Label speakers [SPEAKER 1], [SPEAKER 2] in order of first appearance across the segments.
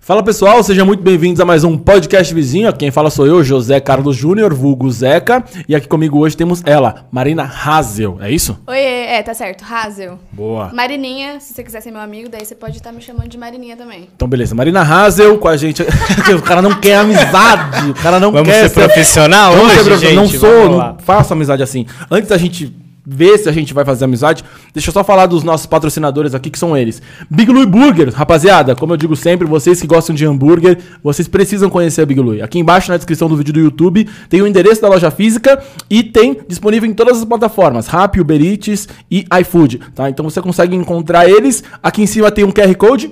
[SPEAKER 1] Fala pessoal, sejam muito bem-vindos a mais um podcast vizinho. Quem fala sou eu, José Carlos Júnior, vulgo Zeca. E aqui comigo hoje temos ela, Marina Hazel. É isso?
[SPEAKER 2] Oi, é, tá certo, Hazel.
[SPEAKER 1] Boa.
[SPEAKER 2] Marininha, se você quiser ser meu amigo, daí você pode estar me chamando de Marininha também.
[SPEAKER 1] Então beleza, Marina Hazel com a gente. Tipo, o cara não quer amizade, o cara não
[SPEAKER 3] Vamos
[SPEAKER 1] quer
[SPEAKER 3] ser profissional
[SPEAKER 1] Vamos ser
[SPEAKER 3] hoje,
[SPEAKER 1] profissional.
[SPEAKER 3] gente?
[SPEAKER 1] Não sou,
[SPEAKER 3] Vamos
[SPEAKER 1] não
[SPEAKER 3] lá.
[SPEAKER 1] faço amizade assim. Antes da gente ver se a gente vai fazer amizade, deixa eu só falar dos nossos patrocinadores aqui, que são eles. Big Louie Burger, rapaziada, como eu digo sempre, vocês que gostam de hambúrguer, vocês precisam conhecer a Big Louie. Aqui embaixo na descrição do vídeo do YouTube tem o endereço da loja física e tem disponível em todas as plataformas, Rappi, Uber Eats e iFood, tá? Então você consegue encontrar eles. Aqui em cima tem um QR Code,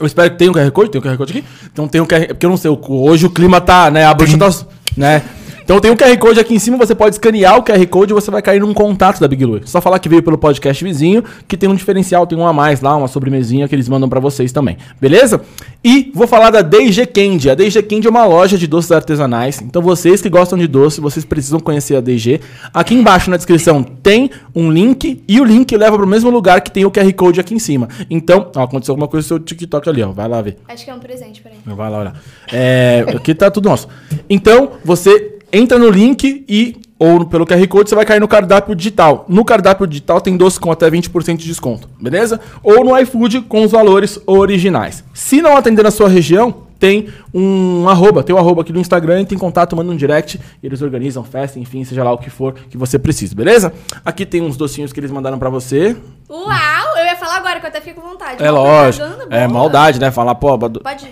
[SPEAKER 1] eu espero que tenha um QR Code, tem um QR Code aqui? Então tem um QR Porque eu não sei, o- hoje o clima tá, né? A bruxa tá. né? Então tem um QR Code aqui em cima, você pode escanear o QR Code e você vai cair num contato da Big Lou. Só falar que veio pelo podcast vizinho, que tem um diferencial, tem um a mais lá, uma sobremesinha que eles mandam pra vocês também. Beleza? E vou falar da DG Candy. A DG Candy é uma loja de doces artesanais. Então vocês que gostam de doce, vocês precisam conhecer a DG. Aqui embaixo na descrição tem um link e o link leva pro mesmo lugar que tem o QR Code aqui em cima. Então, ó, aconteceu alguma coisa no seu TikTok ali, ó. Vai lá ver.
[SPEAKER 2] Acho que é um presente pra mim.
[SPEAKER 1] Vai lá olhar. É, aqui tá tudo nosso. Então, você entra no link e ou no- pelo QR Code, você vai cair no cardápio digital. No cardápio digital tem doce com até 20% de desconto, beleza? Ou no iFood com os valores originais. Se não atender na sua região, tem um arroba, tem um arroba aqui no Instagram, entra em contato, manda um direct, e eles organizam festa, enfim, seja lá o que for que você precisa, beleza? Aqui tem uns docinhos que eles mandaram pra você.
[SPEAKER 2] Uau, eu ia falar agora, que eu até fico com vontade.
[SPEAKER 1] É
[SPEAKER 2] Uma
[SPEAKER 1] lógico.
[SPEAKER 2] propaganda
[SPEAKER 1] É
[SPEAKER 2] boa.
[SPEAKER 1] maldade, né? Falar, pô, Badu-
[SPEAKER 2] Pode.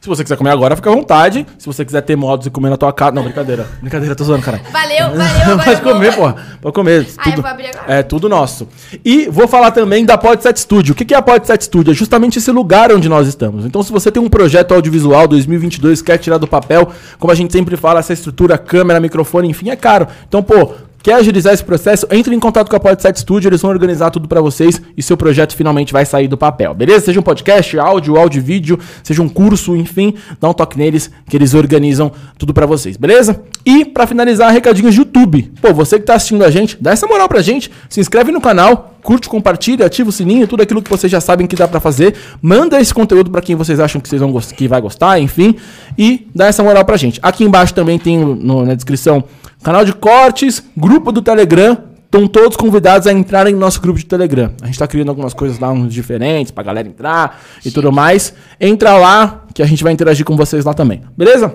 [SPEAKER 1] se você quiser comer agora, fica à vontade. Se você quiser ter modos e comer na tua casa. Não, brincadeira. Brincadeira, tô zoando, caralho.
[SPEAKER 2] Valeu, valeu. agora
[SPEAKER 1] Pode
[SPEAKER 2] eu vou-
[SPEAKER 1] comer, porra. Pode comer.
[SPEAKER 2] Ah, eu
[SPEAKER 1] Tudo-
[SPEAKER 2] vou abrir agora.
[SPEAKER 1] É tudo nosso. E vou falar também da Podset Studio. O que que é a Podset Studio? É justamente esse lugar onde nós estamos. Então, se você tem um projeto audiovisual 2022, quer tirar do papel, como a gente sempre fala, essa estrutura, câmera, microfone, enfim, é caro. Então, pô. Quer agilizar esse processo? Entre em contato com a Podset Studio, eles vão organizar tudo pra vocês e seu projeto finalmente vai sair do papel, beleza? Seja um podcast, áudio, áudio, vídeo, seja um curso, enfim, dá um toque neles que eles organizam tudo pra vocês, beleza? E pra finalizar, recadinhos de YouTube. Pô, você que tá assistindo a gente, dá essa moral pra gente, se inscreve no canal, curte, compartilha, ativa o sininho, tudo aquilo que vocês já sabem que dá pra fazer. Manda esse conteúdo pra quem vocês acham que vocês vão gos- que vai gostar, enfim, e dá essa moral pra gente. Aqui embaixo também tem no- na descrição canal de cortes, grupo do Telegram, Estão todos convidados a entrarem no nosso grupo de Telegram. A gente tá criando algumas coisas lá uns diferentes pra galera entrar e tudo mais. Entra lá que a gente vai interagir com vocês lá também. Beleza?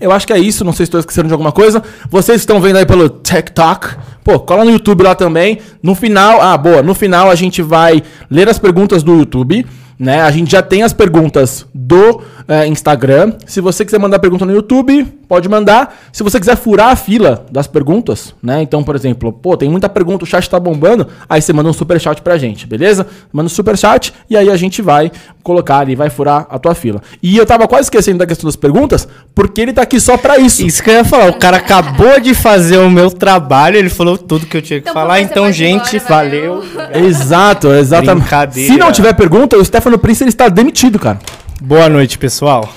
[SPEAKER 1] Eu acho que é isso, não sei se estou esquecendo de alguma coisa. Vocês que estão vendo aí pelo TikTok. Pô, cola no YouTube lá também. No final, ah, boa, no final a gente vai ler as perguntas do YouTube, né? A gente já tem as perguntas do eh, Instagram. Se você quiser mandar pergunta no YouTube, pode mandar. Se você quiser furar a fila das perguntas, né? Então, por exemplo, pô, tem muita pergunta, o chat tá bombando, aí você manda um superchat pra gente, beleza? Manda um superchat e aí a gente vai colocar ali, vai furar a tua fila. E eu tava quase esquecendo da questão das perguntas, porque ele tá aqui só pra isso.
[SPEAKER 3] Isso que eu ia falar, o cara acabou de fazer o meu trabalho, ele falou tudo que eu tinha que
[SPEAKER 2] Então, por
[SPEAKER 3] falar,
[SPEAKER 2] favor, você
[SPEAKER 3] então,
[SPEAKER 2] pode ir
[SPEAKER 3] gente,
[SPEAKER 2] embora, valeu.
[SPEAKER 3] valeu.
[SPEAKER 1] Exato, exatamente.
[SPEAKER 3] Brincadeira.
[SPEAKER 1] Se não tiver pergunta, o Stefano Prince ele está demitido, cara.
[SPEAKER 3] Boa noite, pessoal.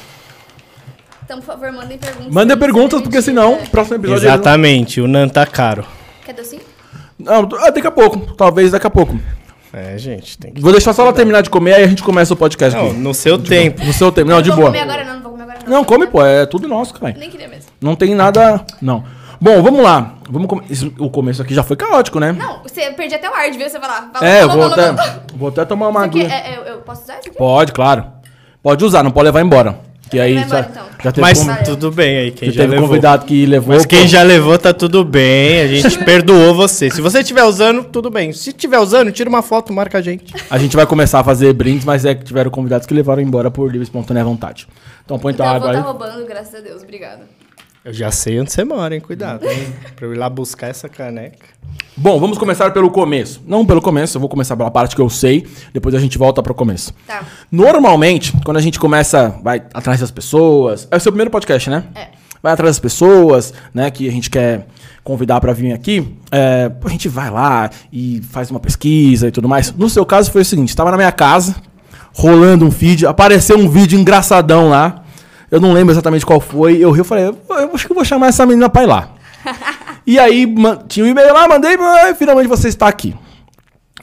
[SPEAKER 2] Então, por favor, mandem perguntas.
[SPEAKER 1] Manda
[SPEAKER 2] Isso é
[SPEAKER 1] perguntas, porque
[SPEAKER 2] mentira.
[SPEAKER 1] senão, próximo episódio.
[SPEAKER 3] Exatamente, o Nan tá caro.
[SPEAKER 2] Quer docinho?
[SPEAKER 1] Não, ah, daqui a pouco. Talvez daqui a pouco.
[SPEAKER 3] É, gente, tem que.
[SPEAKER 1] Vou deixar só ela terminar de comer, aí a gente começa o podcast
[SPEAKER 3] Não,
[SPEAKER 1] aqui.
[SPEAKER 3] no seu tempo.
[SPEAKER 1] No seu tempo. Não, de
[SPEAKER 2] vou
[SPEAKER 1] boa.
[SPEAKER 2] comer agora, não, não vou comer agora.
[SPEAKER 1] Não, come, pô. É tudo nosso, cara.
[SPEAKER 2] Nem queria mesmo.
[SPEAKER 1] Não tem nada. Não. Bom, vamos lá. Vamos come- isso- O começo aqui já foi caótico, né?
[SPEAKER 2] Não, você perdi até o ar de ver você falar. Falou,
[SPEAKER 1] É, eu
[SPEAKER 2] falou,
[SPEAKER 1] vou
[SPEAKER 2] falou,
[SPEAKER 1] até,
[SPEAKER 2] falou.
[SPEAKER 1] vou até tomar uma
[SPEAKER 2] Isso aqui,
[SPEAKER 1] aguinha.
[SPEAKER 2] é, é, eu, eu posso usar isso aqui?
[SPEAKER 1] Pode, claro. Pode usar, não pode levar embora. Que aí
[SPEAKER 2] Vai embora,
[SPEAKER 1] já,
[SPEAKER 2] então.
[SPEAKER 1] já teve,
[SPEAKER 3] Mas
[SPEAKER 1] conv-
[SPEAKER 3] tudo bem aí, quem
[SPEAKER 1] já
[SPEAKER 3] já
[SPEAKER 1] teve
[SPEAKER 3] levou.
[SPEAKER 1] convidado que levou.
[SPEAKER 3] Mas quem
[SPEAKER 1] pô.
[SPEAKER 3] já levou tá tudo bem, a gente perdoou você. Se você estiver usando, tudo bem. Se estiver usando, tira uma foto, marca a gente.
[SPEAKER 1] A gente vai começar a fazer brindes, mas é que tiveram convidados que levaram embora por livre e espontânea vontade. Então põe tua
[SPEAKER 2] Então, eu vou
[SPEAKER 1] água
[SPEAKER 2] estar
[SPEAKER 1] aí.
[SPEAKER 2] roubando, graças a Deus. Obrigada.
[SPEAKER 3] Eu já sei onde você mora, hein? Cuidado, hein? Pra eu ir lá buscar essa caneca.
[SPEAKER 1] Bom, vamos começar pelo começo. Não pelo começo, eu vou começar pela parte que eu sei, depois a gente volta pro começo.
[SPEAKER 2] Tá.
[SPEAKER 1] Normalmente, quando a gente começa, vai atrás das pessoas. É o seu primeiro podcast, né?
[SPEAKER 2] É.
[SPEAKER 1] Vai atrás das pessoas, né, que a gente quer convidar pra vir aqui. é, a gente vai lá e faz uma pesquisa e tudo mais. No seu caso foi o seguinte: tava na minha casa, rolando um feed, apareceu um vídeo engraçadão lá. Eu não lembro exatamente qual foi. Eu ri, eu falei, "Eu- eu acho que eu vou chamar essa menina pra ir lá. E aí, man- tinha um e-mail lá, mandei, "Ah, finalmente você está aqui.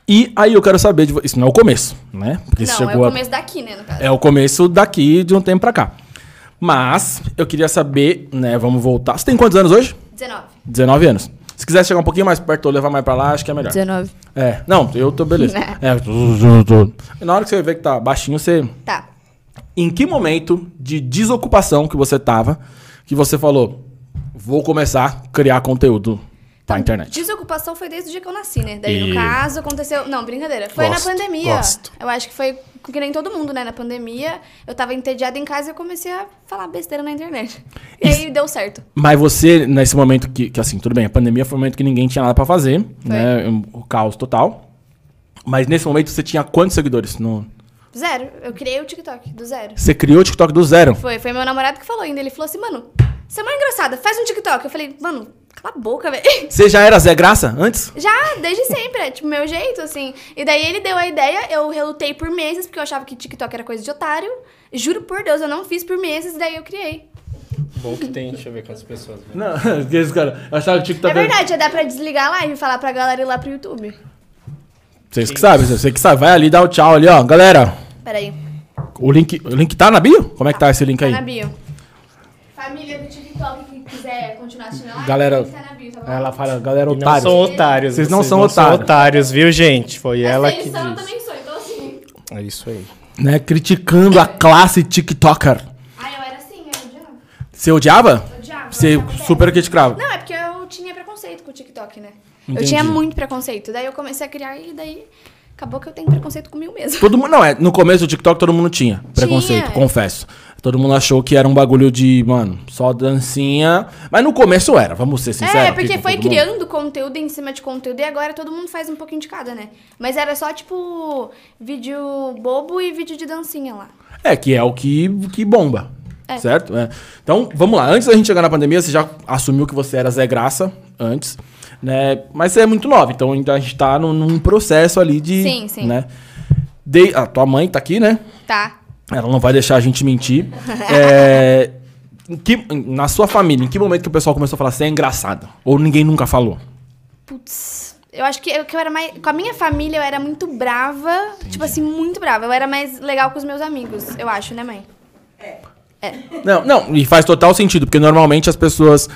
[SPEAKER 1] E aí eu quero saber de vo- Isso não é o começo, né? Porque isso
[SPEAKER 2] Não, é o
[SPEAKER 1] chegou a-
[SPEAKER 2] começo daqui, né, no caso.
[SPEAKER 1] é o começo daqui de um tempo pra cá. Mas eu queria saber, né? Vamos voltar. Você tem quantos anos hoje?
[SPEAKER 2] 19.
[SPEAKER 1] 19 anos. Se quiser chegar um pouquinho mais perto ou levar mais pra lá, acho que é melhor.
[SPEAKER 2] 19.
[SPEAKER 1] É, não, eu tô beleza.
[SPEAKER 2] Né?
[SPEAKER 1] É, tu- tu- tu- tu. Na hora que você vê que tá baixinho, você.
[SPEAKER 2] Tá.
[SPEAKER 1] Em que momento de desocupação que você tava que você falou, vou começar a criar conteúdo pra
[SPEAKER 2] Então,
[SPEAKER 1] internet?
[SPEAKER 2] Desocupação foi desde o dia que eu nasci, né? Daí,
[SPEAKER 1] E-
[SPEAKER 2] no caso, aconteceu. Não, brincadeira. Foi
[SPEAKER 1] Gosto,
[SPEAKER 2] na pandemia.
[SPEAKER 1] gosto.
[SPEAKER 2] Eu acho que foi que nem todo mundo, né? Na pandemia, eu tava entediada em casa e eu comecei a falar besteira na internet. E aí deu certo.
[SPEAKER 1] Mas você, nesse momento que, que, assim, tudo bem, a pandemia foi um momento que ninguém tinha nada pra fazer, né? Um- O caos total. Mas nesse momento você tinha quantos seguidores? No...
[SPEAKER 2] Zero. Eu criei o TikTok, do zero.
[SPEAKER 1] Você criou o TikTok do zero.
[SPEAKER 2] Foi, foi meu namorado que falou ainda. Ele falou assim, mano, você é uma engraçada, faz um TikTok. Eu falei, mano, cala a boca, velho.
[SPEAKER 1] Você já era Zé Graça antes?
[SPEAKER 2] Já, desde sempre, é tipo meu jeito, assim. E daí ele deu a ideia, eu relutei por meses, porque eu achava que TikTok era coisa de otário. Juro por Deus, eu não fiz por meses, daí eu criei.
[SPEAKER 3] Bom que tem, deixa eu ver quantas pessoas. velho.
[SPEAKER 1] Não, esse cara achava que o TikTok
[SPEAKER 2] é verdade, já dá pra desligar a live e falar pra galera ir lá pro YouTube.
[SPEAKER 1] Vocês que sabem, você que sabe. Vai ali, dá o tchau ali, ó. Galera,
[SPEAKER 2] Peraí,
[SPEAKER 1] o link, o link tá na bio? Como é que tá esse link
[SPEAKER 2] tá
[SPEAKER 1] aí?
[SPEAKER 2] na bio. Família do TikTok que quiser continuar assistindo a live,
[SPEAKER 1] Galera,
[SPEAKER 2] tá na bio, tá bom?
[SPEAKER 1] ela fala, galera,
[SPEAKER 3] E Não
[SPEAKER 1] otário.
[SPEAKER 3] são otários.
[SPEAKER 1] Vocês não são otários.
[SPEAKER 3] otários, viu, gente? Foi
[SPEAKER 2] Mas
[SPEAKER 3] ela
[SPEAKER 2] se
[SPEAKER 3] que
[SPEAKER 2] eles são, eu
[SPEAKER 3] disse.
[SPEAKER 2] também sou, então assim...
[SPEAKER 3] É isso aí.
[SPEAKER 1] Né, criticando a classe TikToker.
[SPEAKER 2] Ah, eu era assim, eu odiava.
[SPEAKER 1] Você odiava?
[SPEAKER 2] Odiava,
[SPEAKER 1] Você
[SPEAKER 2] achava
[SPEAKER 1] super criticava.
[SPEAKER 2] Não, é porque eu tinha preconceito com o TikTok, né?
[SPEAKER 1] Entendi.
[SPEAKER 2] Eu tinha muito preconceito. Daí eu comecei a criar e daí acabou que eu tenho preconceito comigo mesmo.
[SPEAKER 1] Todo mundo, não, é, no começo do TikTok todo mundo tinha preconceito, confesso. Todo mundo achou que era um bagulho de, mano, só dancinha. Mas no começo era, vamos ser sinceros.
[SPEAKER 2] É,
[SPEAKER 1] aqui
[SPEAKER 2] porque
[SPEAKER 1] com
[SPEAKER 2] foi
[SPEAKER 1] todo mundo.
[SPEAKER 2] criando conteúdo em cima de conteúdo e agora todo mundo faz um pouquinho de cada, né? Mas era só, tipo, vídeo bobo e vídeo de dancinha lá.
[SPEAKER 1] É, que é o que, que bomba.
[SPEAKER 2] É.
[SPEAKER 1] Certo? É. Então, vamos lá. Antes da gente chegar na pandemia, você já assumiu que você era Zé Graça antes, né? Mas você é muito nova, então ainda a gente tá num, num processo ali de.
[SPEAKER 2] Sim, sim.
[SPEAKER 1] Né? De, a tua mãe tá aqui, né?
[SPEAKER 2] Tá.
[SPEAKER 1] Ela não vai deixar a gente mentir. É, em que- na sua família, em que momento que o pessoal começou a falar você é engraçada? Ou ninguém nunca falou?
[SPEAKER 2] Putz. Eu acho que eu, que eu era mais. Com a minha família eu era muito brava. Tipo assim, muito brava. Eu era mais legal com os meus amigos, eu acho, né, mãe?
[SPEAKER 1] Não, não, e faz total sentido, porque normalmente as pessoas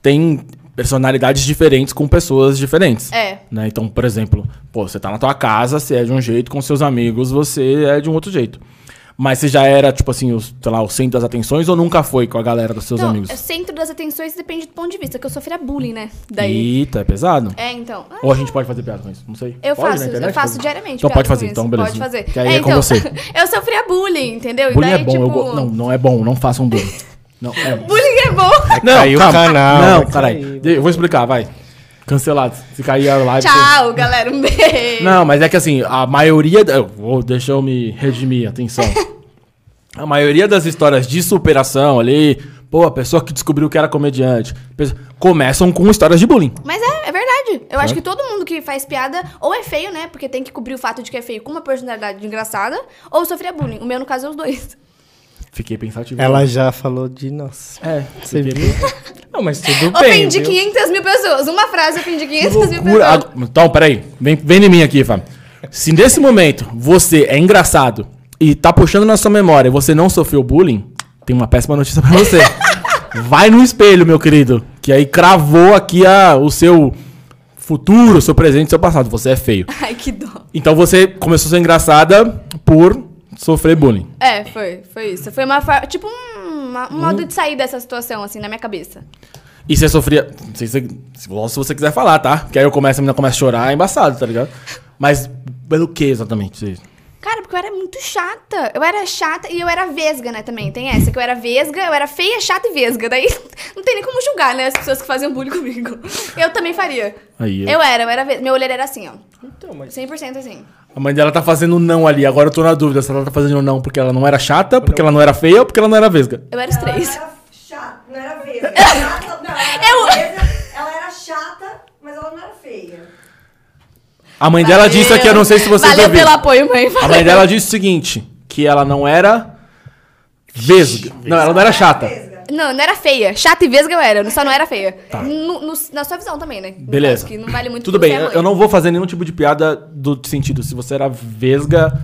[SPEAKER 1] têm personalidades diferentes com pessoas diferentes.
[SPEAKER 2] É.
[SPEAKER 1] Né? Então, por exemplo, pô, você tá na tua casa, você é de um jeito, com seus amigos você é de um outro jeito. Mas você já era, tipo assim, o, sei lá, o centro das atenções ou nunca foi com a galera dos seus
[SPEAKER 2] Então,
[SPEAKER 1] amigos?
[SPEAKER 2] o centro das atenções depende do ponto de vista, que eu sofria bullying, né? Daí.
[SPEAKER 1] Eita, é pesado.
[SPEAKER 2] É, então. Ah,
[SPEAKER 1] Ou a gente pode fazer piada com isso? Não sei.
[SPEAKER 2] Eu
[SPEAKER 1] Pode na
[SPEAKER 2] faço,
[SPEAKER 1] internet
[SPEAKER 2] eu faço
[SPEAKER 1] fazer?
[SPEAKER 2] diariamente.
[SPEAKER 1] Então
[SPEAKER 2] piada
[SPEAKER 1] pode
[SPEAKER 2] com
[SPEAKER 1] fazer,
[SPEAKER 2] isso.
[SPEAKER 1] então beleza.
[SPEAKER 2] Pode fazer.
[SPEAKER 1] Que aí é, com
[SPEAKER 2] então,
[SPEAKER 1] você.
[SPEAKER 2] eu sofria bullying, entendeu? E
[SPEAKER 1] Bullying
[SPEAKER 2] daí,
[SPEAKER 1] é bom,
[SPEAKER 2] tipo...
[SPEAKER 1] eu go... Não, não é bom, não façam bullying. Não, é...
[SPEAKER 2] Bullying é bom.
[SPEAKER 1] Não,
[SPEAKER 3] Caiu o
[SPEAKER 1] calma.
[SPEAKER 3] canal, vai
[SPEAKER 1] Não, caralho.
[SPEAKER 3] cair.
[SPEAKER 1] De- Eu vou explicar, vai. Cancelado. Se cair a live.
[SPEAKER 2] Tchau, galera. Um
[SPEAKER 1] você-
[SPEAKER 2] beijo.
[SPEAKER 1] Não, mas é que assim, a maioria. da- Eu vou, deixa eu me redimir, atenção. a maioria das histórias de superação ali. Pô, a pessoa que descobriu que era comediante. pe- Começam com histórias de bullying.
[SPEAKER 2] Mas é, é verdade. Eu acho que todo mundo que faz piada ou é feio, né? Porque tem que cobrir o fato de que é feio com uma personalidade engraçada, ou sofria bullying. O meu, no caso, é os dois.
[SPEAKER 1] Fiquei pensativo.
[SPEAKER 3] Ela já falou de nós.
[SPEAKER 1] É,
[SPEAKER 3] Você
[SPEAKER 1] fiquei-
[SPEAKER 3] viu? Não, mas tudo bem.
[SPEAKER 2] Ofendi
[SPEAKER 3] viu?
[SPEAKER 2] 500 mil pessoas. Uma frase, ofendi 500 mil pessoas.
[SPEAKER 1] Loucura. Ag- Então, peraí. Vem, vem em mim aqui, Fábio. Se nesse momento você é engraçado e tá puxando na sua memória e você não sofreu bullying, tem uma péssima notícia pra você. Vai no espelho, meu querido. Que aí cravou aqui a, o seu futuro, seu presente, seu passado. Você é feio.
[SPEAKER 2] Ai, que dó.
[SPEAKER 1] Então você começou a ser engraçada por sofrer bullying.
[SPEAKER 2] É, foi. Foi isso. Foi uma... fa- Tipo um, uma-
[SPEAKER 1] Hum.
[SPEAKER 2] um modo de sair dessa situação, assim, na minha cabeça.
[SPEAKER 1] E você sofria. não sei Se você, se você quiser falar, tá? Porque aí eu começo, a menina começa a chorar, é embaçado, tá ligado? Mas pelo que exatamente? Você-
[SPEAKER 2] Cara, porque eu era muito chata. Eu era chata e eu era vesga, né, também. Tem essa, que eu era vesga, eu era feia, chata e vesga. Daí não tem nem como julgar, né, as pessoas que faziam bullying comigo. Eu também faria.
[SPEAKER 1] Aí, é.
[SPEAKER 2] eu... era, eu era vesga. Meu olhar era assim, ó.
[SPEAKER 3] Então, mas
[SPEAKER 2] 100% assim.
[SPEAKER 1] A mãe dela tá fazendo não ali. Agora eu tô na dúvida se ela tá fazendo não porque ela não era chata, porque ela não era feia ou porque ela não era vesga.
[SPEAKER 2] Eu era os três.
[SPEAKER 4] Ela era chata, não era feia. Chata, não, ela, era presa, ela era chata, mas ela não era feia.
[SPEAKER 1] A mãe dela disse aqui, eu não sei se vocês
[SPEAKER 2] Valeu
[SPEAKER 1] ouviram.
[SPEAKER 2] pelo apoio, mãe.
[SPEAKER 1] A mãe dela disse o seguinte, que ela não era vesga. Não, ela não era chata.
[SPEAKER 4] Vesga.
[SPEAKER 2] Não, não era feia. Chata e vesga eu era, eu só não era feia. No- no- na sua visão também, né?
[SPEAKER 1] Tá. Beleza.
[SPEAKER 2] Acho que não vale muito
[SPEAKER 1] Tudo
[SPEAKER 2] porque
[SPEAKER 1] bem,
[SPEAKER 2] você é
[SPEAKER 1] eu
[SPEAKER 2] mãe.
[SPEAKER 1] eu não vou fazer nenhum tipo de piada do sentido. Se você era vesga,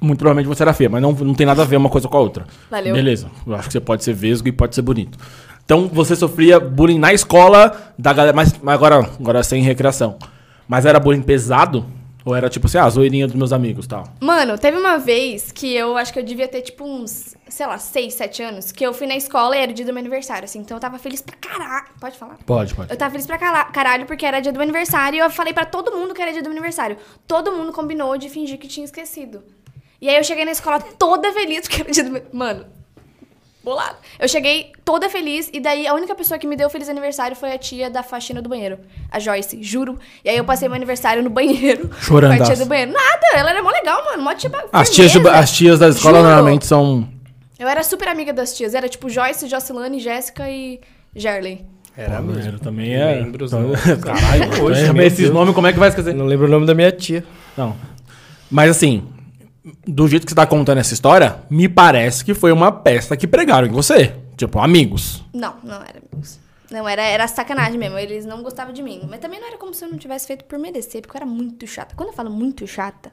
[SPEAKER 1] muito provavelmente você era feia, mas não, não tem nada a ver uma coisa com a outra.
[SPEAKER 2] Valeu.
[SPEAKER 1] Beleza, eu acho que você pode ser vesgo e pode ser bonito. Então você sofria bullying na escola da galera, mas, mas agora, agora sem recreação. Mas era bullying pesado? Ou era tipo assim, ah, zoeirinha dos meus amigos e tal?
[SPEAKER 2] Mano, teve uma vez que eu acho que eu devia ter, tipo, uns, sei lá, 6, 7 anos, que eu fui na escola e era o dia do meu aniversário, assim. Então eu tava feliz pra caralho. Pode falar?
[SPEAKER 1] Pode, pode.
[SPEAKER 2] Eu tava feliz pra cala- caralho porque era dia do meu aniversário e eu falei pra todo mundo que era dia do meu aniversário. Todo mundo combinou de fingir que tinha esquecido. E aí eu cheguei na escola toda feliz porque era dia do meu. Mano, bolado. Eu cheguei toda feliz e daí a única pessoa que me deu feliz aniversário foi a tia da faxina do banheiro, a Joyce, juro. E aí eu passei meu aniversário no banheiro.
[SPEAKER 1] Chorandaço.
[SPEAKER 2] Com a tia do banheiro. Nada, ela era mó legal, mano. Mó tia ba-
[SPEAKER 1] As tias, de-
[SPEAKER 2] firmeza.
[SPEAKER 1] as tias da escola
[SPEAKER 2] Juro.
[SPEAKER 1] normalmente são.
[SPEAKER 2] Eu era super amiga das tias. Era tipo Joyce, Jocilane, Jéssica e Gerley.
[SPEAKER 3] Era
[SPEAKER 1] Pô,
[SPEAKER 3] mesmo.
[SPEAKER 1] também é.
[SPEAKER 3] lembro os
[SPEAKER 1] Então-
[SPEAKER 3] nomes.
[SPEAKER 1] Caralho,
[SPEAKER 3] Hoje,
[SPEAKER 1] hoje,
[SPEAKER 3] meu
[SPEAKER 1] esses
[SPEAKER 3] Deus.
[SPEAKER 1] nomes, como é que vai esquecer?
[SPEAKER 3] Eu não lembro o nome da minha tia.
[SPEAKER 1] Não. Mas assim, do jeito que você tá contando essa história, me parece que foi uma peça que pregaram em você. Tipo, amigos.
[SPEAKER 2] Não, não era amigos. Não, era, era sacanagem mesmo. Eles não gostavam de mim. Mas também não era como se eu não tivesse feito por merecer, porque eu era muito chata. Quando eu falo muito chata.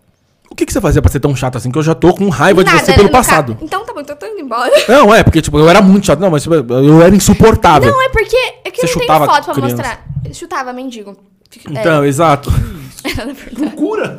[SPEAKER 1] O que, que você fazia pra ser tão chato assim? Que eu já tô com raiva de você
[SPEAKER 2] né,
[SPEAKER 1] pelo
[SPEAKER 2] no ca-
[SPEAKER 1] passado.
[SPEAKER 2] Então tá bom, então eu tô indo embora.
[SPEAKER 1] Não, é, porque, tipo, eu era muito chato. Não, mas tipo, eu era insuportável.
[SPEAKER 2] Não, é porque. É que
[SPEAKER 1] Você
[SPEAKER 2] eu não tenho
[SPEAKER 1] chutava
[SPEAKER 2] foto pra
[SPEAKER 1] criança.
[SPEAKER 2] mostrar. Eu chutava, mendigo. Fica- é,
[SPEAKER 1] Então, exato.
[SPEAKER 2] era na verdade.
[SPEAKER 1] loucura!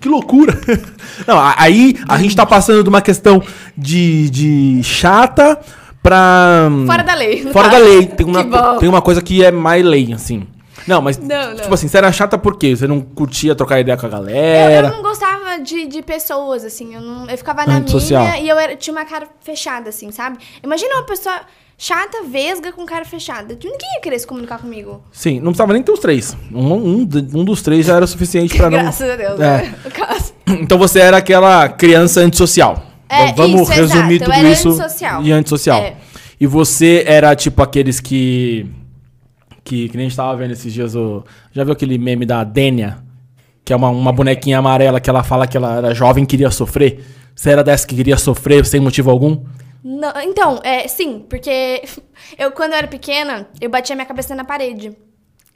[SPEAKER 1] Que loucura! Não, a- aí a gente tá passando de uma questão de, de chata pra. hum,
[SPEAKER 2] Fora da lei, no
[SPEAKER 1] Fora da
[SPEAKER 2] caso.
[SPEAKER 1] lei. Tem
[SPEAKER 2] Que
[SPEAKER 1] uma,
[SPEAKER 2] bom.
[SPEAKER 1] tem uma coisa que é mais lei, assim. Não, mas.
[SPEAKER 2] Não,
[SPEAKER 1] Tipo
[SPEAKER 2] não.
[SPEAKER 1] assim, você era chata por quê? Você não curtia trocar ideia com a
[SPEAKER 2] Eu, eu
[SPEAKER 1] galera?
[SPEAKER 2] não gostava de, de pessoas, assim. Eu, não, eu ficava na
[SPEAKER 1] Antissocial.
[SPEAKER 2] minha e eu era- tinha uma cara fechada, assim, sabe? Imagina uma pessoa chata, vesga, com cara fechada. Tipo, Ninguém ia querer se comunicar comigo.
[SPEAKER 1] Sim, não precisava nem ter os três. Um, um, de- um dos três já era suficiente pra não.
[SPEAKER 2] Graças a Deus,
[SPEAKER 1] É.
[SPEAKER 2] né? No caso.
[SPEAKER 1] Então você era aquela criança antissocial.
[SPEAKER 2] É,
[SPEAKER 1] V- Vamos
[SPEAKER 2] isso,
[SPEAKER 1] resumir
[SPEAKER 2] exato.
[SPEAKER 1] tudo
[SPEAKER 2] Eu era
[SPEAKER 1] isso
[SPEAKER 2] antissocial.
[SPEAKER 1] e antissocial.
[SPEAKER 2] É.
[SPEAKER 1] E você era tipo aqueles que que que nem a gente tava vendo esses dias o já viu aquele meme da Dênia, que é uma, uma bonequinha amarela que ela fala que ela era jovem e queria sofrer. Você era dessa que queria sofrer sem motivo algum?
[SPEAKER 2] Não, então, é, sim, porque eu, quando eu era pequena, eu batia minha cabeça na parede.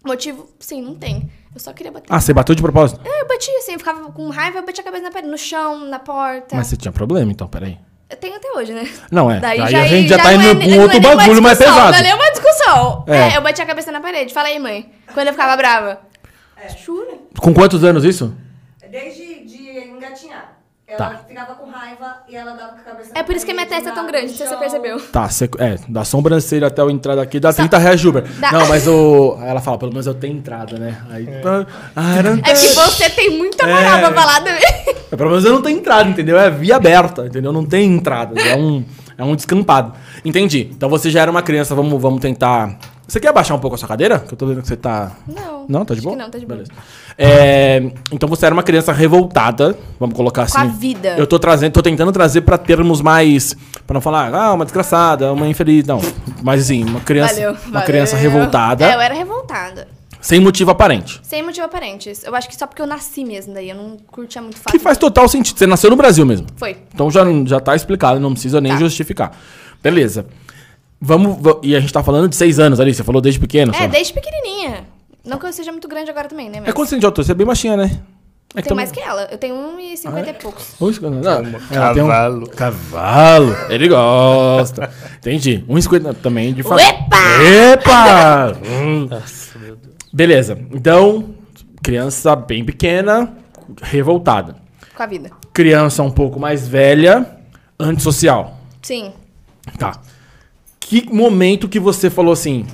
[SPEAKER 2] Motivo, sim, não tem. Eu só queria bater.
[SPEAKER 1] Ah, você bateu de propósito.
[SPEAKER 2] É, Eu batia, assim, eu ficava com raiva, eu batia a cabeça na parede, no chão, na porta.
[SPEAKER 1] Mas você tinha problema então, peraí.
[SPEAKER 2] Eu tenho até hoje, né?
[SPEAKER 1] Não é.
[SPEAKER 2] Daí
[SPEAKER 1] Aí
[SPEAKER 2] já,
[SPEAKER 1] a gente já
[SPEAKER 2] já
[SPEAKER 1] tá
[SPEAKER 2] não
[SPEAKER 1] indo
[SPEAKER 2] é,
[SPEAKER 1] pra um
[SPEAKER 2] não é
[SPEAKER 1] outro
[SPEAKER 2] nem uma
[SPEAKER 1] bagulho mais
[SPEAKER 2] discussão,
[SPEAKER 1] pesado.
[SPEAKER 2] Não é nenhuma discussão.
[SPEAKER 1] É.
[SPEAKER 2] É. eu bati a cabeça na parede. Fala aí, mãe. Quando eu ficava brava. Jura?
[SPEAKER 1] Com quantos anos isso?
[SPEAKER 4] Desde de engatinhar. Ela
[SPEAKER 1] Tá.
[SPEAKER 4] ficava com raiva e ela dava com a cabeça.
[SPEAKER 2] É por isso que minha testa é tão grande, não sei se você percebeu.
[SPEAKER 1] Tá, cê- é, da sobrancelha até eu entrar daqui dá 30 reais de Uber.
[SPEAKER 2] Dá.
[SPEAKER 1] Não, mas o. Ela fala, pelo menos eu tenho entrada, né? Aí. Ah, era-
[SPEAKER 2] É que você tem muita moral
[SPEAKER 1] É.
[SPEAKER 2] pra falar também.
[SPEAKER 1] É, Pelo menos eu não tenho entrada, entendeu? É via aberta, entendeu? Não tem entrada. É um, é um descampado. Entendi. Então você já era uma criança, vamos, vamos tentar. Você quer abaixar um pouco a sua cadeira? Que eu tô vendo que você tá.
[SPEAKER 2] Não.
[SPEAKER 1] Não, tá de
[SPEAKER 2] Acho
[SPEAKER 1] boa?
[SPEAKER 2] que não, tá de boa.
[SPEAKER 1] Beleza. É, então você era uma criança revoltada, vamos colocar assim.
[SPEAKER 2] a vida.
[SPEAKER 1] Eu tô trazendo, tô tentando trazer pra termos mais. Pra não falar, ah, uma desgraçada, uma infeliz. Não. Mas assim, uma criança.
[SPEAKER 2] Valeu.
[SPEAKER 1] uma
[SPEAKER 2] valeu.
[SPEAKER 1] criança revoltada,
[SPEAKER 2] É, eu era revoltada.
[SPEAKER 1] sem motivo aparente.
[SPEAKER 2] Sem motivo aparente. Eu acho que só porque eu nasci mesmo daí. Eu não curtia muito fácil.
[SPEAKER 1] Que faz total sentido. Você nasceu no Brasil mesmo.
[SPEAKER 2] Foi.
[SPEAKER 1] Então já, já tá explicado, não precisa nem
[SPEAKER 2] Tá.
[SPEAKER 1] justificar. Beleza. Vamos. va- E a gente tá falando de seis anos ali, você falou desde pequeno. só.
[SPEAKER 2] É, desde pequenininha. Não que eu seja muito grande agora também, né? Mas
[SPEAKER 1] É quanto você tem de altura? Você é bem baixinha, né? É Ah,
[SPEAKER 2] tenho mais que ela. Eu tenho 1,50 e poucos.
[SPEAKER 1] também- Não, ela tem um-
[SPEAKER 3] Cavalo.
[SPEAKER 1] Cavalo. Ele gosta. Entendi. 1,50 também de fato.
[SPEAKER 2] Epa!
[SPEAKER 1] Epa! Hum. Beleza. Então, criança bem pequena, revoltada.
[SPEAKER 2] Com a vida.
[SPEAKER 1] Criança um pouco mais velha, antissocial.
[SPEAKER 2] Sim.
[SPEAKER 1] Tá. Que momento que você falou assim,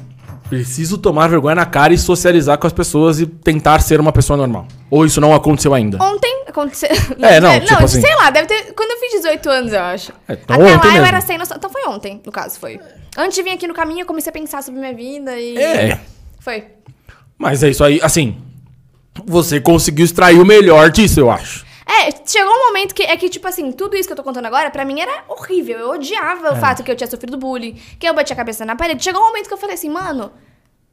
[SPEAKER 1] preciso tomar vergonha na cara e socializar com as pessoas e tentar ser uma pessoa normal? Ou isso não aconteceu ainda?
[SPEAKER 2] Ontem aconteceu.
[SPEAKER 1] É, não, tipo
[SPEAKER 2] não,
[SPEAKER 1] assim.
[SPEAKER 2] sei lá, deve ter. Quando eu fiz 18 anos, eu acho.
[SPEAKER 1] É, então
[SPEAKER 2] Até
[SPEAKER 1] ontem
[SPEAKER 2] lá
[SPEAKER 1] mesmo.
[SPEAKER 2] eu era sem noção. Então foi ontem, no caso, foi. Antes de vir aqui no caminho, eu comecei a pensar sobre minha vida e.
[SPEAKER 1] É.
[SPEAKER 2] Foi.
[SPEAKER 1] Mas é isso aí, assim, você conseguiu extrair o melhor disso, eu acho.
[SPEAKER 2] É, chegou um momento que é que, tipo assim, tudo isso que eu tô contando agora, pra mim era horrível.
[SPEAKER 1] É.
[SPEAKER 2] Eu odiava o fato que eu tinha sofrido bullying, que eu bati a cabeça na parede. Chegou um momento que eu falei assim, mano,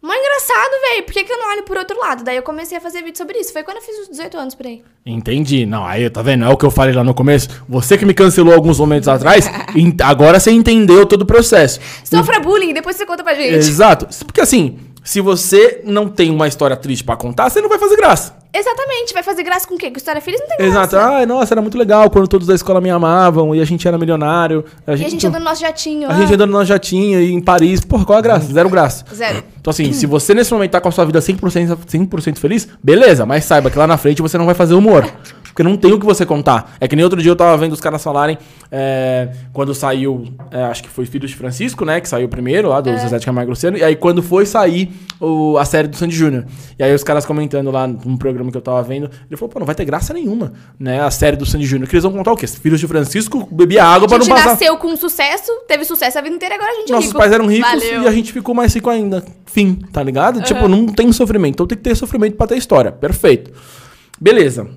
[SPEAKER 2] Mó engraçado, velho. Por que, que eu não olho por outro lado? Daí eu comecei a fazer vídeo sobre isso. Foi quando eu fiz os 18 anos por aí.
[SPEAKER 1] Entendi. Não, aí, tá vendo? É o que eu falei lá no começo. Você que me cancelou alguns momentos atrás, en- agora você entendeu todo o processo.
[SPEAKER 2] Sofra bullying, depois você conta pra gente.
[SPEAKER 1] Exato. Porque assim, se você não tem uma história triste pra contar, você não vai fazer graça.
[SPEAKER 2] Exatamente. Vai fazer graça com o quê? Com história feliz não tem graça.
[SPEAKER 1] Exato. Ai, nossa, era muito legal quando todos da escola me amavam e a gente era milionário. A
[SPEAKER 2] E
[SPEAKER 1] gente, um
[SPEAKER 2] a gente andando no nosso jatinho.
[SPEAKER 1] a
[SPEAKER 2] ah.
[SPEAKER 1] gente andando na jatinha e em Paris. Porra, qual a graça? Zero graça.
[SPEAKER 2] Zero.
[SPEAKER 1] Então assim, se você nesse momento tá com a sua vida 100%, 100 feliz, beleza, mas saiba que lá na frente você não vai fazer humor. Porque não tem o que você contar. É que nem outro dia eu tava vendo os caras falarem, é, quando saiu, é, acho que foi Filhos de Francisco, né? Que saiu primeiro lá, do Zezé de Camargo e Luciano. E aí quando foi sair o- a série do Sandy Júnior. E aí os caras comentando lá num programa que eu tava vendo, ele falou, pô, não vai ter graça nenhuma, né? A série do Sandy Júnior. Que eles vão contar o quê? Filhos de Francisco bebia água pra
[SPEAKER 2] A
[SPEAKER 1] não
[SPEAKER 2] gente
[SPEAKER 1] passar.
[SPEAKER 2] nasceu com sucesso, teve sucesso a vida inteira, agora a gente é
[SPEAKER 1] Nossos
[SPEAKER 2] rico.
[SPEAKER 1] pais eram ricos
[SPEAKER 2] Valeu.
[SPEAKER 1] e a gente ficou mais rico ainda. Fim, tá ligado? Tipo, não tem sofrimento. Então tem que ter sofrimento pra ter história. Perfeito. Beleza.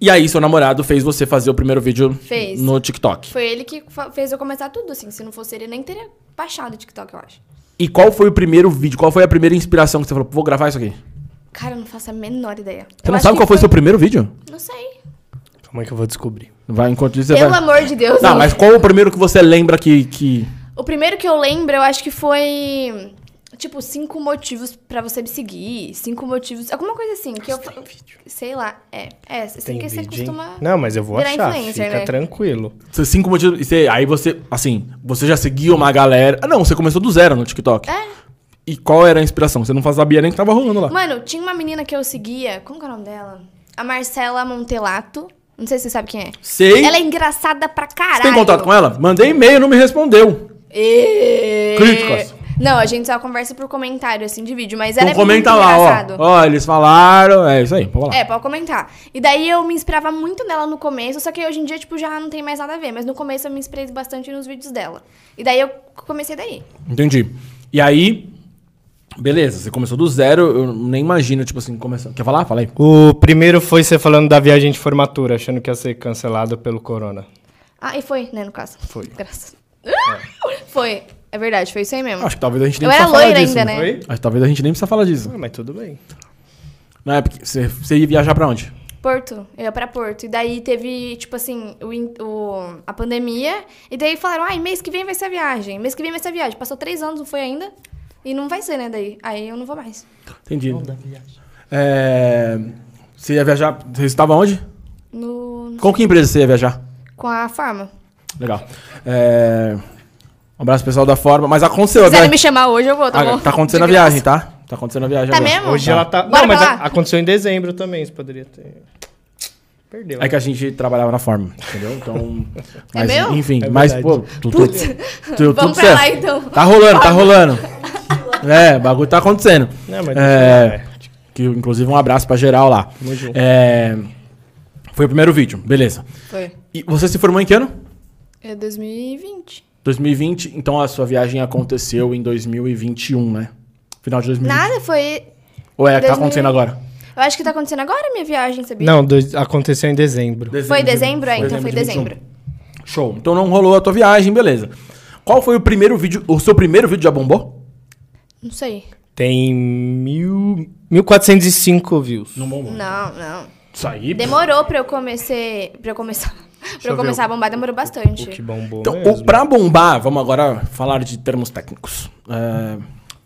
[SPEAKER 1] E aí, seu namorado fez você fazer o primeiro vídeo
[SPEAKER 2] Fez.
[SPEAKER 1] no TikTok.
[SPEAKER 2] Foi ele que fa- fez eu começar tudo, assim. Se não fosse ele, eu nem teria baixado o TikTok, eu acho.
[SPEAKER 1] E qual foi o primeiro vídeo? Qual foi a primeira inspiração que você falou? Vou gravar isso aqui.
[SPEAKER 2] Cara, eu não faço a menor ideia.
[SPEAKER 1] Você não sabe qual foi o seu primeiro vídeo?
[SPEAKER 2] Não sei.
[SPEAKER 3] Calma aí que eu vou descobrir.
[SPEAKER 1] Vai, enquanto isso você
[SPEAKER 2] Pelo
[SPEAKER 1] vai.
[SPEAKER 2] amor de Deus.
[SPEAKER 1] Não,
[SPEAKER 2] hein?
[SPEAKER 1] mas qual o primeiro que você lembra que. que...
[SPEAKER 2] O primeiro que eu lembro, eu acho que foi. Tipo, cinco motivos pra você me seguir. Cinco motivos. Alguma coisa assim. Que eu. fa- Sei lá. É. É, assim
[SPEAKER 3] Tem
[SPEAKER 2] que você
[SPEAKER 3] vídeo, hein?
[SPEAKER 2] costuma.
[SPEAKER 3] Não, mas eu vou
[SPEAKER 2] virar
[SPEAKER 3] achar,
[SPEAKER 2] influencer,
[SPEAKER 3] fica
[SPEAKER 2] né?
[SPEAKER 3] tranquilo.
[SPEAKER 1] Você, cinco motivos. e você- aí você, assim, você já seguia uma galera. Ah, não, você começou do zero no TikTok.
[SPEAKER 2] É.
[SPEAKER 1] E qual era a inspiração? Você não sabia nem o que tava rolando lá.
[SPEAKER 2] Mano, tinha uma menina que eu seguia. Como que é o nome dela? A Marcela Montelato. Não sei se você sabe quem é.
[SPEAKER 1] Sei.
[SPEAKER 2] Ela é engraçada pra
[SPEAKER 1] Você
[SPEAKER 2] caralho.
[SPEAKER 1] tem contato com ela? Mandei e-mail, não me respondeu.
[SPEAKER 2] E...
[SPEAKER 1] Críticas.
[SPEAKER 2] É. Não, a gente só conversa por comentário, assim, de vídeo. Mas ela
[SPEAKER 1] Então
[SPEAKER 2] é muito
[SPEAKER 1] comenta lá,
[SPEAKER 2] engraçado.
[SPEAKER 1] ó. Ó, eles falaram. É isso aí, vamos lá.
[SPEAKER 2] É, pode comentar. E daí eu me inspirava muito nela no começo, só que hoje em dia, tipo, já não tem mais nada a ver. Mas no começo eu me inspirei bastante nos vídeos dela. E daí eu comecei daí.
[SPEAKER 1] Entendi. E aí, beleza, você começou do zero, eu nem imagino, tipo assim, começando. Quer falar? Fala aí.
[SPEAKER 3] O primeiro foi você falando da viagem de formatura, achando que ia ser cancelado pelo corona.
[SPEAKER 2] Ah, e foi, né, no caso.
[SPEAKER 3] Foi.
[SPEAKER 2] Graças. Foi. É verdade, foi isso aí mesmo.
[SPEAKER 1] Acho que talvez a gente nem
[SPEAKER 2] Eu era
[SPEAKER 1] precisa falar
[SPEAKER 2] loira
[SPEAKER 1] disso.
[SPEAKER 2] ainda, né?
[SPEAKER 3] Foi?
[SPEAKER 1] Acho que talvez a gente nem precisa falar disso.
[SPEAKER 3] Ah, mas tudo bem.
[SPEAKER 1] Na época, você, você ia viajar pra onde?
[SPEAKER 2] Porto, eu ia pra Porto. E daí teve, tipo assim, o, in- o- a pandemia. E daí falaram, ai, mês que vem vai ser a viagem. Mês que vem vai ser a viagem. Passou três anos, não foi ainda. E não vai ser, né, daí. Aí eu não vou mais.
[SPEAKER 1] Entendi. É, você ia viajar, você estava onde?
[SPEAKER 2] No,
[SPEAKER 1] Com que empresa você ia viajar?
[SPEAKER 2] com a farma.
[SPEAKER 1] Legal. É, um abraço pessoal da forma, mas aconteceu né?
[SPEAKER 2] Se
[SPEAKER 1] agora.
[SPEAKER 2] quiserem me chamar hoje, eu vou, tá
[SPEAKER 1] Ah,
[SPEAKER 2] bom?
[SPEAKER 1] tá acontecendo
[SPEAKER 2] De
[SPEAKER 1] a
[SPEAKER 2] graça.
[SPEAKER 1] viagem, tá? Tá acontecendo a viagem
[SPEAKER 2] Tá
[SPEAKER 1] agora.
[SPEAKER 2] mesmo?
[SPEAKER 3] Hoje ela tá.
[SPEAKER 2] Bora
[SPEAKER 3] não, mas
[SPEAKER 2] pra
[SPEAKER 3] a-
[SPEAKER 2] lá?
[SPEAKER 3] aconteceu em dezembro também, isso poderia ter. Perdeu. né?
[SPEAKER 1] É que a gente trabalhava na forma, entendeu? Então.
[SPEAKER 2] É
[SPEAKER 1] Mas,
[SPEAKER 2] meu?
[SPEAKER 1] Enfim,
[SPEAKER 3] É
[SPEAKER 1] mas, pô,
[SPEAKER 3] verdade.
[SPEAKER 1] tu, tu, tu,
[SPEAKER 2] Vamos
[SPEAKER 1] tudo
[SPEAKER 2] pra lá,
[SPEAKER 1] certo.
[SPEAKER 2] então.
[SPEAKER 1] Tá rolando, tá rolando. É, o bagulho tá acontecendo.
[SPEAKER 3] Não, mas
[SPEAKER 1] é,
[SPEAKER 3] deixa eu-
[SPEAKER 1] que, inclusive, um abraço pra geral lá.
[SPEAKER 3] Tamo junto.
[SPEAKER 1] É, foi o primeiro vídeo, beleza.
[SPEAKER 2] Foi.
[SPEAKER 1] E você se formou em que ano?
[SPEAKER 2] É 2020.
[SPEAKER 1] 2020, então a sua viagem aconteceu em 2021, né? Final de 2020.
[SPEAKER 2] Nada, foi...
[SPEAKER 1] Ou é, que tá
[SPEAKER 2] 2000.
[SPEAKER 1] acontecendo agora?
[SPEAKER 2] Eu acho que tá acontecendo agora a minha viagem, sabia?
[SPEAKER 3] Não, dois- aconteceu em dezembro.
[SPEAKER 2] Foi em dezembro? É, então foi em
[SPEAKER 3] um.
[SPEAKER 1] de 21.
[SPEAKER 2] dezembro.
[SPEAKER 1] Show. Então não rolou a tua viagem, beleza. Qual foi o primeiro vídeo? O seu primeiro vídeo já bombou?
[SPEAKER 2] Não sei.
[SPEAKER 3] Tem mil, 1405 views.
[SPEAKER 1] bombou.
[SPEAKER 2] Não, não.
[SPEAKER 1] Isso aí. pô.
[SPEAKER 2] Demorou pra eu comecei. Pra eu começar. pra
[SPEAKER 3] eu
[SPEAKER 2] eu
[SPEAKER 3] ver
[SPEAKER 2] começar
[SPEAKER 3] o-
[SPEAKER 2] a bombar, demorou
[SPEAKER 3] O que
[SPEAKER 2] bastante.
[SPEAKER 3] bombou
[SPEAKER 1] Então,
[SPEAKER 3] mesmo.
[SPEAKER 1] o, pra bombar, vamos agora falar de termos técnicos. É,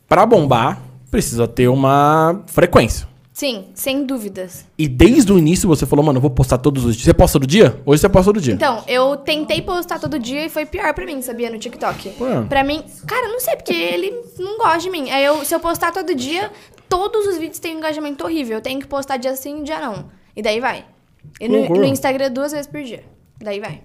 [SPEAKER 1] pra bombar, precisa ter uma frequência.
[SPEAKER 2] Sim, sem dúvidas.
[SPEAKER 1] E desde o início você falou, mano, eu vou postar todos os dias. Você posta todo dia? Hoje você posta todo dia.
[SPEAKER 2] Então, eu tentei postar todo dia e foi pior pra mim, sabia? No TikTok.
[SPEAKER 1] Ué.
[SPEAKER 2] Pra mim, cara, não sei, porque ele não gosta de mim. Aí eu, se eu postar todo dia, todos os vídeos têm um engajamento horrível. Eu tenho que postar dia sim, dia não. E daí vai. E no,
[SPEAKER 1] Loucura.
[SPEAKER 2] no Instagram duas vezes por dia. Daí vai.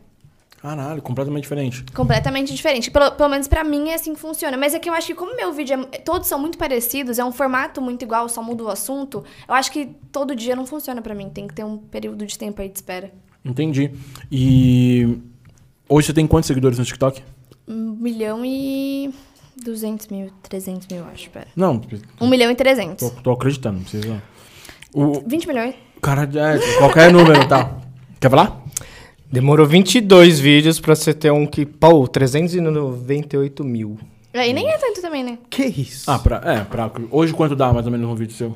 [SPEAKER 1] Caralho, completamente diferente.
[SPEAKER 2] Completamente diferente. Pelo, pelo menos pra mim é assim que funciona. Mas é que eu acho que como meu vídeo é, todos são muito parecidos, é um formato muito igual, só muda o assunto, eu acho que todo dia não funciona pra mim. Tem que ter um período de tempo aí de espera.
[SPEAKER 1] Entendi. E hoje você tem quantos seguidores no TikTok?
[SPEAKER 2] Um milhão e... 200 mil, 300 mil, eu acho, pera.
[SPEAKER 1] Não,
[SPEAKER 2] Um milhão e
[SPEAKER 1] tô,
[SPEAKER 2] 300.
[SPEAKER 1] tô acreditando, não precisa. O
[SPEAKER 2] 20 milhões?
[SPEAKER 1] cara é, qualquer número, tá? Quer falar?
[SPEAKER 3] Demorou 22 vídeos pra você ter um que. Pô, 398 mil.
[SPEAKER 2] É, E nem é tanto também, né?
[SPEAKER 3] Que isso?
[SPEAKER 1] Ah, pra, é, pra, hoje quanto dá mais ou menos um vídeo seu?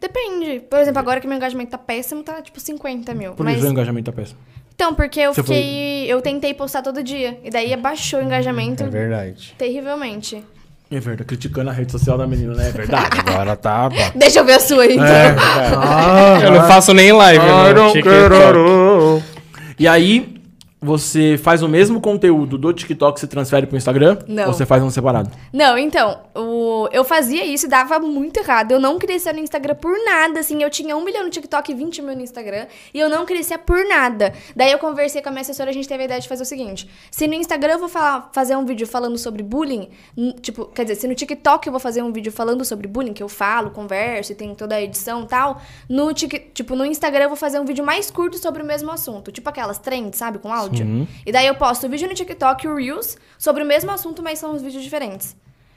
[SPEAKER 2] Depende. Por exemplo, agora que meu engajamento tá péssimo, tá tipo 50 mil.
[SPEAKER 1] Por
[SPEAKER 2] mas...
[SPEAKER 1] isso o engajamento tá péssimo.
[SPEAKER 2] Então, porque eu
[SPEAKER 1] Você foi-
[SPEAKER 2] fiquei. Eu tentei postar todo dia. E daí abaixou o engajamento
[SPEAKER 3] é verdade.
[SPEAKER 2] terrivelmente.
[SPEAKER 1] É verdade, criticando a rede social da menina, né? É verdade.
[SPEAKER 3] Agora tá. bom.
[SPEAKER 2] Deixa eu ver a sua aí, então.
[SPEAKER 1] É,
[SPEAKER 3] Eu não faço nem live,
[SPEAKER 1] Ah, I
[SPEAKER 3] meu
[SPEAKER 1] don't
[SPEAKER 3] TikTok.
[SPEAKER 1] E aí, você faz o mesmo conteúdo do TikTok e se transfere pro Instagram?
[SPEAKER 2] Não.
[SPEAKER 1] Ou você faz um separado?
[SPEAKER 2] Não, então, o- eu fazia isso e dava muito errado. Eu não crescia no Instagram por nada, assim. Eu tinha um milhão no TikTok e 20 mil no Instagram. E eu não crescia por nada. Daí eu conversei com a minha assessora, a gente teve a ideia de fazer o seguinte. Se no Instagram eu vou falar- fazer um vídeo falando sobre bullying, n- tipo, quer dizer, se no TikTok eu vou fazer um vídeo falando sobre bullying, que eu falo, converso e tem toda a edição e tal, no Tik- tipo, no Instagram eu vou fazer um vídeo mais curto sobre o mesmo assunto. Tipo aquelas trends, sabe? Com áudio. E daí eu posto o vídeo no TikTok e o Reels sobre o mesmo assunto, mas são uns vídeos diferentes.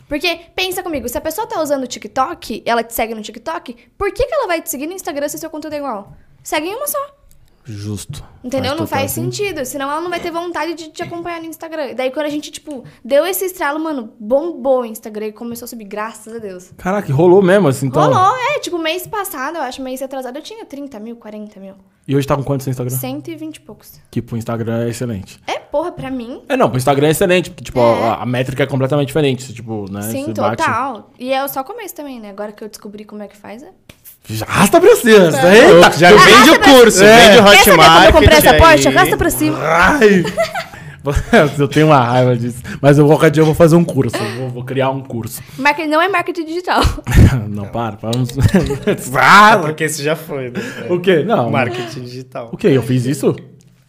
[SPEAKER 2] Porque, pensa comigo, se a pessoa tá usando o TikTok, ela te segue no TikTok, por que, que ela vai te seguir no Instagram se o seu conteúdo é igual? Segue em uma só.
[SPEAKER 1] Justo.
[SPEAKER 2] Entendeu? não
[SPEAKER 1] total
[SPEAKER 2] faz sentido. Senão ela não vai ter vontade de te acompanhar no Instagram. E daí quando a gente, tipo, deu esse estralo, mano, bombou o Instagram e começou a subir, graças a Deus.
[SPEAKER 1] Caraca, rolou mesmo assim, então.
[SPEAKER 2] Rolou, é, tipo, mês passado, eu acho, mês atrasado, eu tinha 30 mil, 40 mil.
[SPEAKER 1] E hoje tá com quanto seu Instagram?
[SPEAKER 2] 120 e poucos.
[SPEAKER 1] Que pro Instagram é excelente.
[SPEAKER 2] É, porra, pra mim,
[SPEAKER 1] É, não, pro Instagram é excelente, porque, tipo, a, a métrica é completamente diferente. Você, tipo,
[SPEAKER 3] Ah,
[SPEAKER 1] né?
[SPEAKER 2] sim,
[SPEAKER 1] você
[SPEAKER 2] total. E é só começo também, né? Agora que eu descobri como é que faz, é
[SPEAKER 1] Já arrasta pra cima. Eita!
[SPEAKER 3] Já vende o curso,
[SPEAKER 1] É.
[SPEAKER 3] vende o
[SPEAKER 2] Quer saber como eu
[SPEAKER 3] Hotmart.
[SPEAKER 2] comprei essa
[SPEAKER 3] aí.
[SPEAKER 2] Porsche? Arrasta pra cima.
[SPEAKER 1] Ai! eu tenho uma raiva disso. Mas eu, qualquer dia eu vou fazer um curso. Eu vou, vou criar um curso.
[SPEAKER 2] Marketing não é marketing digital.
[SPEAKER 1] não, para, para. Ah,
[SPEAKER 3] É Porque esse já foi. né?
[SPEAKER 1] o quê? Não.
[SPEAKER 3] Marketing digital.
[SPEAKER 1] O quê? Eu fiz isso?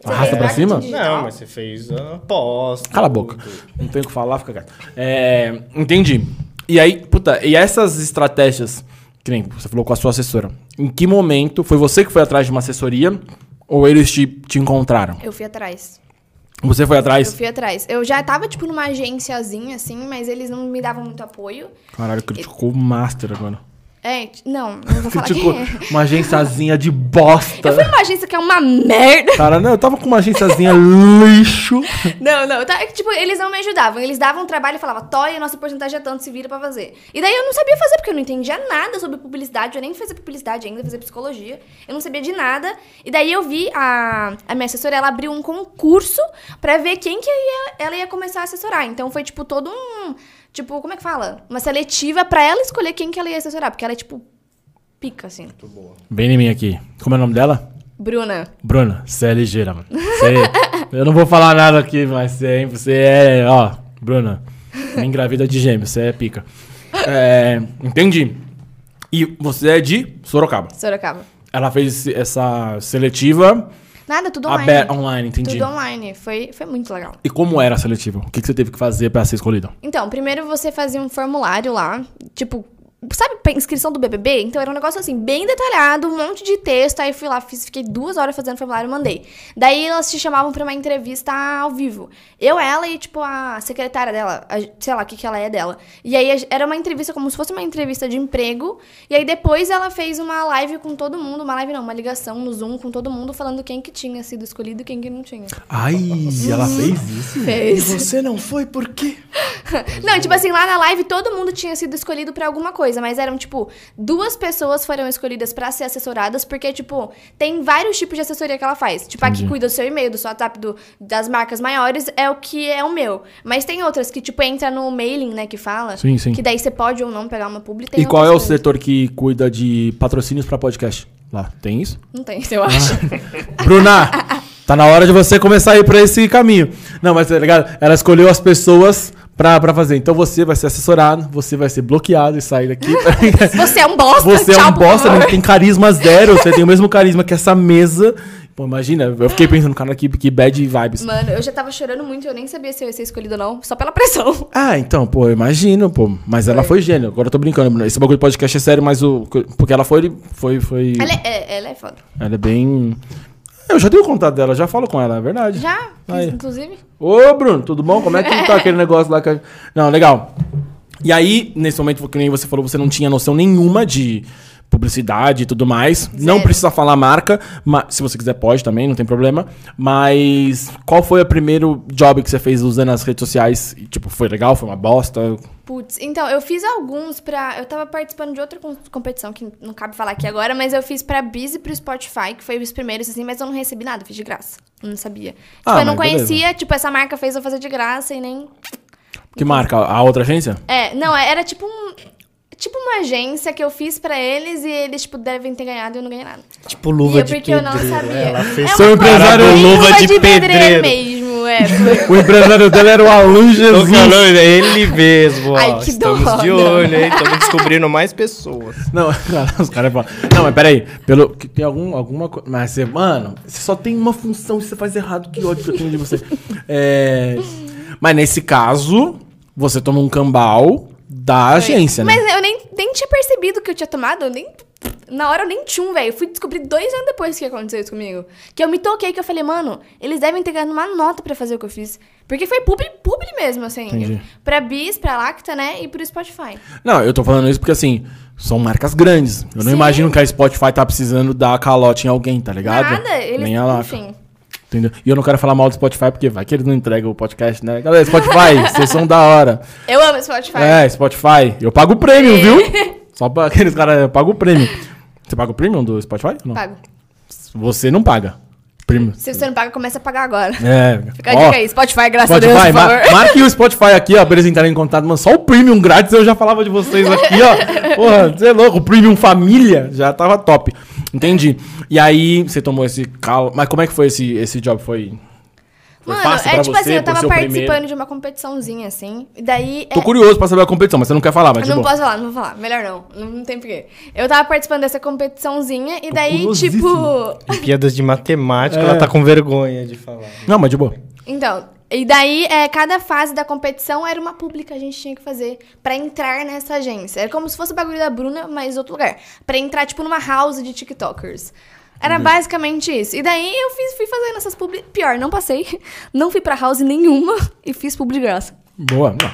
[SPEAKER 1] Arrasta pra cima?
[SPEAKER 2] Marketing
[SPEAKER 3] Não, mas você fez a aposta.
[SPEAKER 1] Cala a boca. Não tenho o que falar, fica quieto. É, entendi. E aí, puta, e essas estratégias, que nem você falou com a sua assessora, em que momento foi você que foi atrás de uma assessoria ou eles te, te encontraram?
[SPEAKER 2] Eu fui atrás.
[SPEAKER 1] Você foi
[SPEAKER 2] Eu
[SPEAKER 1] atrás?
[SPEAKER 2] fui atrás. Eu já tava, tipo, numa agenciazinha, assim, mas eles não me davam muito apoio.
[SPEAKER 1] Caralho, criticou o Master agora.
[SPEAKER 2] É, t- não, não vou falar
[SPEAKER 3] Tipo,
[SPEAKER 1] Criticou
[SPEAKER 3] tá.
[SPEAKER 2] quem é.
[SPEAKER 1] tipo, uma agenciazinha de bosta.
[SPEAKER 2] Eu fui numa agência que é uma merda.
[SPEAKER 1] Cara, não, eu tava com uma agenciazinha lixo.
[SPEAKER 2] Não, não. Tá, é que, tipo, eles não me ajudavam. Eles davam um trabalho e falavam, Toya, nossa porcentagem é tanto, se vira pra fazer. E daí eu não sabia fazer, porque eu não entendia nada sobre publicidade. Eu nem fazia publicidade ainda, eu fazia psicologia. Eu não sabia de nada. E daí eu vi a, a minha assessora, ela abriu um concurso pra ver quem que ia- ela ia começar a assessorar. Então foi, tipo, todo um. Tipo, como é que fala? Uma seletiva pra ela escolher quem que ela ia assessorar. Porque ela é, tipo, pica, assim.
[SPEAKER 1] Bem em mim aqui. Como é o nome dela?
[SPEAKER 2] Bruna.
[SPEAKER 1] Bruna, você é ligeira, mano. Você- eu não vou falar nada aqui, mas você, é- você é. Ó, Bruna, me engravida de gêmeos, você é pica. É, entendi. E você é de Sorocaba.
[SPEAKER 2] Sorocaba.
[SPEAKER 1] Ela fez esse- essa seletiva
[SPEAKER 2] Nada, tudo online.
[SPEAKER 1] aberta online, um, entendi.
[SPEAKER 2] Tudo online. Foi, foi muito legal.
[SPEAKER 1] E como era a seletiva? O que, que você teve que fazer pra ser escolhida?
[SPEAKER 2] Então, primeiro você fazia um formulário lá, tipo, sabe pra inscrição do BBB? Então era um negócio assim, bem detalhado, um monte de texto. Aí fui lá, fiz, fiquei duas horas fazendo formulário e mandei. Daí elas te chamavam pra uma entrevista ao vivo. Eu, ela e, tipo, a secretária dela, a- sei lá o que, que ela é dela. E aí a- era uma entrevista como se fosse uma entrevista de emprego. E aí depois ela fez uma live com todo mundo, uma live não, uma ligação no Zoom com todo mundo, falando quem que tinha sido escolhido e quem que não tinha.
[SPEAKER 1] Ai, ela fez isso?
[SPEAKER 2] Fez.
[SPEAKER 3] Você não foi por quê?
[SPEAKER 2] É Não, tipo assim, lá na live todo mundo tinha sido escolhido pra alguma coisa, mas eram, tipo, duas pessoas foram escolhidas pra ser assessoradas, porque, tipo, tem vários tipos de assessoria que ela faz. Tipo, a que cuida do seu e-mail, do seu WhatsApp, do- das marcas maiores, é o que é o meu. Mas tem outras que, tipo, entra no mailing, né, que fala.
[SPEAKER 1] Sim, sim.
[SPEAKER 2] Que daí você pode ou não pegar uma publi. tem
[SPEAKER 1] E qual é o
[SPEAKER 2] outras coisas.
[SPEAKER 1] setor que cuida de patrocínios pra podcast? Lá, tem isso?
[SPEAKER 2] Não tem, eu acho.
[SPEAKER 1] Ah. Bruna, tá na hora de você começar a ir pra esse caminho. Não, mas tá ligado? Ela escolheu as pessoas pra, pra fazer. Então você vai ser assessorado, você vai ser bloqueado e sair daqui.
[SPEAKER 2] Você é um bosta,
[SPEAKER 1] você é
[SPEAKER 2] tchau,
[SPEAKER 1] um
[SPEAKER 2] por
[SPEAKER 1] bosta,
[SPEAKER 2] favor.
[SPEAKER 1] não tem carisma zero. Você tem o mesmo carisma que essa mesa. Pô, imagina, eu fiquei pensando, cara, que, que bad vibes.
[SPEAKER 2] Mano, eu já tava chorando muito, eu nem sabia se eu ia ser escolhida ou não, só pela pressão.
[SPEAKER 1] Ah, então, pô, eu imagino, pô. Mas ela foi gênio. Agora eu tô brincando, Bruna. Esse bagulho de podcast é sério, mas o. Porque ela foi. foi, foi
[SPEAKER 2] Ela é, é- ela é foda.
[SPEAKER 1] ela é bem. Eu já tenho o contato dela, já falo com ela, é verdade.
[SPEAKER 2] Já,
[SPEAKER 1] Aí.
[SPEAKER 2] inclusive.
[SPEAKER 1] Ô, Bruno, tudo bom? Como é que tá aquele negócio lá? que a- Não, legal. E aí, nesse momento, que nem você falou, você não tinha noção nenhuma de publicidade e tudo mais. Não precisa falar a marca, mas se você quiser pode também, não tem problema. Mas qual foi o primeiro job que você fez usando as redes sociais? E, tipo, foi legal, foi uma bosta?
[SPEAKER 2] Putz, então, eu fiz alguns pra. Eu tava participando de outra com- competição que não cabe falar aqui agora, mas eu fiz pra Biz e pro Spotify, que foi os primeiros, assim, mas eu não recebi nada, eu fiz de graça. Eu Não sabia. Tipo,
[SPEAKER 1] Ah,
[SPEAKER 2] eu não
[SPEAKER 1] mas beleza.
[SPEAKER 2] conhecia, tipo, essa marca fez eu fazer de graça e nem.
[SPEAKER 1] Que marca? A outra agência?
[SPEAKER 2] É, não, era tipo um. Tipo uma agência que eu fiz pra eles e eles, tipo, devem ter ganhado e eu não ganhei nada.
[SPEAKER 3] Tipo luva
[SPEAKER 2] e é
[SPEAKER 3] de
[SPEAKER 2] porque
[SPEAKER 3] pedreiro.
[SPEAKER 2] eu não sabia.
[SPEAKER 3] Ela fez um
[SPEAKER 2] é
[SPEAKER 1] Sou
[SPEAKER 2] uma
[SPEAKER 1] empresário
[SPEAKER 2] coisa bem
[SPEAKER 3] luva de pedreiro.
[SPEAKER 2] mesmo, é.
[SPEAKER 1] O empresário dela era o Alan
[SPEAKER 3] Tô
[SPEAKER 1] Jesus.
[SPEAKER 3] falando, é ele mesmo, ó.
[SPEAKER 2] Ai, que
[SPEAKER 3] Estamos
[SPEAKER 2] dó,
[SPEAKER 3] de
[SPEAKER 2] não.
[SPEAKER 3] olho, hein? Estamos descobrindo mais pessoas.
[SPEAKER 1] Não, cara, os caras falam. Não, mas peraí. Pelo, que tem algum, alguma coisa. Mas você, mano, você só tem uma função e você faz errado. Que ódio que eu tenho de você. É, mas nesse caso, você toma um cambal da agência, né?
[SPEAKER 2] Mas eu nem, nem tinha percebido que eu tinha tomado, eu nem. Na hora eu nem tchum, velho. Eu Fui descobrir dois anos depois que aconteceu isso comigo. Que eu me toquei, que eu falei, mano, eles devem ter ganhado uma nota pra fazer o que eu fiz. Porque foi publi, publi mesmo, assim.
[SPEAKER 1] Entendi.
[SPEAKER 2] Pra Bis, pra Lacta, né? E pro Spotify.
[SPEAKER 1] Não, eu tô falando isso porque assim. São marcas grandes. Eu não
[SPEAKER 2] Sim.
[SPEAKER 1] imagino que a Spotify tá precisando dar calote em alguém, tá ligado?
[SPEAKER 2] Nada, eles.
[SPEAKER 1] Nem a lá.
[SPEAKER 2] enfim.
[SPEAKER 1] Entendeu? E eu não quero falar mal do Spotify, porque vai que eles não entregam o podcast, né? Galera, Spotify, vocês são da hora.
[SPEAKER 2] Eu amo Spotify. É.
[SPEAKER 1] É, Spotify. Eu pago o prêmio, viu? Só pra aqueles caras, eu pago o prêmio. Você paga o premium do Spotify? Não.
[SPEAKER 2] Pago.
[SPEAKER 1] Você não paga. Premium.
[SPEAKER 2] Se você não paga, começa a pagar agora.
[SPEAKER 1] É.
[SPEAKER 2] Fica a dica aí, Spotify, graças
[SPEAKER 1] Spotify,
[SPEAKER 2] a Deus, por
[SPEAKER 1] ma-
[SPEAKER 2] favor.
[SPEAKER 1] marque o Spotify aqui, ó, pra eles entrarem em contato. Mano, só o Premium grátis eu já falava de vocês aqui, ó. Porra, você é louco. O Premium Família já tava top. Entendi. E aí, você tomou esse calo. Mas como é que foi esse, esse job? Foi. foi
[SPEAKER 2] Mano,
[SPEAKER 1] fácil
[SPEAKER 2] é
[SPEAKER 1] pra
[SPEAKER 2] tipo
[SPEAKER 1] você,
[SPEAKER 2] assim,
[SPEAKER 1] por ser
[SPEAKER 2] eu tava
[SPEAKER 1] o
[SPEAKER 2] participando
[SPEAKER 1] primeiro?
[SPEAKER 2] de uma competiçãozinha, assim. E daí.
[SPEAKER 1] Tô
[SPEAKER 2] é-
[SPEAKER 1] curioso pra saber a competição, mas você não quer falar, mas
[SPEAKER 2] Eu
[SPEAKER 1] de
[SPEAKER 2] não
[SPEAKER 1] boa.
[SPEAKER 2] posso falar, não vou falar. Melhor não. Não, não tem porquê. Eu tava participando dessa competiçãozinha e daí,
[SPEAKER 1] curiosíssimo.
[SPEAKER 2] tipo.
[SPEAKER 3] Piadas de matemática,
[SPEAKER 1] É.
[SPEAKER 3] ela tá com vergonha de falar.
[SPEAKER 1] Não, mas de boa.
[SPEAKER 2] Então, e daí, é, cada fase da competição era uma publi que a gente tinha que fazer pra entrar nessa agência. Era como se fosse o bagulho da Bruna, mas outro lugar. Pra entrar, tipo, numa house de TikTokers. Era
[SPEAKER 1] Uhum.
[SPEAKER 2] basicamente isso. E daí eu fiz, fui fazendo essas publi. Pior, não passei. Não fui pra house nenhuma e fiz publi de graça.
[SPEAKER 1] Boa. Não.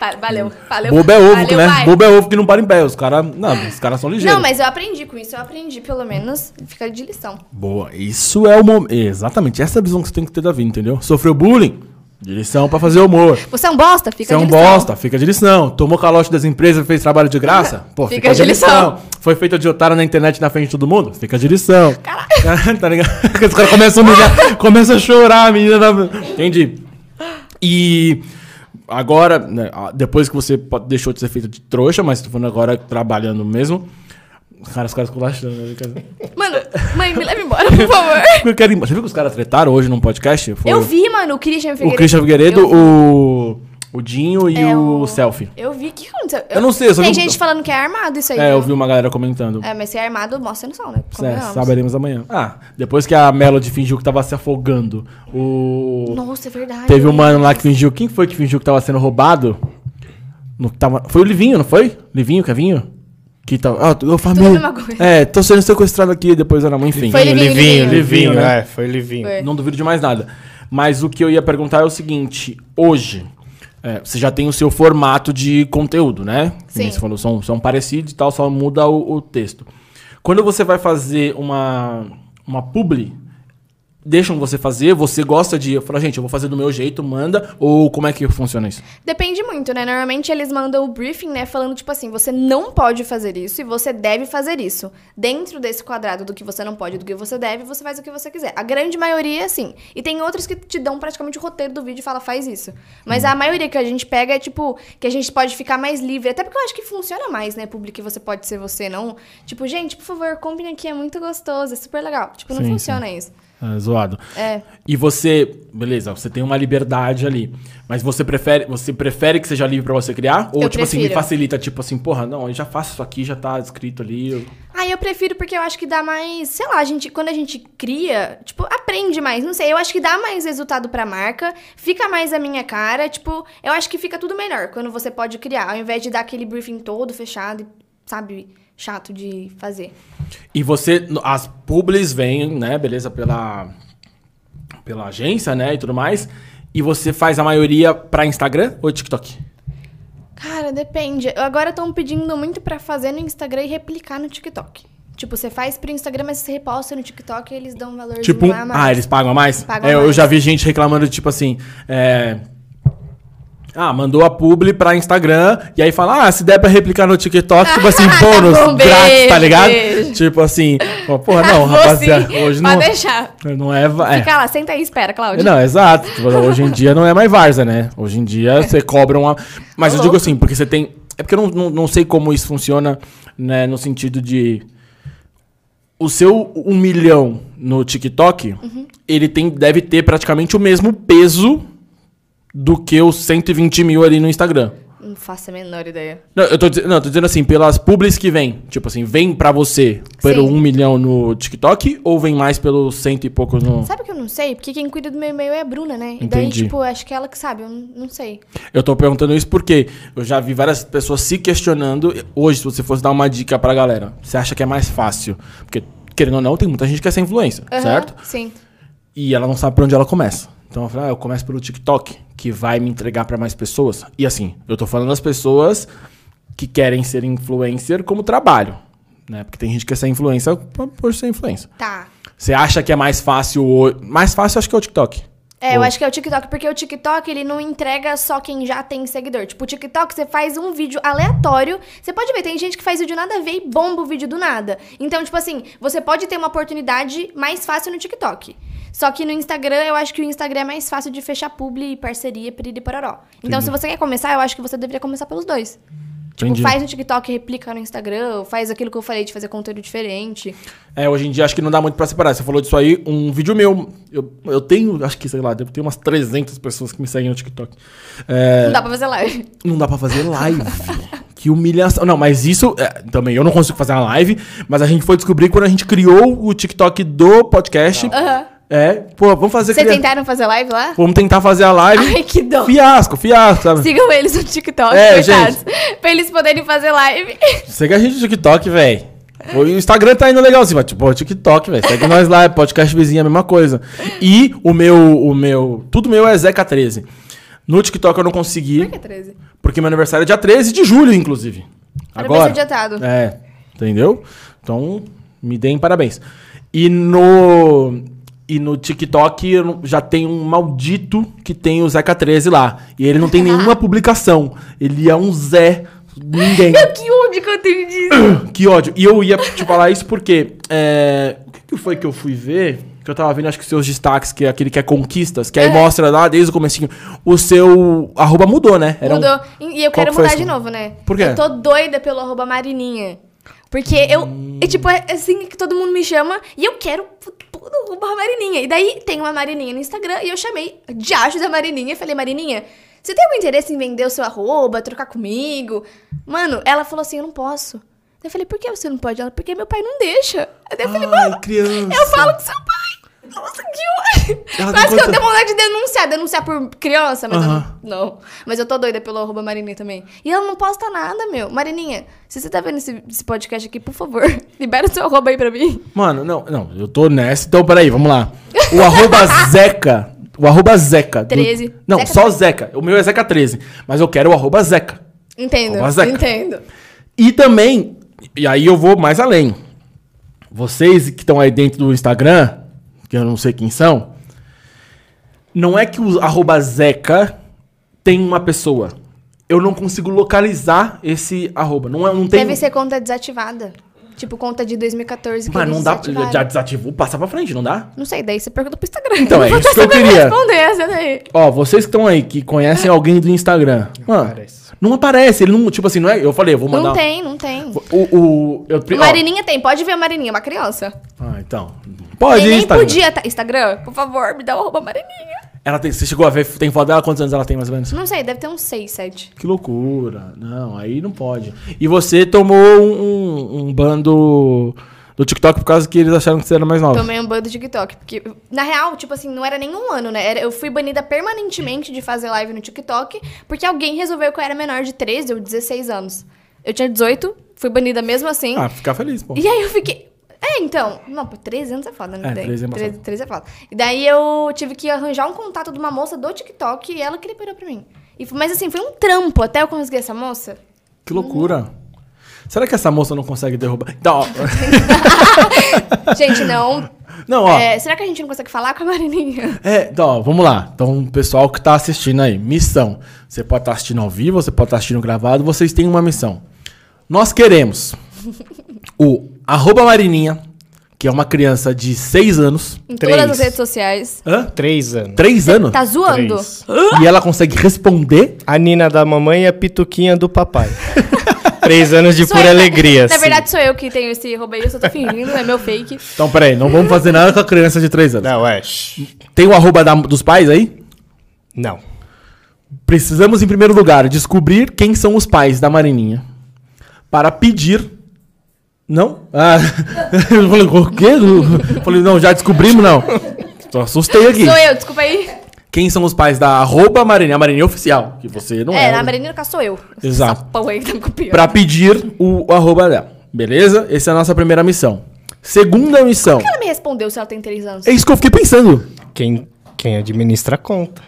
[SPEAKER 2] Pa- Valeu, valeu.
[SPEAKER 1] Bobo é ovo,
[SPEAKER 2] valeu,
[SPEAKER 1] né?
[SPEAKER 2] vai.
[SPEAKER 1] Bobo é ovo que não para em pé. Os caras. Não, os caras são ligeiros.
[SPEAKER 2] Não, mas eu aprendi com isso. Eu aprendi, pelo menos. Fica de lição.
[SPEAKER 1] Boa, isso é o momento. Exatamente, essa é a visão que você tem que ter da vida, entendeu? Sofreu bullying? Direção pra fazer humor.
[SPEAKER 2] Você é um bosta? Fica
[SPEAKER 1] Você é um
[SPEAKER 2] de lição.
[SPEAKER 1] bosta, fica de lição. Tomou calote das empresas, fez trabalho de graça? Pô,
[SPEAKER 2] Fica de lição.
[SPEAKER 1] Foi feito de otário na internet na frente de todo mundo? Fica de lição. Caralho. tá ligado? Os caras começam a humilhar, começam a chorar, a menina. da- Entendi. E agora, né, a- depois que você po- deixou de ser feito de trouxa, mas tô falando agora trabalhando mesmo. Cara, os caras colachando, né?
[SPEAKER 2] Mano, mãe, me leva embora, por favor.
[SPEAKER 1] Eu quero ir embora. Você viu que os caras tretaram hoje num podcast? Foi
[SPEAKER 2] Eu vi, mano, o Christian
[SPEAKER 1] O
[SPEAKER 2] Figueiredo.
[SPEAKER 1] Christian Figueiredo,
[SPEAKER 2] Eu vi.
[SPEAKER 1] o, o Dinho e
[SPEAKER 2] É,
[SPEAKER 1] o
[SPEAKER 2] o-
[SPEAKER 1] Selfie.
[SPEAKER 2] Eu vi. O que aconteceu?
[SPEAKER 1] Eu não sei, eu só
[SPEAKER 2] Tem
[SPEAKER 1] vi um-
[SPEAKER 2] gente falando que é armado isso aí.
[SPEAKER 1] É, eu vi
[SPEAKER 2] viu?
[SPEAKER 1] uma galera comentando.
[SPEAKER 2] É, mas se é armado, mostra no sol, né?
[SPEAKER 1] É,
[SPEAKER 2] Convenhamos.
[SPEAKER 1] saberemos amanhã. Ah, depois que a Melody fingiu que tava se afogando, o.
[SPEAKER 2] Nossa, é verdade.
[SPEAKER 1] Teve um mano lá que fingiu. Quem foi que fingiu que tava sendo roubado? No, tava, foi o Livinho, não foi? Livinho, Kevinho? Que tava. Ah, eu família.
[SPEAKER 2] mesma coisa.
[SPEAKER 1] É, tô sendo sequestrado aqui depois era mãe, enfim.
[SPEAKER 2] Foi Livinho,
[SPEAKER 3] Livinho,
[SPEAKER 2] Livinho.
[SPEAKER 1] Livinho, né?
[SPEAKER 3] é, foi Livinho.
[SPEAKER 2] Foi.
[SPEAKER 1] Não duvido de mais nada. Mas o que eu ia perguntar é o seguinte: hoje, é, você já tem o seu formato de conteúdo, né? Que nem
[SPEAKER 2] Sim.
[SPEAKER 1] Você falou, são, são parecidos e tal, só muda o, o texto. Quando você vai fazer uma, uma publi, deixam você fazer, você gosta de. Fala, gente, eu vou fazer do meu jeito, manda, ou como é que funciona isso?
[SPEAKER 2] Depende muito, né? Normalmente eles mandam o briefing, né? Falando, tipo assim, você não pode fazer isso e você deve fazer isso. Dentro desse quadrado do que você não pode e do que você deve, você faz o que você quiser. A grande maioria, sim. E tem outros que te dão praticamente o roteiro do vídeo e fala, faz isso. Mas
[SPEAKER 1] Uhum.
[SPEAKER 2] a maioria que a gente pega é, tipo, que a gente pode ficar mais livre. Até porque eu acho que funciona mais, né? Público, que você pode ser você, não. Tipo, gente, por favor, combine aqui, é muito gostoso, é super legal. Tipo, não
[SPEAKER 1] Sim,
[SPEAKER 2] funciona isso.
[SPEAKER 1] É, zoado.
[SPEAKER 2] É.
[SPEAKER 1] E você, beleza, você tem uma liberdade ali, mas você prefere, você prefere que seja livre pra você criar ou
[SPEAKER 2] Eu
[SPEAKER 1] tipo assim, me
[SPEAKER 2] prefiro.
[SPEAKER 1] facilita, tipo assim, porra, não, eu já faço isso aqui, já tá escrito ali. eu-
[SPEAKER 2] Ah, eu prefiro porque eu acho que dá mais, sei lá, a gente, quando a gente cria, tipo, aprende mais, não sei, eu acho que dá mais resultado pra marca, fica mais a minha cara, tipo, eu acho que fica tudo melhor quando você pode criar, ao invés de dar aquele briefing todo fechado, e, sabe, chato de fazer.
[SPEAKER 1] E você, no- as publis vêm, né, beleza, pela pela agência, né, e tudo mais. E você faz a maioria pra Instagram ou TikTok?
[SPEAKER 2] Cara, depende. Agora estão pedindo muito pra fazer no Instagram e replicar no TikTok. Tipo, você faz pro Instagram, mas você reposta no TikTok e eles dão um valorzinho
[SPEAKER 1] Tipo, um-
[SPEAKER 2] lá, mas...
[SPEAKER 1] ah, eles pagam a mais?
[SPEAKER 2] Pagam
[SPEAKER 1] É,
[SPEAKER 2] a
[SPEAKER 1] Eu
[SPEAKER 2] mais.
[SPEAKER 1] já vi gente reclamando, tipo assim, é, Ah, mandou a publi pra Instagram e aí fala, ah, se der pra replicar no TikTok, tipo assim,
[SPEAKER 2] Tá
[SPEAKER 1] bônus,
[SPEAKER 2] bom,
[SPEAKER 1] grátis, tá
[SPEAKER 2] beijo,
[SPEAKER 1] ligado?
[SPEAKER 2] beijo.
[SPEAKER 1] Tipo assim, ó, porra, não,
[SPEAKER 2] Vou
[SPEAKER 1] rapaziada,
[SPEAKER 2] sim,
[SPEAKER 1] hoje
[SPEAKER 2] Pode
[SPEAKER 1] não,
[SPEAKER 2] deixar.
[SPEAKER 1] não é... va- é.
[SPEAKER 2] Fica lá, senta aí e espera, Cláudia.
[SPEAKER 1] Não, exato. Tipo, Hoje em dia não é mais Varza, né? Hoje em dia você cobra uma. Mas
[SPEAKER 2] Ô,
[SPEAKER 1] eu
[SPEAKER 2] louco.
[SPEAKER 1] digo assim, porque você tem. É porque eu não, não, não sei como isso funciona, né? No sentido de. O seu um milhão no TikTok,
[SPEAKER 2] Uhum.
[SPEAKER 1] ele tem, deve ter praticamente o mesmo peso do que os 120 mil ali no Instagram.
[SPEAKER 2] Não faço a menor ideia.
[SPEAKER 1] Não, eu tô, dizen- não, eu tô dizendo assim, pelas publis que vem. Tipo assim, vem pra você pelo
[SPEAKER 2] Sim.
[SPEAKER 1] um milhão no TikTok ou vem mais pelo cento e pouco no.
[SPEAKER 2] Sabe que eu não sei? Porque quem cuida do meu e-mail é a Bruna, né? E daí,
[SPEAKER 1] Entendi.
[SPEAKER 2] tipo, eu acho que é ela que sabe, eu n- não sei.
[SPEAKER 1] Eu tô perguntando isso porque eu já vi várias pessoas se questionando. Hoje, se você fosse dar uma dica pra galera, você acha que é mais fácil? Porque, querendo ou não, tem muita gente que quer ser influencer,
[SPEAKER 2] Aham,
[SPEAKER 1] certo?
[SPEAKER 2] Sim.
[SPEAKER 1] E ela não sabe por onde ela começa. Então eu falo, ah, eu começo pelo TikTok, que vai me entregar pra mais pessoas. E assim, eu tô falando das pessoas que querem ser influencer como trabalho. Né? Porque tem gente que quer ser influencer por- por ser influencer.
[SPEAKER 2] Tá.
[SPEAKER 1] Você acha que é mais fácil. o- Mais fácil acho que é o TikTok.
[SPEAKER 2] É, eu
[SPEAKER 1] Ou-
[SPEAKER 2] acho que é o TikTok, porque o TikTok ele não entrega só quem já tem seguidor. Tipo, o TikTok você faz um vídeo aleatório. Você pode ver, tem gente que faz vídeo nada a ver e bomba o vídeo do nada. Então, tipo assim, você pode ter uma oportunidade mais fácil no TikTok. Só que no Instagram, eu acho que o Instagram é mais fácil de fechar publi e parceria, piriri pororó. Então, se você quer começar, eu acho que você deveria começar pelos dois. Tipo,
[SPEAKER 1] Entendi.
[SPEAKER 2] faz no TikTok, replica no Instagram, ou faz aquilo que eu falei de fazer conteúdo diferente.
[SPEAKER 1] É, hoje em dia acho que não dá muito pra separar. Você falou disso aí, um vídeo meu. Eu, eu tenho, acho que, sei lá, devo ter umas 300 pessoas que me seguem no TikTok. É,
[SPEAKER 2] Não dá pra fazer live.
[SPEAKER 1] não dá pra fazer live. que humilhação. Não, mas isso é, também eu não consigo fazer uma live, mas a gente foi descobrir quando a gente criou o TikTok do podcast.
[SPEAKER 2] Aham.
[SPEAKER 1] É, pô, vamos fazer.
[SPEAKER 2] Vocês
[SPEAKER 1] cria-
[SPEAKER 2] tentaram fazer live lá?
[SPEAKER 1] Vamos tentar fazer a live.
[SPEAKER 2] Ai, que dó.
[SPEAKER 1] Fiasco, fiasco, sabe?
[SPEAKER 2] Sigam eles no TikTok,
[SPEAKER 1] É,
[SPEAKER 2] coitados. Pra eles poderem fazer live.
[SPEAKER 1] Segue a gente no TikTok, velho. O Instagram tá indo legalzinho, mas tipo, o TikTok, velho. Segue nós lá, é podcast vizinha, a mesma coisa. E o meu, o meu, tudo meu é Zeca 13. No TikTok eu não consegui,
[SPEAKER 2] Por que 13?
[SPEAKER 1] porque meu aniversário é dia 13 de julho, inclusive.
[SPEAKER 2] Parabéns
[SPEAKER 1] Agora.
[SPEAKER 2] adiantado.
[SPEAKER 1] É, entendeu? Então, me deem parabéns. E no e no TikTok eu não- já tem um maldito que tem o Zeca 13 lá. E ele não tem nenhuma publicação. Ele é um Zé, ninguém.
[SPEAKER 2] Que ódio que eu tenho disso.
[SPEAKER 1] Que ódio. E eu ia te falar isso porque. é, o que que foi que eu fui ver? Que eu tava vendo, acho que os seus destaques, que é aquele que é conquistas, que aí mostra lá desde o comecinho. O seu arroba mudou, né? Era um-
[SPEAKER 2] Mudou. E eu
[SPEAKER 1] Qual
[SPEAKER 2] quero
[SPEAKER 1] que foi
[SPEAKER 2] mudar
[SPEAKER 1] esse?
[SPEAKER 2] de novo, né?
[SPEAKER 1] Por quê?
[SPEAKER 2] Eu tô doida pelo arroba marininha. Porque eu...
[SPEAKER 1] Hum.
[SPEAKER 2] É tipo, é assim que todo mundo me chama. E eu quero pu- pu- arroba marininha. E daí tem uma marininha no Instagram. E eu chamei de acho da marininha. E falei, marininha... Você tem algum interesse em vender o seu arroba, trocar comigo? Mano, ela falou assim, eu não posso. Eu falei, por que você não pode? Ela, porque meu pai não deixa. Daí eu falei, mano,
[SPEAKER 1] Ai, criança.
[SPEAKER 2] Eu falo com seu pai. Nossa, que ódio.
[SPEAKER 1] Ela
[SPEAKER 2] Quase
[SPEAKER 1] tem
[SPEAKER 2] que eu
[SPEAKER 1] quanto-
[SPEAKER 2] tenho vontade de denunciar. Denunciar por criança, mas eu
[SPEAKER 1] Aham.
[SPEAKER 2] não, não. Mas eu tô doida pelo arroba Marininha também. E ela não posta nada, meu. Marininha, se você tá vendo esse, esse podcast aqui, por favor, libera o seu arroba aí pra mim.
[SPEAKER 1] Mano, não, não, eu tô nessa. Então, peraí, vamos lá. O arroba Zeca. O arroba Zeca. do-
[SPEAKER 2] 13.
[SPEAKER 1] Não,
[SPEAKER 2] Zeca
[SPEAKER 1] só Zeca. O meu é Zeca 13. Mas eu quero o arroba Zeca.
[SPEAKER 2] Entendo,
[SPEAKER 1] Arroba Zeca.
[SPEAKER 2] entendo.
[SPEAKER 1] E também, e aí eu vou mais além. Vocês que estão aí dentro do Instagram, que eu não sei quem são, não é que o arroba Zeca tem uma pessoa. Eu não consigo localizar esse arroba. Não, é, não tem.
[SPEAKER 2] Deve ser conta desativada. Tipo, conta de 2014 que
[SPEAKER 1] Mas
[SPEAKER 2] eles
[SPEAKER 1] não dá.
[SPEAKER 2] desativaram.
[SPEAKER 1] Já desativou, passa pra frente, não dá?
[SPEAKER 2] Não sei, daí você pergunta pro Instagram.
[SPEAKER 1] Então,
[SPEAKER 2] Eu
[SPEAKER 1] é
[SPEAKER 2] não
[SPEAKER 1] isso
[SPEAKER 2] vou
[SPEAKER 1] que eu
[SPEAKER 2] saber
[SPEAKER 1] queria.
[SPEAKER 2] responder essa daí.
[SPEAKER 1] Ó, vocês que estão aí, que conhecem alguém do Instagram. Mano,
[SPEAKER 3] aparece.
[SPEAKER 1] não aparece. Ele não. Tipo assim, não é. Eu falei, eu vou mandar.
[SPEAKER 2] Não tem, não tem.
[SPEAKER 1] O. o eu, ó.
[SPEAKER 2] Marininha tem, pode ver a Marininha, é uma criança.
[SPEAKER 1] Ah, então. Pode,
[SPEAKER 2] nem
[SPEAKER 1] Instagram.
[SPEAKER 2] podia. tá- Instagram, por favor, me dá o arroba Marininha.
[SPEAKER 1] Ela tem, você chegou a ver, tem foto dela? Quantos anos ela tem, mais ou menos?
[SPEAKER 2] Não sei, deve ter uns 6, 7.
[SPEAKER 1] Que loucura. Não, aí não pode. E você tomou um, um, um ban do, do TikTok por causa que eles acharam que você era mais nova.
[SPEAKER 2] Tomei um ban do TikTok. Porque, na real, tipo assim, não era nem um ano, né? Era- eu fui banida permanentemente de fazer live no TikTok porque alguém resolveu que eu era menor de 13 ou 16 anos. Eu tinha 18, fui banida mesmo assim.
[SPEAKER 1] Ah, ficar feliz, pô.
[SPEAKER 2] E aí eu fiquei. É, então. Não, pô, 13 anos é foda, né?
[SPEAKER 1] É,
[SPEAKER 2] Daí,
[SPEAKER 1] 13 é embaçado.
[SPEAKER 2] 13, 13 é foda. E daí eu tive que arranjar um contato de uma moça do TikTok e ela que liberou pra mim. E f- mas assim, foi um trampo até eu conseguir essa moça.
[SPEAKER 1] Que loucura. Será que essa moça não consegue derrubar? Não, ó.
[SPEAKER 2] Gente, não.
[SPEAKER 1] Não, ó.
[SPEAKER 2] É, será que a gente não consegue falar com a Marininha?
[SPEAKER 1] É, então, ó, vamos lá. Então, pessoal que tá assistindo aí, missão. Você pode estar assistindo ao vivo, você pode estar assistindo gravado, vocês têm uma missão. Nós queremos o arroba Marininha, que é uma criança de 6 anos.
[SPEAKER 2] Em
[SPEAKER 3] Três.
[SPEAKER 2] todas as redes sociais.
[SPEAKER 1] Hã?
[SPEAKER 3] Três anos.
[SPEAKER 1] 3 anos?
[SPEAKER 2] Tá zoando?
[SPEAKER 3] Três.
[SPEAKER 1] E ela consegue responder.
[SPEAKER 3] A Nina da mamãe e a Pituquinha do papai. Três anos de
[SPEAKER 2] Sou
[SPEAKER 3] pura
[SPEAKER 2] eu, né?
[SPEAKER 3] alegria.
[SPEAKER 2] Na
[SPEAKER 3] assim.
[SPEAKER 2] verdade, sou eu que tenho esse roubei, eu só tô fingindo, é meu fake.
[SPEAKER 1] Então, peraí, não vamos fazer nada com a criança de 3 anos.
[SPEAKER 3] Não, é. shh.
[SPEAKER 1] Tem o arroba da- dos pais aí?
[SPEAKER 3] Não.
[SPEAKER 1] Precisamos, em primeiro lugar, descobrir quem são os pais da Marininha. Para pedir. Não? Ah, eu falei, o quê? Eu falei, não, já descobrimos, não. Só assustei aqui.
[SPEAKER 2] Sou eu, desculpa aí.
[SPEAKER 1] Quem são os pais da arroba Marininha? A Marininha é oficial, que você não é.
[SPEAKER 2] é, na Marinina cá sou eu.
[SPEAKER 1] Exato.
[SPEAKER 2] Sapão aí que tá me copiando.
[SPEAKER 1] Para pedir o arroba dela. Beleza? Essa é a nossa primeira missão. Segunda missão.
[SPEAKER 2] Ela me respondeu se ela tem três anos.
[SPEAKER 1] É isso que eu fiquei pensando.
[SPEAKER 3] Quem, quem administra a conta.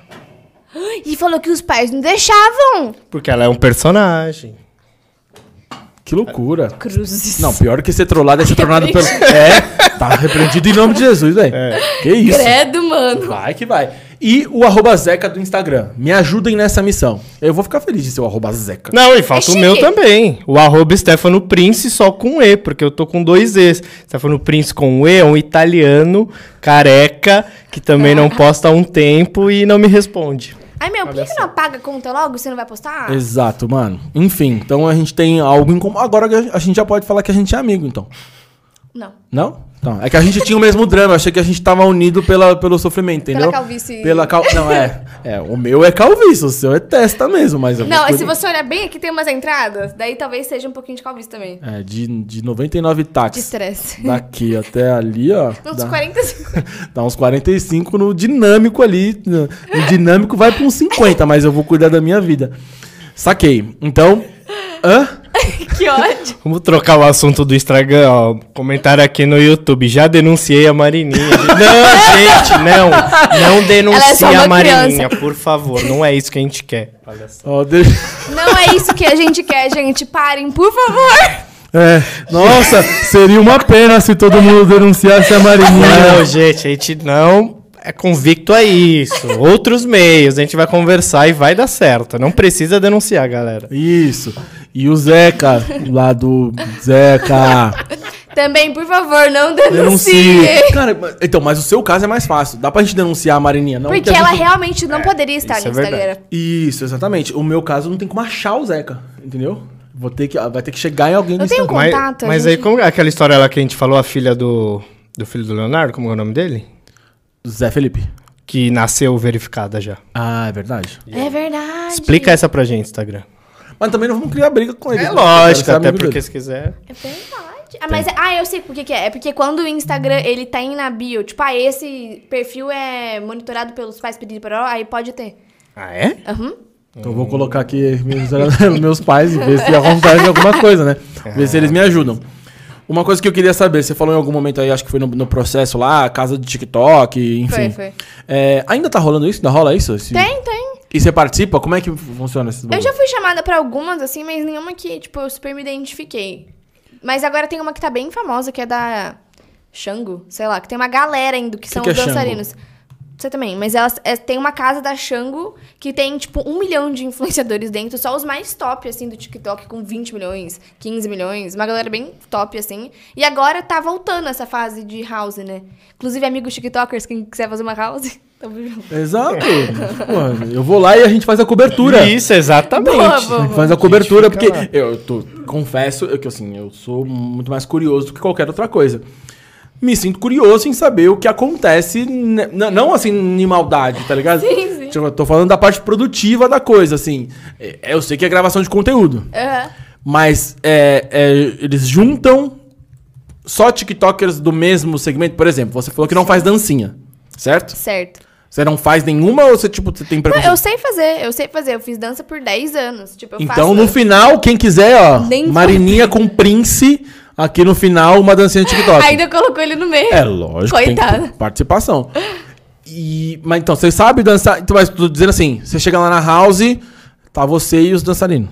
[SPEAKER 2] E falou que os pais não deixavam.
[SPEAKER 3] Porque ela é um personagem.
[SPEAKER 1] Que loucura.
[SPEAKER 2] Cruzes.
[SPEAKER 1] Não, pior que ser trollado é ser tronado pelo. É, tá repreendido em nome de Jesus, velho. Que isso.
[SPEAKER 2] Credo, mano.
[SPEAKER 1] Vai que vai. E o arroba Zeca do Instagram. Me ajudem nessa missão. Eu vou ficar feliz de ser o arroba Zeca.
[SPEAKER 3] Não, e falta
[SPEAKER 2] É
[SPEAKER 3] o meu
[SPEAKER 2] chique.
[SPEAKER 3] também. O arroba Stefano Prince só com E, porque eu tô com dois E's. Stefano Prince com E é um italiano, careca, que também não posta há um tempo e não me responde.
[SPEAKER 2] Ai, meu, por que, que não apaga a conta logo? Você não vai postar?
[SPEAKER 1] Exato, mano. Enfim, então a gente tem algo em comum. Agora a gente já pode falar que a gente é amigo, então.
[SPEAKER 2] Não.
[SPEAKER 1] Não? Então, é que a gente tinha o mesmo drama. Eu achei que a gente tava unido pela, pelo sofrimento, entendeu?
[SPEAKER 2] calvície.
[SPEAKER 1] Pela cal... Não, é. É, o meu é calvície, o seu é testa mesmo, mas... eu vou
[SPEAKER 2] Não, e se
[SPEAKER 1] cuidar.
[SPEAKER 2] você olhar bem aqui, tem umas entradas. Daí talvez seja um pouquinho de calvície também.
[SPEAKER 1] É, de, de 99
[SPEAKER 2] De
[SPEAKER 1] táxis.
[SPEAKER 2] estresse.
[SPEAKER 1] Daqui até ali, ó.
[SPEAKER 2] Uns
[SPEAKER 1] dá-
[SPEAKER 2] 45.
[SPEAKER 1] Dá uns 45 no dinâmico ali. né? O dinâmico vai pra uns 50, mas eu vou cuidar da minha vida. Saquei. Então. Hã?
[SPEAKER 2] que ódio.
[SPEAKER 3] Vamos trocar o assunto do Instagram, ó. Comentário aqui no YouTube. Já denunciei a Marininha. não, gente, não. Não
[SPEAKER 2] Ela é
[SPEAKER 3] denuncie
[SPEAKER 2] só uma
[SPEAKER 3] a Marininha, por favor. Não é isso que a gente quer. Olha só.
[SPEAKER 1] Ó, deixa-
[SPEAKER 2] Não é isso que a gente quer, gente. Parem, por favor.
[SPEAKER 1] É, nossa, seria uma pena se todo mundo denunciasse a
[SPEAKER 3] Não,
[SPEAKER 1] Marininha.
[SPEAKER 3] gente, a gente não é convicto a isso. Outros meios, a gente vai conversar e vai dar certo. Não precisa denunciar, galera.
[SPEAKER 1] Isso. E o Zeca, lá do Zeca.
[SPEAKER 2] Também, por favor, não denuncie.
[SPEAKER 1] Denuncie. Cara, mas- então, mas o seu caso é mais fácil. Dá pra gente denunciar a Marininha, não? que
[SPEAKER 2] Porque
[SPEAKER 1] a
[SPEAKER 2] ela
[SPEAKER 1] gente-
[SPEAKER 2] realmente não poderia estar
[SPEAKER 3] isso
[SPEAKER 2] no
[SPEAKER 3] é verdade.
[SPEAKER 2] Instagram.
[SPEAKER 1] Isso, exatamente. O meu caso não tem como achar o Zeca, entendeu? Vou ter que, ah, vai ter que chegar em alguém no
[SPEAKER 2] Eu tenho
[SPEAKER 1] Instagram.
[SPEAKER 3] Mas,
[SPEAKER 2] Contato, a
[SPEAKER 3] mas
[SPEAKER 2] gente-
[SPEAKER 3] aí, como é aquela história lá que a gente falou, a filha do, do filho do Leonardo, como é o nome dele?
[SPEAKER 1] Zé Felipe.
[SPEAKER 3] Que nasceu verificada já.
[SPEAKER 1] Ah, é verdade.
[SPEAKER 2] É verdade.
[SPEAKER 3] Explica essa pra gente, Instagram.
[SPEAKER 1] Mas também não vamos criar briga com ele.
[SPEAKER 3] É lógico,
[SPEAKER 1] Quero ser
[SPEAKER 3] até
[SPEAKER 1] amigo
[SPEAKER 3] porque
[SPEAKER 1] dele.
[SPEAKER 3] se quiser.
[SPEAKER 2] É verdade. Ah, mas, é- ah, eu sei por que que é. É porque quando o Instagram, ele tá em na bio, tipo, ah, esse perfil é monitorado pelos pais pedindo para aí pode ter.
[SPEAKER 3] Ah, é?
[SPEAKER 2] Aham.
[SPEAKER 1] Então eu vou colocar aqui meus, meus pais e ver se acontece alguma coisa, né? Ver se eles me ajudam. Uma coisa que eu queria saber, você falou em algum momento aí, acho que foi no, no processo lá, casa do TikTok, enfim.
[SPEAKER 2] Foi, foi.
[SPEAKER 1] É, ainda tá rolando isso? Ainda rola isso? Esse-
[SPEAKER 2] Tem, tem.
[SPEAKER 1] E você participa? Como é que funciona esses
[SPEAKER 2] Eu
[SPEAKER 1] bagulho?
[SPEAKER 2] já fui chamada pra algumas, assim, mas nenhuma que, tipo, eu super me identifiquei. Mas agora tem uma que tá bem famosa, que é da Xango, sei lá, que tem uma galera indo, que, são
[SPEAKER 1] que é Xango?
[SPEAKER 2] dançarinos. Você também, mas elas é, tem uma casa da Xango que tem, tipo, um milhão de influenciadores dentro, só os mais top, assim, do TikTok, com 20 milhões, 15 milhões, uma galera bem top, assim. E agora tá voltando essa fase de house, né? Inclusive, amigos TikTokers, quem quiser fazer uma house, tamo junto.
[SPEAKER 1] Exato. Pô, eu vou lá e a gente faz a cobertura.
[SPEAKER 3] Isso, exatamente.
[SPEAKER 2] Boa, boa.
[SPEAKER 1] Faz a cobertura,
[SPEAKER 3] fica
[SPEAKER 1] porque
[SPEAKER 3] lá.
[SPEAKER 1] eu tô, confesso eu que assim, eu sou muito mais curioso do que qualquer outra coisa. Me sinto curioso em saber o que acontece, ne- n- não assim, em maldade, tá ligado?
[SPEAKER 2] Sim, sim.
[SPEAKER 1] Tipo, eu tô falando da parte produtiva da coisa, assim. É, Eu sei que é gravação de conteúdo,
[SPEAKER 2] Aham.
[SPEAKER 1] mas é, é, eles juntam só tiktokers do mesmo segmento. Por exemplo, você falou que não faz dancinha, certo?
[SPEAKER 2] Certo.
[SPEAKER 1] Você não faz nenhuma ou você, tipo, você tem
[SPEAKER 2] Não,
[SPEAKER 1] preconceito?
[SPEAKER 2] eu sei fazer, eu sei fazer. Eu fiz dança por 10 anos. Tipo, eu faço.
[SPEAKER 1] Então, no final, quem quiser, ó,
[SPEAKER 2] Nem
[SPEAKER 1] Marininha com Prince, aqui no final, uma dancinha de TikTok.
[SPEAKER 2] Ainda colocou ele no meio.
[SPEAKER 1] É lógico, tem que
[SPEAKER 2] Coitado.
[SPEAKER 1] ter participação. E, mas então, você sabe dançar, então, mas tô dizendo assim, você chega lá na house, Tá você e os dançarinos.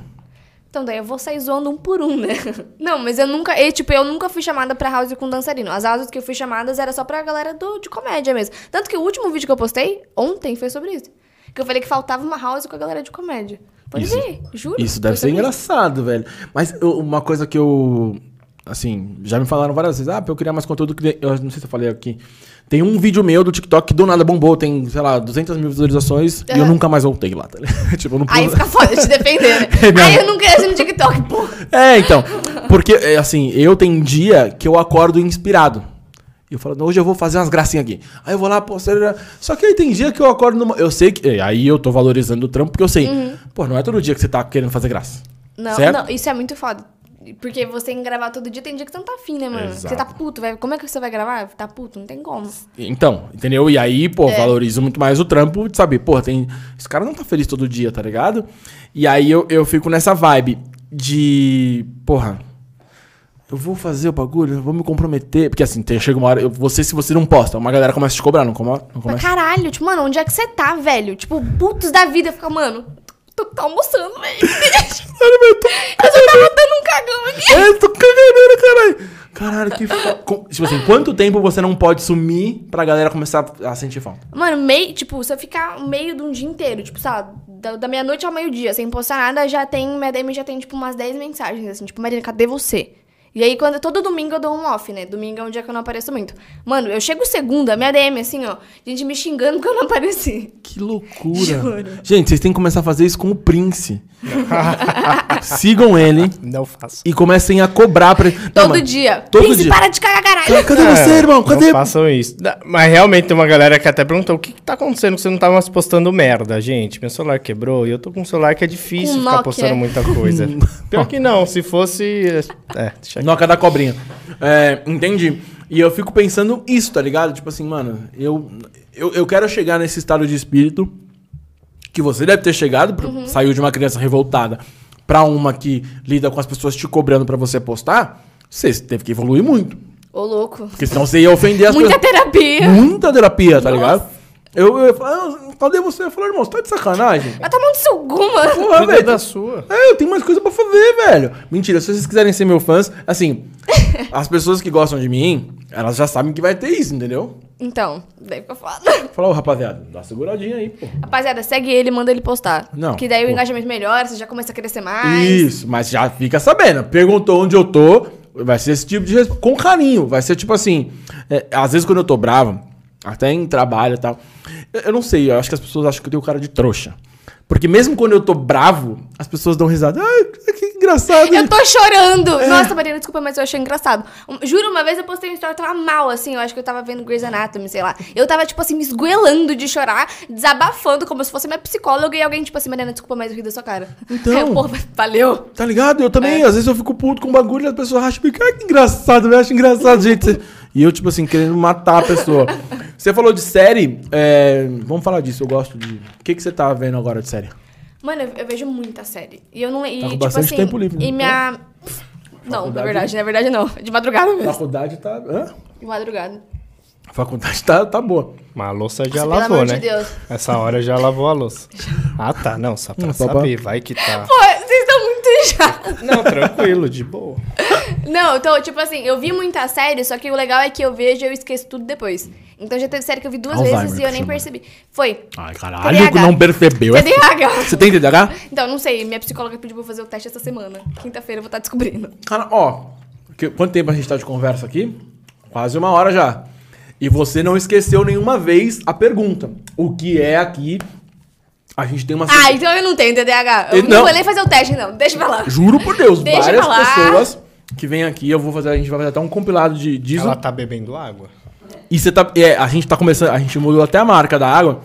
[SPEAKER 2] Então daí eu vou sair zoando um por um, né? Não, mas eu nunca. E, tipo, eu nunca fui chamada pra house com dançarino. As houses que eu fui chamadas era só pra galera do, de comédia mesmo. Tanto que o último vídeo que eu postei, ontem, foi sobre isso. Que eu falei que faltava uma house com a galera de comédia. Pode
[SPEAKER 1] Isso-
[SPEAKER 2] ver, juro.
[SPEAKER 1] Isso deve
[SPEAKER 2] Foi
[SPEAKER 1] ser
[SPEAKER 2] sobre
[SPEAKER 1] engraçado, velho. Mas eu- uma coisa que eu. Assim, já me falaram várias vezes. Ah, pra eu criar mais conteúdo. que nem-" Eu não sei se eu falei aqui. Tem um vídeo meu do TikTok que do nada bombou. Tem, sei lá, 200 mil visualizações. E eu
[SPEAKER 2] Aham.
[SPEAKER 1] nunca mais voltei lá, tá ligado? tipo, eu não
[SPEAKER 2] Aí fica foda te defender, né?
[SPEAKER 1] Não.
[SPEAKER 2] Aí eu não cresci no TikTok, porra.
[SPEAKER 1] É, então. Porque, é, assim, eu tem dia que eu acordo inspirado. E eu falo, "Não, hoje eu vou fazer umas gracinhas aqui. Aí eu vou lá, pô, será- Só que aí tem dia que eu acordo numa. Eu sei que. é, Aí eu tô valorizando o trampo, porque eu sei. Pô, não é todo dia que você tá querendo fazer graça.
[SPEAKER 2] Não,
[SPEAKER 1] Certo?
[SPEAKER 2] não, isso é muito foda. Porque você tem que gravar todo dia, tem dia que você não tá afim, né, mano?
[SPEAKER 1] Exato.
[SPEAKER 2] Você tá puto, velho. Como é que você vai gravar? Tá puto, não tem como.
[SPEAKER 1] Então, entendeu? E aí, pô,
[SPEAKER 2] É.
[SPEAKER 1] valorizo muito mais o trampo de saber, pô, tem. Esse cara não tá feliz todo dia, tá ligado? E aí eu, eu fico nessa vibe de. Porra. Eu vou fazer o bagulho, eu vou me comprometer. Porque assim, tem, chega uma hora. eu- você, se você não posta, uma galera começa a te cobrar, não, coma, não
[SPEAKER 2] Pra
[SPEAKER 1] começa.
[SPEAKER 2] caralho, tipo, mano, onde é que você tá, velho? Tipo, putos da vida, fica, mano, tu tá almoçando, velho. Eu só tava dando um cagão aqui.
[SPEAKER 1] É, tô cagando, caralho! Caralho, que fa... Com- Tipo assim, quanto tempo você não pode sumir pra galera começar a sentir falta?
[SPEAKER 2] Mano, meio, tipo, se eu ficar meio de um dia inteiro, tipo, sabe, da, da meia-noite ao meio-dia, sem postar nada, já tem, minha DM já tem, tipo, umas 10 mensagens, assim, tipo, Marina, cadê você? E aí, quando, todo domingo eu dou um off, né? Domingo é um dia que eu não apareço muito. Mano, eu chego segunda, minha DM, assim, ó, gente me xingando porque eu não apareci.
[SPEAKER 1] Que loucura.
[SPEAKER 2] Juro.
[SPEAKER 1] Gente, vocês têm que começar a fazer isso com o Prince. Sigam ele
[SPEAKER 3] Não faço.
[SPEAKER 1] e comecem a cobrar pra ele. Não,
[SPEAKER 2] Todo
[SPEAKER 1] mas-
[SPEAKER 2] dia.
[SPEAKER 1] Tá, Todo
[SPEAKER 2] Prince,
[SPEAKER 1] dia.
[SPEAKER 2] para de cagar,
[SPEAKER 1] Ca-
[SPEAKER 2] caralho.
[SPEAKER 1] Cadê você, irmão? Cadê?
[SPEAKER 3] É, Não façam isso. Da- Mas realmente tem uma galera que até perguntou: o que, que tá acontecendo que você não tá mais postando merda, gente? Meu celular quebrou e eu tô com um celular que é difícil
[SPEAKER 2] Com
[SPEAKER 3] ficar
[SPEAKER 2] Nokia.
[SPEAKER 3] postando muita coisa. Pior que não, se fosse. É, deixa
[SPEAKER 1] Noca da cobrinha. É, entendi. E eu fico pensando isso, tá ligado? Tipo assim, mano, eu, eu, eu quero chegar nesse estado de espírito que você deve ter chegado, pro-
[SPEAKER 2] Uhum.
[SPEAKER 1] saiu de uma criança revoltada pra uma que lida com as pessoas te cobrando pra você postar, você teve que evoluir muito.
[SPEAKER 2] Ô, louco.
[SPEAKER 1] Porque senão você ia ofender as
[SPEAKER 2] Muita
[SPEAKER 1] pessoas.
[SPEAKER 2] terapia.
[SPEAKER 1] Muita terapia, tá ligado? Eu, eu ia falar, "Ah, cadê você? Eu falei, irmão, você tá de sacanagem?
[SPEAKER 2] Vai tomar um seu guma.
[SPEAKER 1] Porra,
[SPEAKER 3] Cuida
[SPEAKER 1] velho.
[SPEAKER 3] da sua.
[SPEAKER 1] É, eu tenho mais coisa pra fazer, velho. Mentira, se vocês quiserem ser meu fãs, assim, as pessoas que gostam de mim, elas já sabem que vai ter isso, entendeu?
[SPEAKER 2] Então, daí fica foda.
[SPEAKER 1] Fala, ô rapaziada, dá uma seguradinha aí, pô.
[SPEAKER 2] Rapaziada, segue ele, manda ele postar.
[SPEAKER 1] Não,
[SPEAKER 2] Que daí
[SPEAKER 1] pô.
[SPEAKER 2] o engajamento melhora, você já começa a crescer mais.
[SPEAKER 1] Isso, mas já fica sabendo. Perguntou onde eu tô, vai ser esse tipo de resposta. Com carinho, vai ser tipo assim. é, às vezes quando eu tô bravo, até em trabalho e tal, eu, eu não sei, eu acho que as pessoas acham que eu tenho cara de trouxa. Porque mesmo quando eu tô bravo, as pessoas dão risada. Ai, que- que engraçado.
[SPEAKER 2] Eu tô chorando!
[SPEAKER 1] É.
[SPEAKER 2] Nossa, Marina, desculpa, mas eu achei engraçado. Um- Juro, uma vez eu postei uma história, eu tava mal, assim, eu acho que eu tava vendo Grey's Anatomy, sei lá. Eu tava, tipo assim, me esguelando de chorar, desabafando, como se fosse minha psicóloga, e alguém, tipo assim, Mariana, desculpa, mas eu ri da sua cara.
[SPEAKER 1] Então.
[SPEAKER 2] Aí eu, Pô, valeu.
[SPEAKER 1] Tá ligado? Eu também, às vezes eu fico puto com o bagulho e as pessoas acham que, ah, que engraçado, eu acho engraçado, gente. E eu, tipo assim, querendo matar a pessoa. Você falou de série, é, vamos falar disso, eu gosto de. O que, que você tá vendo agora de série?
[SPEAKER 2] Mano, eu, eu vejo muita série. E eu não. E,
[SPEAKER 1] Tá com
[SPEAKER 2] tipo
[SPEAKER 1] bastante
[SPEAKER 2] assim,
[SPEAKER 1] tempo livre, né? Então?
[SPEAKER 2] E minha. Não, na
[SPEAKER 1] Faculdade.
[SPEAKER 2] verdade, na verdade não. De madrugada mesmo.
[SPEAKER 1] Faculdade tá. Hã?
[SPEAKER 2] De madrugada.
[SPEAKER 1] A faculdade tá, tá boa.
[SPEAKER 3] Mas a louça já
[SPEAKER 2] Nossa, pelo
[SPEAKER 3] lavou,
[SPEAKER 2] amor
[SPEAKER 3] né?
[SPEAKER 2] de Deus.
[SPEAKER 3] Essa hora já lavou a louça. Ah, tá. Não, só pra
[SPEAKER 1] Não, só pra-
[SPEAKER 3] saber. Vai que tá.
[SPEAKER 2] Pô, vocês estão muito chatos.
[SPEAKER 3] Não, tranquilo, de boa.
[SPEAKER 2] Não, então, tipo assim, eu vi muita série, só que o legal é que eu vejo e eu esqueço tudo depois. Então já teve série que eu vi duas
[SPEAKER 1] Alzheimer
[SPEAKER 2] vezes e
[SPEAKER 1] que
[SPEAKER 2] eu nem
[SPEAKER 1] chama.
[SPEAKER 2] percebi. Foi.
[SPEAKER 1] Ai,
[SPEAKER 2] TDAH.
[SPEAKER 1] caralho, que não percebeu. é f-
[SPEAKER 2] TDAH.
[SPEAKER 1] Você tem TDAH?
[SPEAKER 2] Então, não sei, minha psicóloga pediu pra eu fazer o teste essa semana. Quinta-feira eu vou estar descobrindo.
[SPEAKER 1] Cara, ó, que- quanto tempo a gente tá de conversa aqui? Quase uma hora já. E você não esqueceu nenhuma vez a pergunta. O que é aqui? A gente tem uma
[SPEAKER 2] Ah, então eu não tenho TDAH. Eu
[SPEAKER 1] Não.
[SPEAKER 2] não, vou nem fazer o teste, não. Deixa pra lá.
[SPEAKER 1] Juro por Deus,
[SPEAKER 2] Deixa
[SPEAKER 1] várias
[SPEAKER 2] pra lá.
[SPEAKER 1] pessoas que vêm aqui, eu vou fazer, a gente vai fazer até um compilado de disso.
[SPEAKER 3] Ela tá bebendo água?
[SPEAKER 1] E você tá, é, a gente tá começando, a gente mudou até a marca da água,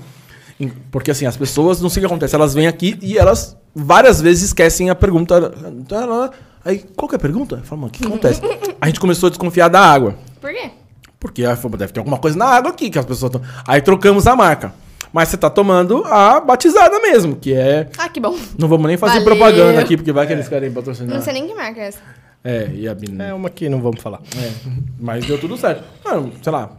[SPEAKER 1] em- porque assim, as pessoas, não sei o que acontece, elas vêm aqui e elas várias vezes esquecem a pergunta. Então ela- Aí, qual que é a pergunta? Fala, mano, o que que acontece? A gente começou a desconfiar da água.
[SPEAKER 2] Por quê?
[SPEAKER 1] Porque aí falou, deve ter alguma coisa na água aqui que as pessoas estão. Aí trocamos a marca. Mas você tá tomando a batizada mesmo, que é.
[SPEAKER 2] Ah, que bom.
[SPEAKER 1] Não vamos nem fazer
[SPEAKER 2] Valeu.
[SPEAKER 1] propaganda aqui, porque vai que eles querem patrocinar.
[SPEAKER 2] Não sei nem que marca é essa.
[SPEAKER 1] É, e a Bin-
[SPEAKER 3] É uma que não vamos falar.
[SPEAKER 1] É, mas deu tudo certo. Mano, sei lá,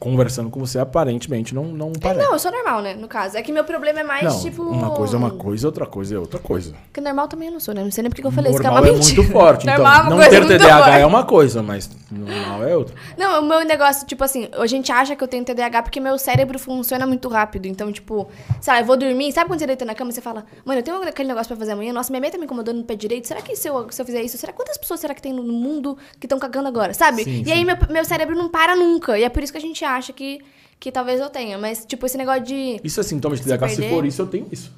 [SPEAKER 1] Conversando com você, aparentemente não, não
[SPEAKER 2] É,
[SPEAKER 1] parece.
[SPEAKER 2] não, eu sou normal, né? No caso. É que meu problema é mais,
[SPEAKER 1] Não,
[SPEAKER 2] tipo.
[SPEAKER 1] uma coisa é uma coisa, outra coisa é outra coisa.
[SPEAKER 2] Porque normal também eu não sou, né? Não sei nem porque que eu falei isso, que é uma
[SPEAKER 1] normal é,
[SPEAKER 2] mentira.
[SPEAKER 1] muito forte. Então,
[SPEAKER 2] Normal é uma
[SPEAKER 1] não
[SPEAKER 2] coisa
[SPEAKER 1] ter
[SPEAKER 2] muito
[SPEAKER 1] TDAH
[SPEAKER 2] forte.
[SPEAKER 1] é uma coisa, mas normal é outra.
[SPEAKER 2] Não, o meu negócio, tipo assim, a gente acha que eu tenho TDAH porque meu cérebro funciona muito rápido. Então, tipo, sei lá, eu vou dormir. Sabe quando você deita na cama e você fala, mano, eu tenho aquele negócio pra fazer amanhã? Nossa, minha mãe tá me incomodando no pé direito. Será que se eu, se eu fizer isso, será quantas pessoas será que tem no mundo que estão cagando agora, sabe?
[SPEAKER 1] Sim,
[SPEAKER 2] e
[SPEAKER 1] sim.
[SPEAKER 2] aí meu, meu cérebro não para nunca. E é por isso que a gente acha que, que talvez eu tenha. Mas, tipo, esse negócio de.
[SPEAKER 1] Isso é sintoma de TDAH. Se
[SPEAKER 2] perder-
[SPEAKER 1] for isso, eu tenho isso.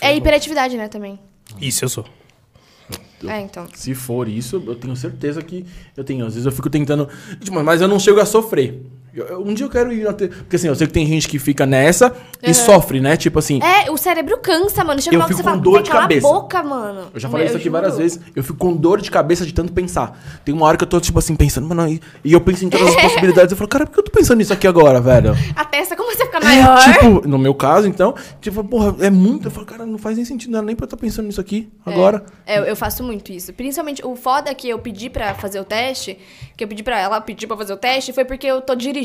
[SPEAKER 2] É hiperatividade, né, também.
[SPEAKER 3] Isso eu sou.
[SPEAKER 2] É, então.
[SPEAKER 1] Se for isso, eu tenho certeza que eu tenho. Às vezes eu fico tentando. Tipo, mas eu não chego a sofrer. Eu- eu- um dia eu quero ir na te... Porque assim, eu sei que tem gente que fica nessa e sofre, né? Tipo assim.
[SPEAKER 2] É, o cérebro cansa, mano. Chega
[SPEAKER 1] Eu
[SPEAKER 2] uma hora que
[SPEAKER 1] fico
[SPEAKER 2] você
[SPEAKER 1] com
[SPEAKER 2] fala,
[SPEAKER 1] dor
[SPEAKER 2] "Vai,
[SPEAKER 1] de
[SPEAKER 2] cala
[SPEAKER 1] cabeça."
[SPEAKER 2] a boca, mano.
[SPEAKER 1] Eu já falei isso aqui
[SPEAKER 2] juro.
[SPEAKER 1] várias vezes. Eu fico com dor de cabeça de tanto pensar. Tem uma hora que eu tô, tipo assim, pensando, mano, e, e eu penso em todas as possibilidades. Eu falo, cara, por que eu tô pensando nisso aqui agora, velho?
[SPEAKER 2] A testa, como você fica maior?
[SPEAKER 1] Tipo, no meu caso, então, tipo, porra, é muito. Eu falo, cara, não faz nem sentido, não era nem pra eu estar pensando nisso aqui agora.
[SPEAKER 2] É, eu, eu faço muito isso. Principalmente, o foda que eu pedi pra fazer o teste, que eu pedi pra ela pedir pra fazer o teste, foi porque eu tô dirigindo.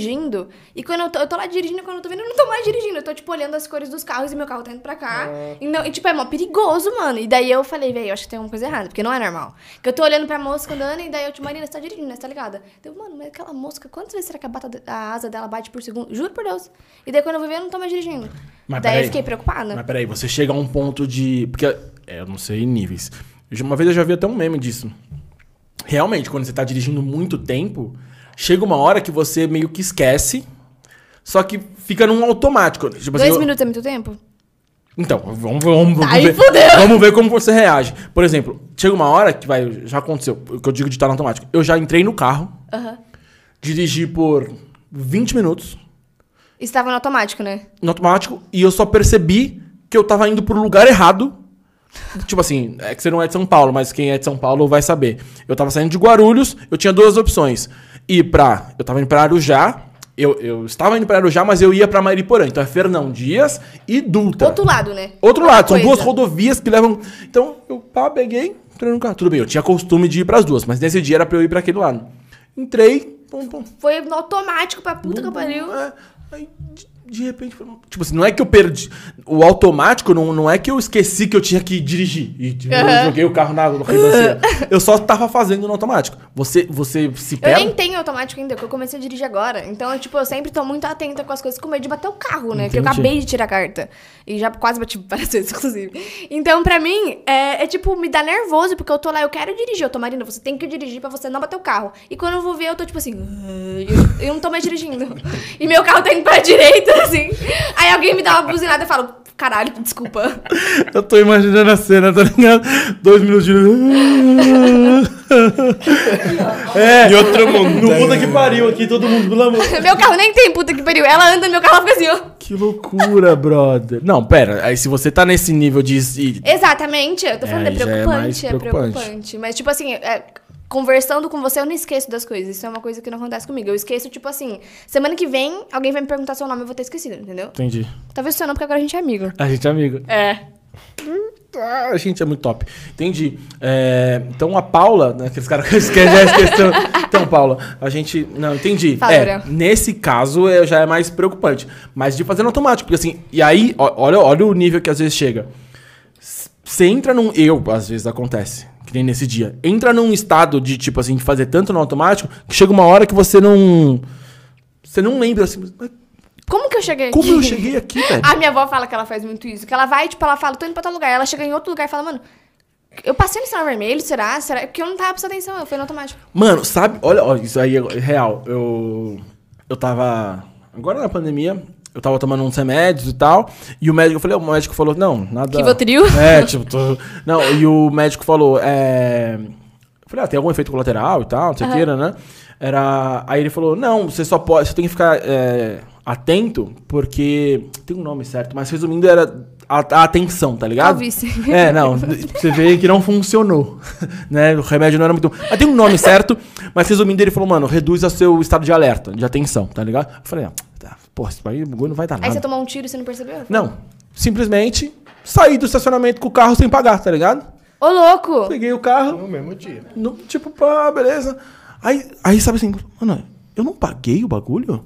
[SPEAKER 2] E quando eu tô, eu tô lá dirigindo, quando eu tô vendo, eu não tô mais dirigindo. Eu tô, tipo, olhando as cores dos carros e meu carro tá indo pra cá. E, não- e, tipo, é mó perigoso, mano. E daí eu falei, velho, eu acho que tem alguma coisa errada, porque não é normal. Que eu tô olhando pra mosca andando e daí eu, tipo, Marina, você tá dirigindo, né? Você tá ligada? Então, mano, mas aquela mosca, quantas vezes será que a, bata- a asa dela bate por segundo? Juro por Deus. E daí quando eu vou ver, eu não tô mais dirigindo.
[SPEAKER 1] Mas
[SPEAKER 2] daí
[SPEAKER 1] peraí.
[SPEAKER 2] eu fiquei preocupada.
[SPEAKER 1] Mas peraí, você chega a um ponto de. Porque. É, eu não sei níveis. Eu já- Uma vez eu já vi até um meme disso. Realmente, quando você tá dirigindo muito tempo, chega uma hora que você meio que esquece, só que fica num automático. Tipo assim,
[SPEAKER 2] Dois
[SPEAKER 1] eu-
[SPEAKER 2] minutos é muito tempo?
[SPEAKER 1] Então, vamos, vamos, vamos,
[SPEAKER 2] Aí
[SPEAKER 1] ver,
[SPEAKER 2] fudeu.
[SPEAKER 1] vamos ver como você reage. Por exemplo, chega uma hora que vai. Já aconteceu, o que eu digo de estar no automático. Eu já entrei no carro,
[SPEAKER 2] Aham.
[SPEAKER 1] dirigi por 20 minutos
[SPEAKER 2] Estava no automático, né?
[SPEAKER 1] no automático e eu só percebi que eu tava indo pro lugar errado. Tipo assim, é que você não é de São Paulo, mas quem é de São Paulo vai saber. Eu tava saindo de Guarulhos, eu tinha duas opções. Ir pra. Eu tava indo pra Arujá. Eu, eu estava indo pra Arujá, mas eu ia pra Mariporã. Então é Fernão Dias e Dutra.
[SPEAKER 2] Outro lado, né?
[SPEAKER 1] Tá. Outro lado, são
[SPEAKER 2] Coisa.
[SPEAKER 1] duas rodovias que levam. Então, eu pá, peguei, entrei no carro. Tudo bem, eu tinha costume de ir pras duas, mas nesse dia era pra eu ir pra aquele lado. Entrei, pum, pum,
[SPEAKER 2] Foi no automático pra puta que pariu.
[SPEAKER 1] é, aí, de, de repente, foi- tipo assim, não é que eu perdi. O automático não, não é que eu esqueci que eu tinha que dirigir. E tipo, eu
[SPEAKER 2] Aham.
[SPEAKER 1] joguei o carro na água, na ribanceira. Eu só tava fazendo no automático. Você, você se
[SPEAKER 2] Eu
[SPEAKER 1] pega.
[SPEAKER 2] nem tenho automático ainda, porque eu comecei a dirigir agora. Então, eu, tipo, eu sempre tô muito atenta com as coisas, com medo de bater o carro, né? Porque eu
[SPEAKER 1] Entendi.
[SPEAKER 2] acabei de tirar a carta. E já quase bati várias vezes, inclusive. Então, pra mim, é, é, tipo, me dá nervoso, porque eu tô lá, eu quero dirigir. Eu tô, Marina, você tem que dirigir pra você não bater o carro. E quando eu vou ver, eu tô, tipo assim... "Ah", Eu, eu não tô mais dirigindo. E meu carro tá indo pra direita, assim. Aí alguém me dá uma buzinada e eu falo... Caralho, desculpa.
[SPEAKER 1] Eu tô imaginando a cena, tá ligado? Dois minutos de. é,
[SPEAKER 3] E outro mundo.
[SPEAKER 1] no puta que pariu aqui, todo mundo, pelo amor.
[SPEAKER 2] meu carro nem tem puta que pariu. Ela anda no meu carro, ela fica assim, ó.
[SPEAKER 1] Que loucura, brother. Não, pera. Aí se você tá nesse nível de. e-
[SPEAKER 2] Exatamente, eu tô falando,
[SPEAKER 1] É,
[SPEAKER 2] é,
[SPEAKER 1] já é mais
[SPEAKER 2] preocupante, é,
[SPEAKER 1] preocupante.
[SPEAKER 2] preocupante, Mas, tipo assim, é, conversando com você, eu não esqueço das coisas. Isso é uma coisa que não acontece comigo. Eu esqueço, tipo assim, semana que vem, alguém vai me perguntar seu nome, eu vou ter esquecido, entendeu?
[SPEAKER 1] Entendi.
[SPEAKER 2] Talvez seu nome, porque agora a gente é amigo.
[SPEAKER 1] A gente é amigo.
[SPEAKER 2] É.
[SPEAKER 1] Ah, a gente é muito top. Entendi. É, então a Paula, né, aqueles caras que esquecem, já esqueceram. Então, Paula, a gente. Não, entendi.
[SPEAKER 2] Fala,
[SPEAKER 1] É,
[SPEAKER 2] Gabriel.
[SPEAKER 1] nesse caso é, já é mais preocupante. Mas de fazer no automático, porque assim, e aí, ó- olha, olha o nível que às vezes chega. Você entra num. Eu, às vezes acontece, que nem nesse dia. Entra num estado de, tipo assim, de fazer tanto no automático, que chega uma hora que você não. Você não lembra assim. "Mas
[SPEAKER 2] Como que eu cheguei
[SPEAKER 1] Como
[SPEAKER 2] aqui?
[SPEAKER 1] eu cheguei aqui, velho?
[SPEAKER 2] A minha avó fala que ela faz muito isso. Que ela vai, tipo, ela fala, tô indo pra tal lugar. Ela chega em outro lugar e fala, mano, eu passei no sinal vermelho, será? Será? Porque eu não tava prestando atenção, eu fui no automático.
[SPEAKER 1] Mano, sabe? Olha, ó, isso aí é real. Eu. Eu tava. Agora na pandemia, eu tava tomando uns remédios e tal. E o médico, eu falei, o médico falou, não, nada.
[SPEAKER 2] Rivotril?
[SPEAKER 1] É, tipo, tô... Não, e o médico falou, é. Eu falei, ah, tem algum efeito colateral e tal, não sei o que, né? Era. Aí ele falou, não, você só pode. Você tem que ficar é, atento, porque. Tem um nome certo, mas resumindo, era. A, a atenção, tá ligado?
[SPEAKER 2] Calvície.
[SPEAKER 1] É, não, você vê que não funcionou, né? O remédio não era muito bom. Mas tem um nome certo, mas resumindo, ele falou, mano, reduz o seu estado de alerta, de atenção, tá ligado? Eu falei, ah, tá, pô, isso aí não vai dar nada.
[SPEAKER 2] Aí você tomou um tiro e você não percebeu?
[SPEAKER 1] Não, simplesmente saí do estacionamento com o carro sem pagar, tá ligado?
[SPEAKER 2] Ô, louco!
[SPEAKER 1] Peguei É o carro,
[SPEAKER 3] No mesmo dia.
[SPEAKER 1] no- tipo, pá, beleza. Aí, aí sabe assim, mano, eu não paguei o bagulho?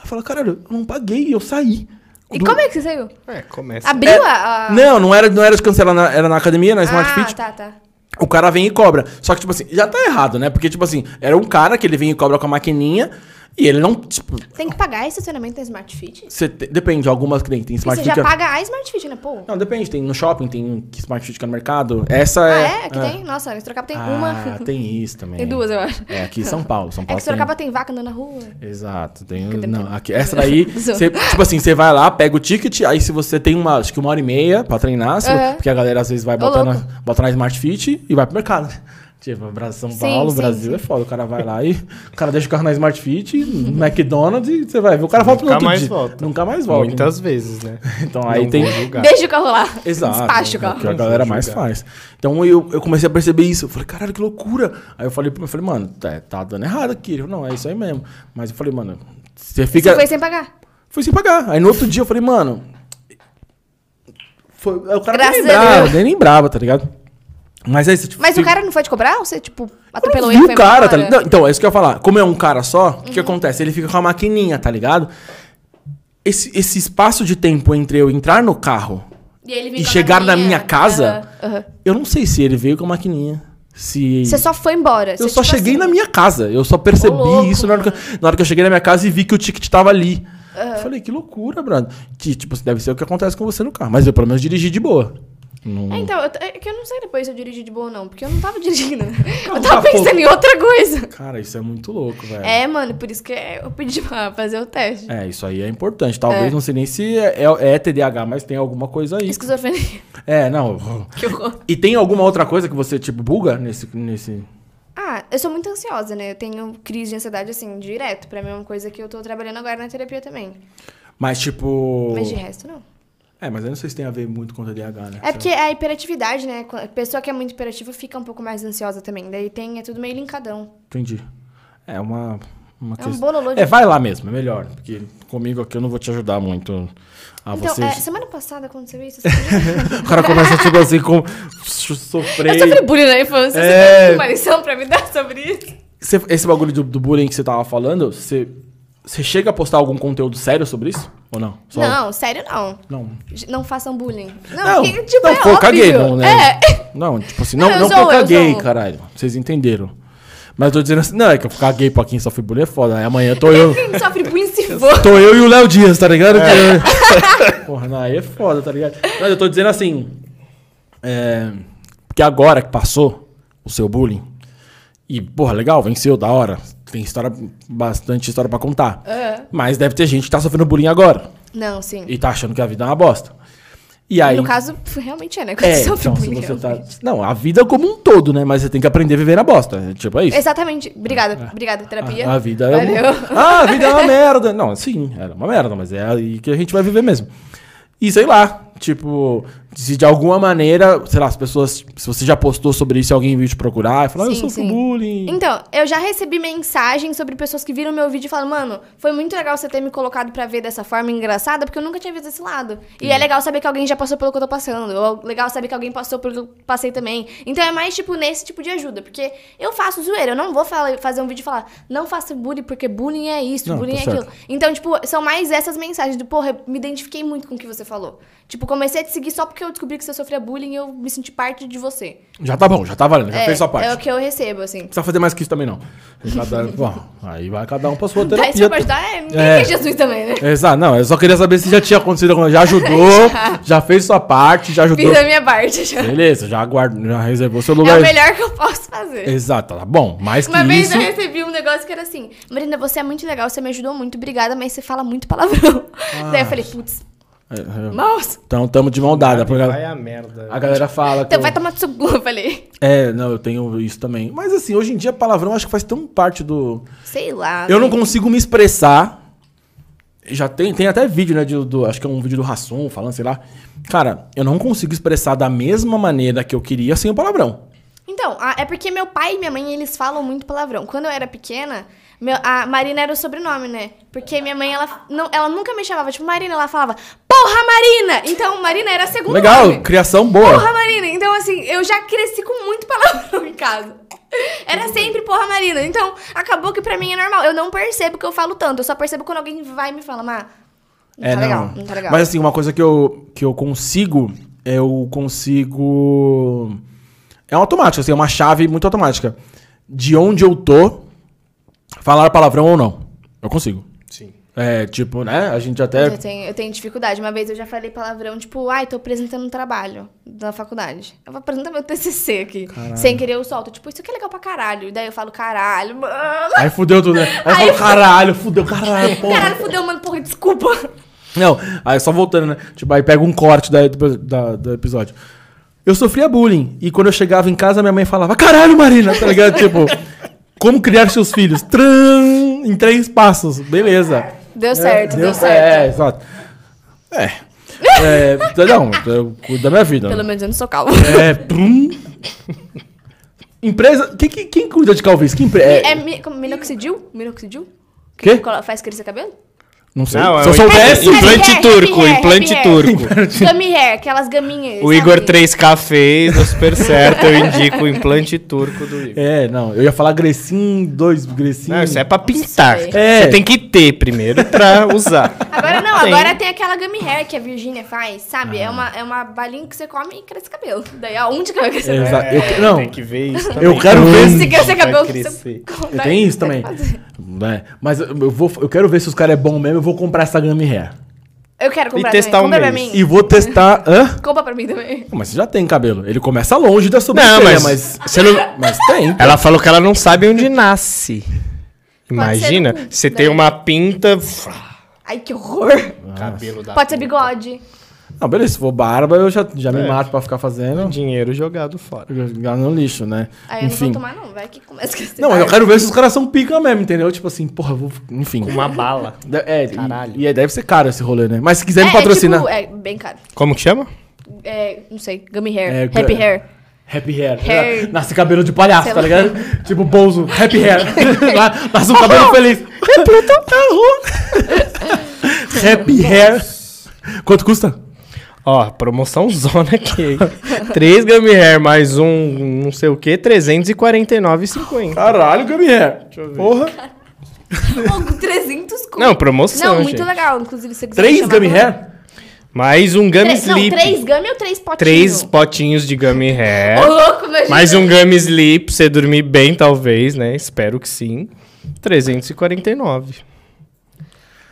[SPEAKER 1] Eu falo, cara, eu não paguei, eu saí.
[SPEAKER 2] E como é que você saiu?
[SPEAKER 3] É, começa.
[SPEAKER 2] Abriu a, a-
[SPEAKER 1] Não, não era, não era de cancelar, na- era na academia, né? na Smart
[SPEAKER 2] ah,
[SPEAKER 1] Fit.
[SPEAKER 2] tá, tá.
[SPEAKER 1] O cara vem e cobra. Só que, tipo assim, já tá errado, né? Porque, tipo assim, era um cara que ele vem e cobra com a maquininha e ele não. Tipo,
[SPEAKER 2] Tem que pagar estacionamento na Smart Fit?
[SPEAKER 1] você te- depende, algumas que tem, tem
[SPEAKER 2] Porque
[SPEAKER 1] Smart
[SPEAKER 2] você já
[SPEAKER 1] Fit. é-
[SPEAKER 2] paga a Smart Fit, né? Pô.
[SPEAKER 1] Não, depende, tem no shopping, tem que Smart Fit que é no mercado. Essa
[SPEAKER 2] ah,
[SPEAKER 1] é.
[SPEAKER 2] é? Aqui tem? Nossa, em Sorocaba tem
[SPEAKER 1] Ah,
[SPEAKER 2] uma.
[SPEAKER 1] tem isso também.
[SPEAKER 2] Tem duas, eu acho.
[SPEAKER 1] É, aqui em São Paulo. São
[SPEAKER 2] É
[SPEAKER 1] Paulo
[SPEAKER 2] que Sorocaba tem vaca andando na rua.
[SPEAKER 1] Exato, tem. um,
[SPEAKER 2] Cadê
[SPEAKER 1] Não,
[SPEAKER 2] minha-
[SPEAKER 1] aqui, essa daí,
[SPEAKER 2] Zoou.
[SPEAKER 1] cê- tipo assim, você vai lá, pega o ticket, aí se você tem uma, acho que uma hora e meia pra treinar, se-
[SPEAKER 2] Aham.
[SPEAKER 1] porque a galera às vezes vai botar na,
[SPEAKER 2] louco.
[SPEAKER 1] botar na Smart Fit e vai pro mercado. Tipo, Bra- São
[SPEAKER 2] Sim,
[SPEAKER 1] Paulo,
[SPEAKER 2] sim,
[SPEAKER 1] Brasil
[SPEAKER 2] sim.
[SPEAKER 1] é foda. O cara vai lá e o cara deixa o carro na Smart Fit, no McDonald's e você vai ver. O cara volta no
[SPEAKER 3] Nunca
[SPEAKER 1] outro
[SPEAKER 3] mais
[SPEAKER 1] dia.
[SPEAKER 3] volta.
[SPEAKER 1] Nunca mais volta.
[SPEAKER 3] Muitas vezes, né?
[SPEAKER 1] Então aí
[SPEAKER 3] Não
[SPEAKER 1] tem.
[SPEAKER 3] vou julgar.
[SPEAKER 2] Deixa o carro lá.
[SPEAKER 1] Exato.
[SPEAKER 2] Despacha o
[SPEAKER 1] é o que
[SPEAKER 2] carro.
[SPEAKER 1] a galera
[SPEAKER 3] Não vou
[SPEAKER 1] mais
[SPEAKER 3] julgar.
[SPEAKER 1] faz. Então eu, eu comecei a perceber isso. Eu falei, caralho, que loucura. Aí eu falei, pro- eu falei mano, tá, tá dando errado aqui. Ele falou, não, é isso aí mesmo. Mas eu falei, mano, você fica.
[SPEAKER 2] Você foi sem pagar.
[SPEAKER 1] Fui sem pagar. Aí no outro dia eu falei, mano. Foi, aí o cara
[SPEAKER 2] Graças a
[SPEAKER 1] nem lembrava,
[SPEAKER 2] Deus.
[SPEAKER 1] nem lembrava, tá ligado? Mas aí, tipo,
[SPEAKER 2] Mas
[SPEAKER 1] fica-
[SPEAKER 2] o cara não foi te cobrar? Ou você, tipo,
[SPEAKER 1] eu não
[SPEAKER 2] atropelou
[SPEAKER 1] vi
[SPEAKER 2] ele?
[SPEAKER 1] o cara, tá
[SPEAKER 2] ligado?
[SPEAKER 1] ligado? Não, Então, é isso que eu ia falar. Como é um cara só, o que, que acontece? Ele fica com a maquininha, tá ligado? Esse, esse espaço de tempo entre eu entrar no carro
[SPEAKER 2] E, ele
[SPEAKER 1] e chegar na minha casa, eu não sei se ele veio com a maquininha. Se.
[SPEAKER 2] Você tipo assim, só foi embora.
[SPEAKER 1] eu só cheguei na minha casa. Eu só percebi
[SPEAKER 2] Ô, louco,
[SPEAKER 1] isso na hora, que, na hora que eu cheguei na minha casa e vi que o ticket tava ali.
[SPEAKER 2] É.
[SPEAKER 1] Eu falei, que loucura, Brando. Que, tipo, deve ser o que acontece com você no carro. Mas eu, pelo menos, dirigi de boa.
[SPEAKER 2] É, então, eu t- é que eu não sei depois se eu dirigi de boa ou não, porque eu não tava dirigindo. né? eu
[SPEAKER 1] tá
[SPEAKER 2] tava pensando
[SPEAKER 1] pouco.
[SPEAKER 2] em outra coisa.
[SPEAKER 1] Cara, isso é muito louco, velho.
[SPEAKER 2] É, mano, por isso que eu pedi pra fazer o teste.
[SPEAKER 1] É, isso aí é importante. Talvez,
[SPEAKER 2] É.
[SPEAKER 1] não sei nem se é, é, é TDAH, mas tem alguma coisa aí.
[SPEAKER 2] Esquizofrenia.
[SPEAKER 1] É, não.
[SPEAKER 2] Que horror.
[SPEAKER 1] E tem alguma outra coisa que você, tipo, buga nesse... nesse...
[SPEAKER 2] Ah, eu sou muito ansiosa, né? Eu tenho crise de ansiedade, assim, direto. Pra mim é uma coisa que eu tô trabalhando agora na terapia também.
[SPEAKER 1] Mas, tipo...
[SPEAKER 2] Mas de resto, não.
[SPEAKER 1] É, mas eu não sei se tem a ver muito com TDAH, né?
[SPEAKER 2] É porque a hiperatividade, né? A pessoa que é muito hiperativa fica um pouco mais ansiosa também. Daí tem, é tudo meio linkadão.
[SPEAKER 1] Entendi. É uma... uma
[SPEAKER 2] É um bololô de...
[SPEAKER 1] É, vai lá mesmo, é melhor. Porque comigo aqui eu não vou te ajudar muito a
[SPEAKER 2] então,
[SPEAKER 1] ah, vocês.
[SPEAKER 2] é, semana passada aconteceu isso. assim,
[SPEAKER 1] O cara começa, tipo assim, com... Sofrer.
[SPEAKER 2] eu sofri bullying na infância.
[SPEAKER 1] É.
[SPEAKER 2] Você tem uma lição pra me dar sobre isso?
[SPEAKER 1] Cê- esse bagulho do, do bullying que você tava falando, você... Você chega a postar algum conteúdo sério sobre isso? Ou não? Só-
[SPEAKER 2] Não, sério, não.
[SPEAKER 1] Não.
[SPEAKER 2] Não façam bullying.
[SPEAKER 1] Não,
[SPEAKER 2] Não, porque, tipo,
[SPEAKER 1] não,
[SPEAKER 2] é
[SPEAKER 1] pô,
[SPEAKER 2] óbvio.
[SPEAKER 1] caguei, não, né?
[SPEAKER 2] É.
[SPEAKER 1] Não, tipo assim, não,
[SPEAKER 2] Não, eu
[SPEAKER 1] não
[SPEAKER 2] zoo,
[SPEAKER 1] porque eu
[SPEAKER 2] eu
[SPEAKER 1] caguei,
[SPEAKER 2] zoo.
[SPEAKER 1] caralho. Vocês entenderam. Mas eu tô dizendo assim, não, é que eu caguei pra quem sofre bullying é foda. Aí amanhã tô eu.
[SPEAKER 2] Quem sofre bullying se for.
[SPEAKER 1] Tô eu e o Léo Dias, tá ligado? Porra, não, aí é foda, tá ligado? Mas eu tô dizendo assim. É, que agora que passou o seu bullying. E, porra, legal, venceu, da hora. Tem história, bastante história pra contar.
[SPEAKER 2] É.
[SPEAKER 1] Mas deve ter gente que tá sofrendo bullying agora.
[SPEAKER 2] Não, sim.
[SPEAKER 1] E tá achando que a vida é uma bosta. E aí.
[SPEAKER 2] No caso, realmente é, né? Quando
[SPEAKER 1] É,
[SPEAKER 2] sofre
[SPEAKER 1] então, se
[SPEAKER 2] bullying,
[SPEAKER 1] você tá.
[SPEAKER 2] realmente.
[SPEAKER 1] Não, a vida como um todo, né? Mas você tem que aprender a viver na bosta. né? Tipo, é isso.
[SPEAKER 2] Exatamente. Obrigada, obrigada, terapia.
[SPEAKER 1] Ah, A, a vida é
[SPEAKER 2] Valeu.
[SPEAKER 1] uma... Ah, a vida é uma merda. Não, sim, era uma merda, mas é aí que a gente vai viver mesmo. E sei lá, tipo, se de alguma maneira, sei lá, as pessoas. Se você já postou sobre isso e alguém veio te procurar e falar, ah, eu
[SPEAKER 2] Sim,
[SPEAKER 1] sofro
[SPEAKER 2] sim.
[SPEAKER 1] bullying.
[SPEAKER 2] Então, eu já recebi mensagem sobre pessoas que viram meu vídeo e falam, mano, foi muito legal você ter me colocado pra ver dessa forma engraçada, porque eu nunca tinha visto esse lado. E é legal saber que alguém já passou pelo que eu tô passando. Ou legal saber que alguém passou pelo que eu passei também. Então é mais, tipo, nesse tipo de ajuda. Porque eu faço zoeira, eu não vou fala- fazer um vídeo e falar, não faça bullying, porque bullying é isso,
[SPEAKER 1] Não,
[SPEAKER 2] bullying
[SPEAKER 1] tá
[SPEAKER 2] é
[SPEAKER 1] certo.
[SPEAKER 2] aquilo. Então, tipo, são mais essas mensagens do, porra, eu me identifiquei muito com o que você falou. Tipo, comecei a te seguir só porque eu descobri que você sofria bullying e eu me senti parte de você.
[SPEAKER 1] Já tá bom, já tá valendo, já fez sua parte.
[SPEAKER 2] é o que eu recebo, assim.
[SPEAKER 1] Não precisa fazer mais que isso também, não. Cada- bom, aí vai cada um pra sua
[SPEAKER 2] Daí você
[SPEAKER 1] terapia.
[SPEAKER 2] pode dar, é, ninguém
[SPEAKER 1] É.
[SPEAKER 2] quer Jesus também, né?
[SPEAKER 1] Exato, não, eu só queria saber se já tinha acontecido alguma coisa. Já ajudou, já. fez sua parte, já ajudou.
[SPEAKER 2] Fiz a minha parte já.
[SPEAKER 1] Beleza, já aguardo, já reservou seu
[SPEAKER 2] É
[SPEAKER 1] lugar.
[SPEAKER 2] o melhor que eu posso fazer.
[SPEAKER 1] Exato, tá bom. Mais
[SPEAKER 2] Uma
[SPEAKER 1] que
[SPEAKER 2] vez
[SPEAKER 1] isso.
[SPEAKER 2] eu recebi um negócio que era assim: Marina, você é muito legal, você me ajudou muito, obrigada, mas você fala muito palavrão.
[SPEAKER 1] Ah.
[SPEAKER 2] Daí eu falei, putz,
[SPEAKER 1] É, é.
[SPEAKER 2] nossa,
[SPEAKER 1] Então tamo de mão dada. porque
[SPEAKER 3] Vai
[SPEAKER 1] a-
[SPEAKER 3] a merda.
[SPEAKER 1] A galera fala que.
[SPEAKER 2] então vai
[SPEAKER 1] eu-
[SPEAKER 2] tomar no seu cu, eu falei.
[SPEAKER 1] É, não, eu tenho isso também. Mas assim, hoje em dia palavrão acho que faz tão parte do.
[SPEAKER 2] Sei lá.
[SPEAKER 1] Eu não
[SPEAKER 2] né?
[SPEAKER 1] consigo me expressar. Já tem, tem até vídeo, né? de- do, acho que é um vídeo do Rassum falando, sei lá. Cara, eu não consigo expressar da mesma maneira que eu queria sem o palavrão.
[SPEAKER 2] Então, a- é porque meu pai e minha mãe, eles falam muito palavrão. Quando eu era pequena, meu- a Marina era o sobrenome, né? Porque minha mãe, ela, não, ela nunca me chamava, tipo, Marina, ela falava, porra, Marina! Então, Marina era segundo
[SPEAKER 1] Legal,
[SPEAKER 2] nome.
[SPEAKER 1] criação boa.
[SPEAKER 2] Porra, Marina, então assim, eu já cresci com muito palavrão em casa. Era sempre porra Marina. Então, acabou que pra mim é normal. Eu não percebo que eu falo tanto. Eu só percebo quando alguém vai e me fala, Má, não
[SPEAKER 1] É,
[SPEAKER 2] tá
[SPEAKER 1] não.
[SPEAKER 2] legal, não tá legal.
[SPEAKER 1] Mas assim, uma coisa que eu, que eu consigo, eu consigo. É um automático, assim, é uma chave muito automática. De onde eu tô, falar palavrão ou não. Eu consigo.
[SPEAKER 3] Sim.
[SPEAKER 1] É, tipo, né? A gente até.
[SPEAKER 2] Eu tenho, eu tenho dificuldade. Uma vez eu já falei palavrão, tipo, ai, tô apresentando um trabalho da faculdade. Eu vou apresentar meu TCC aqui. Sem querer eu solto, tipo, isso aqui é legal pra caralho. E daí eu falo, caralho, mano.
[SPEAKER 1] Aí fudeu tudo, né? Aí,
[SPEAKER 2] Aí
[SPEAKER 1] eu falo, caralho, fudeu, caralho, porra.
[SPEAKER 2] Caralho, fudeu, mano, porra, desculpa.
[SPEAKER 1] Não, aí só voltando, né? Tipo, aí pega um corte da, da- do episódio. Eu sofria bullying. E quando eu chegava em casa, minha mãe falava, caralho, Marina, tá ligado? tipo, como criar seus filhos? Tram, em três passos. Beleza.
[SPEAKER 2] Deu certo,
[SPEAKER 1] É,
[SPEAKER 2] deu,
[SPEAKER 1] É,
[SPEAKER 2] certo.
[SPEAKER 1] exato. É. É, então, não, eu cuido da minha vida.
[SPEAKER 2] Pelo menos eu não sou calvo.
[SPEAKER 1] É, prum. Empresa. Quem, quem, quem cuida de calvície? Que empre...
[SPEAKER 2] É,
[SPEAKER 1] é,
[SPEAKER 2] mi- como, minoxidil? Minoxidil?
[SPEAKER 1] Quê?
[SPEAKER 2] colo- Faz crescer cabelo?
[SPEAKER 1] Não sei.
[SPEAKER 3] Não,
[SPEAKER 1] Se
[SPEAKER 3] é
[SPEAKER 1] eu
[SPEAKER 3] o
[SPEAKER 1] soubesse.
[SPEAKER 2] Happy
[SPEAKER 3] Implante
[SPEAKER 2] hair,
[SPEAKER 3] turco,
[SPEAKER 2] happy hair,
[SPEAKER 3] implante
[SPEAKER 2] happy hair.
[SPEAKER 3] turco.
[SPEAKER 2] Gummy hair, aquelas gaminhas.
[SPEAKER 3] O
[SPEAKER 2] sabe?
[SPEAKER 3] Igor 3K fez, deu super certo. Eu indico o implante turco do Igor.
[SPEAKER 1] É, não. Eu ia falar Grecim, dois Grecim.
[SPEAKER 3] Não, isso é pra pintar.
[SPEAKER 2] Isso
[SPEAKER 1] aí. É.
[SPEAKER 3] Você tem que ter primeiro pra usar.
[SPEAKER 2] Agora não,
[SPEAKER 3] Tem. Ah.
[SPEAKER 2] agora tem aquela gummy hair que a Virgínia faz, sabe? É, uma, é uma balinha que você come e cresce cabelo. Daí aonde que vai crescer
[SPEAKER 1] É,
[SPEAKER 2] cabelo?
[SPEAKER 1] exa- eu- não,
[SPEAKER 3] Tem que ver isso também.
[SPEAKER 1] eu quero ver.
[SPEAKER 2] Se
[SPEAKER 1] se-
[SPEAKER 2] crescer
[SPEAKER 3] vai
[SPEAKER 2] cabelo,
[SPEAKER 3] crescer.
[SPEAKER 2] você...
[SPEAKER 1] Eu tenho isso também. É, mas eu, eu vou, eu quero ver se os caras é bom mesmo. Eu vou comprar essa Gummy Hair.
[SPEAKER 2] Eu quero comprar
[SPEAKER 3] testar
[SPEAKER 2] também.
[SPEAKER 3] um
[SPEAKER 2] Compra pra
[SPEAKER 3] mês.
[SPEAKER 2] mim.
[SPEAKER 1] E vou testar. Hã?
[SPEAKER 2] Compra pra mim também.
[SPEAKER 1] Mas você já tem cabelo. Ele começa longe da sobrancelha,
[SPEAKER 3] Não, mas,
[SPEAKER 1] mas.
[SPEAKER 3] você não-
[SPEAKER 1] Mas tem.
[SPEAKER 3] Ela falou que ela não sabe onde nasce. Imagina,
[SPEAKER 2] ser no cu,
[SPEAKER 3] você
[SPEAKER 2] né?
[SPEAKER 3] tem uma pinta.
[SPEAKER 2] Ai, que horror.
[SPEAKER 3] Cabelo da.
[SPEAKER 2] Pode ser bigode.
[SPEAKER 1] Não, beleza, se for barba, eu já, já
[SPEAKER 2] É.
[SPEAKER 1] me mato pra ficar fazendo.
[SPEAKER 3] Dinheiro jogado fora.
[SPEAKER 1] Jogar no lixo, né?
[SPEAKER 2] Aí eu não
[SPEAKER 1] Enfim.
[SPEAKER 2] vou tomar não, vai que começa a crescer.
[SPEAKER 1] Não, mas eu quero ver se os caras são pica mesmo, entendeu? Tipo assim, porra, eu vou. Enfim.
[SPEAKER 3] Uma bala.
[SPEAKER 1] De- É, e-
[SPEAKER 3] Caralho.
[SPEAKER 1] E, aí deve ser caro esse rolê, né? Mas se quiser
[SPEAKER 2] é,
[SPEAKER 1] me patrocinar.
[SPEAKER 2] É, tipo, é bem caro.
[SPEAKER 3] Como que chama?
[SPEAKER 2] É, não sei, gummy hair,
[SPEAKER 1] É,
[SPEAKER 2] happy
[SPEAKER 1] gu-
[SPEAKER 2] hair.
[SPEAKER 1] Happy hair.
[SPEAKER 2] Hair.
[SPEAKER 1] Nasce cabelo de palhaço,
[SPEAKER 2] Sei
[SPEAKER 1] tá
[SPEAKER 2] lá.
[SPEAKER 1] ligado? tipo bolso, happy hair. Na- Nasce um cabelo feliz. Tá happy hair. Quanto custa?
[SPEAKER 3] Ó, promoção zona aqui, hein? Três Gummy Hair mais um não sei o que, 349,50.
[SPEAKER 1] Caralho, Gummy hair. Porra.
[SPEAKER 2] Ou 300 com...
[SPEAKER 3] Não, promoção,
[SPEAKER 2] Não, muito
[SPEAKER 3] gente.
[SPEAKER 2] legal. Inclusive, se você quiser me
[SPEAKER 1] Três
[SPEAKER 2] chamar
[SPEAKER 1] Gummy
[SPEAKER 2] pra-
[SPEAKER 1] hair?
[SPEAKER 3] Mais um Gummy
[SPEAKER 2] Tre- Não,
[SPEAKER 3] Sleep.
[SPEAKER 2] três gummy ou três potinhos?
[SPEAKER 3] Três potinhos de Gummy Hair.
[SPEAKER 2] Ô, louco, imagina.
[SPEAKER 3] Mais um Gummy Sleep, pra você dormir bem, talvez, né? Espero que sim. 349.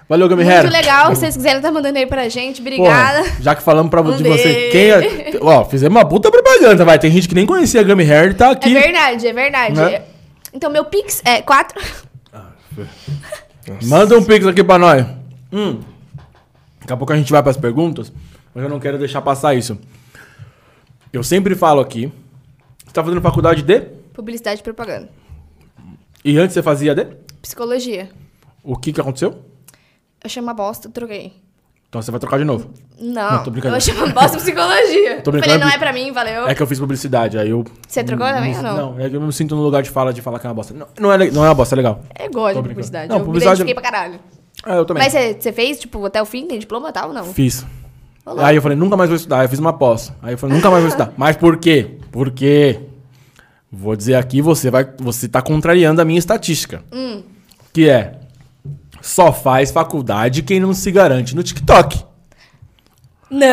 [SPEAKER 1] Valeu, Gummy hair.
[SPEAKER 2] Muito legal, se vocês quiserem tá mandando aí pra gente,
[SPEAKER 1] Porra,
[SPEAKER 2] obrigada.
[SPEAKER 1] já que falamos pra
[SPEAKER 2] Um
[SPEAKER 1] de você,
[SPEAKER 2] beijo.
[SPEAKER 1] quem é, ó, fizemos uma puta propaganda, vai. Tem gente que nem conhecia a Gummy Hair e tá
[SPEAKER 2] É
[SPEAKER 1] aqui.
[SPEAKER 2] verdade, é verdade.
[SPEAKER 1] Né?
[SPEAKER 2] Então, meu Pix é quatro.
[SPEAKER 1] Manda um pix aqui pra nós. Hum. Daqui a pouco a gente vai pras perguntas, mas eu não quero deixar passar isso. Eu sempre falo aqui, você tá fazendo faculdade de?
[SPEAKER 2] Publicidade e propaganda.
[SPEAKER 1] E antes você fazia de?
[SPEAKER 2] Psicologia.
[SPEAKER 1] O que que aconteceu?
[SPEAKER 2] Eu chamo a bosta, troquei.
[SPEAKER 1] Então você vai trocar de novo.
[SPEAKER 2] Não,
[SPEAKER 1] Não, tô brincando.
[SPEAKER 2] eu chamo a bosta psicologia.
[SPEAKER 1] Tô brincando.
[SPEAKER 2] Falei, não é pra mim, valeu.
[SPEAKER 1] É que eu fiz publicidade, aí eu...
[SPEAKER 2] Você trocou também ou não?
[SPEAKER 1] Não, é que eu me sinto no lugar de fala de falar que é uma bosta. Não, não, é, le- não é uma bosta, é legal.
[SPEAKER 2] Eu gosto
[SPEAKER 1] Tô brincando.
[SPEAKER 2] de publicidade.
[SPEAKER 1] Não,
[SPEAKER 2] eu
[SPEAKER 1] publicidade-
[SPEAKER 2] me identifiquei pra caralho.
[SPEAKER 1] É, eu também.
[SPEAKER 2] Mas você você fez, tipo, até o fim, tem diploma e tal ou não?
[SPEAKER 1] Fiz.
[SPEAKER 2] Olá.
[SPEAKER 1] Aí eu falei, nunca mais vou estudar. Aí eu fiz uma pós. Aí eu falei, nunca mais vou estudar. Mas por quê? Porque. Vou dizer aqui, você vai. Você tá contrariando a minha estatística.
[SPEAKER 2] Hum.
[SPEAKER 1] Que é. Só faz faculdade quem não se garante no TikTok.
[SPEAKER 2] Não!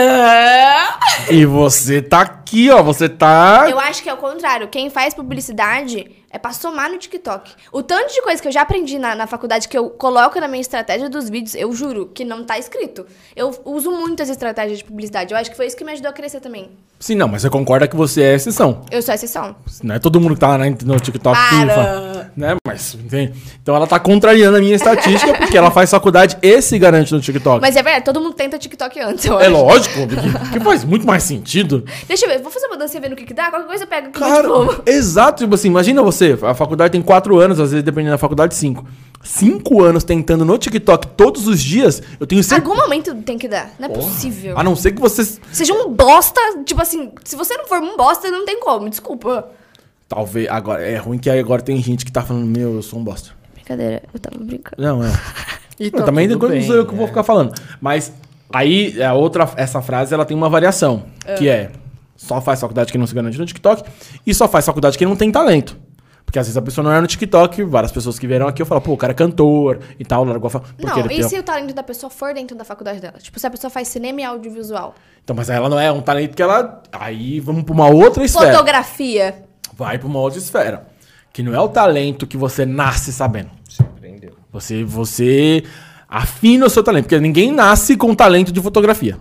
[SPEAKER 1] E você tá aqui, ó. Você tá.
[SPEAKER 2] Eu acho que é o contrário. Quem faz publicidade é pra somar no TikTok. O tanto de coisa que eu já aprendi na, na faculdade que eu coloco na minha estratégia dos vídeos, eu juro que não tá escrito. Eu uso muitas estratégias de publicidade. Eu acho que foi isso que me ajudou a crescer também.
[SPEAKER 1] Sim, não, mas você concorda que você é exceção.
[SPEAKER 2] Eu sou a exceção.
[SPEAKER 1] Não é todo mundo que tá na- no TikTok que
[SPEAKER 2] Para.
[SPEAKER 1] fa- Né? Mas, entende? Então ela tá contrariando a minha estatística porque ela faz faculdade e se garante no TikTok.
[SPEAKER 2] Mas é verdade, todo mundo tenta TikTok antes, eu
[SPEAKER 1] É
[SPEAKER 2] acho.
[SPEAKER 1] lógico, porque- que faz muito mais sentido.
[SPEAKER 2] Deixa eu ver, vou fazer uma dancinha vendo o que, que dá, qualquer coisa eu pego aqui
[SPEAKER 1] Cara,
[SPEAKER 2] meu diploma.
[SPEAKER 1] exato. Tipo assim, imagina você, a faculdade tem quatro anos, às vezes dependendo da faculdade, cinco. Cinco anos tentando no TikTok todos os dias, eu tenho certeza.
[SPEAKER 2] Algum momento tem que dar, não é possível.
[SPEAKER 1] A não ser que você.
[SPEAKER 2] Seja um bosta, tipo assim, se você não for um bosta, não tem como, desculpa.
[SPEAKER 1] Talvez. Agora, é ruim que agora tem gente que tá falando, meu, eu sou um bosta.
[SPEAKER 2] Brincadeira, eu tava brincando.
[SPEAKER 1] Não, é.
[SPEAKER 3] E
[SPEAKER 2] Tá
[SPEAKER 1] Não, também depois não sou eu que
[SPEAKER 2] né? é.
[SPEAKER 1] vou ficar falando. Mas aí, a outra, essa frase, ela tem uma variação,
[SPEAKER 2] Ah.
[SPEAKER 1] que é só faz faculdade quem não se garante no TikTok e só faz faculdade quem não tem talento. Porque às vezes a pessoa não era no TikTok, várias pessoas que vieram aqui, eu falo, pô, o cara é cantor e tal, largou a fa... Porque
[SPEAKER 2] Não,
[SPEAKER 1] ele
[SPEAKER 2] e
[SPEAKER 1] tem- um
[SPEAKER 2] se o talento da pessoa for dentro da faculdade dela? Tipo, se a pessoa faz cinema e audiovisual.
[SPEAKER 1] Então, mas ela não é um talento que ela... Aí vamos pra uma outra esfera.
[SPEAKER 2] Fotografia.
[SPEAKER 1] Vai pra uma outra esfera. Que não é o talento que você nasce sabendo.
[SPEAKER 3] Surpreendeu.
[SPEAKER 1] Você, você afina o seu talento. Porque ninguém nasce com talento de fotografia.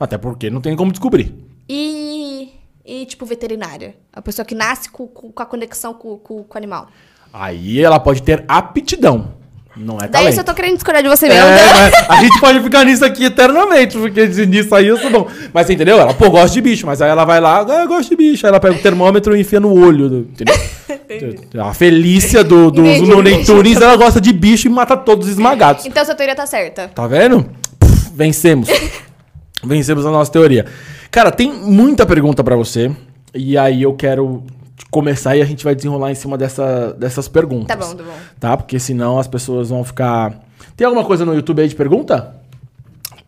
[SPEAKER 1] Até porque não tem como descobrir.
[SPEAKER 2] E, e tipo, veterinária. A pessoa que nasce com, com- com a conexão com, com, com o animal.
[SPEAKER 1] Aí ela pode ter aptidão. Não é
[SPEAKER 2] Daí
[SPEAKER 1] talento.
[SPEAKER 2] se eu tô querendo discordar de você
[SPEAKER 1] É,
[SPEAKER 2] mesmo. né?
[SPEAKER 1] mas a gente pode ficar nisso aqui eternamente, porque de- nisso aí eu sou bom. Mas você entendeu? Ela, pô, gosta de bicho, mas aí ela vai lá, ah, eu gosto de bicho. Aí ela pega o termômetro e enfia no olho. do- Entendeu? a felícia do, do,
[SPEAKER 2] Entendi.
[SPEAKER 1] do Looney Tunes, ela gosta de bicho e mata todos esmagados.
[SPEAKER 2] Então sua teoria tá certa.
[SPEAKER 1] Tá vendo? Pff, vencemos. vencemos a nossa teoria. Cara, tem muita pergunta pra você. E aí eu quero começar e a gente vai desenrolar em cima dessa, dessas perguntas.
[SPEAKER 2] Tá bom, tá bom.
[SPEAKER 1] Tá? Porque senão as pessoas vão ficar. Tem alguma coisa no YouTube aí de pergunta?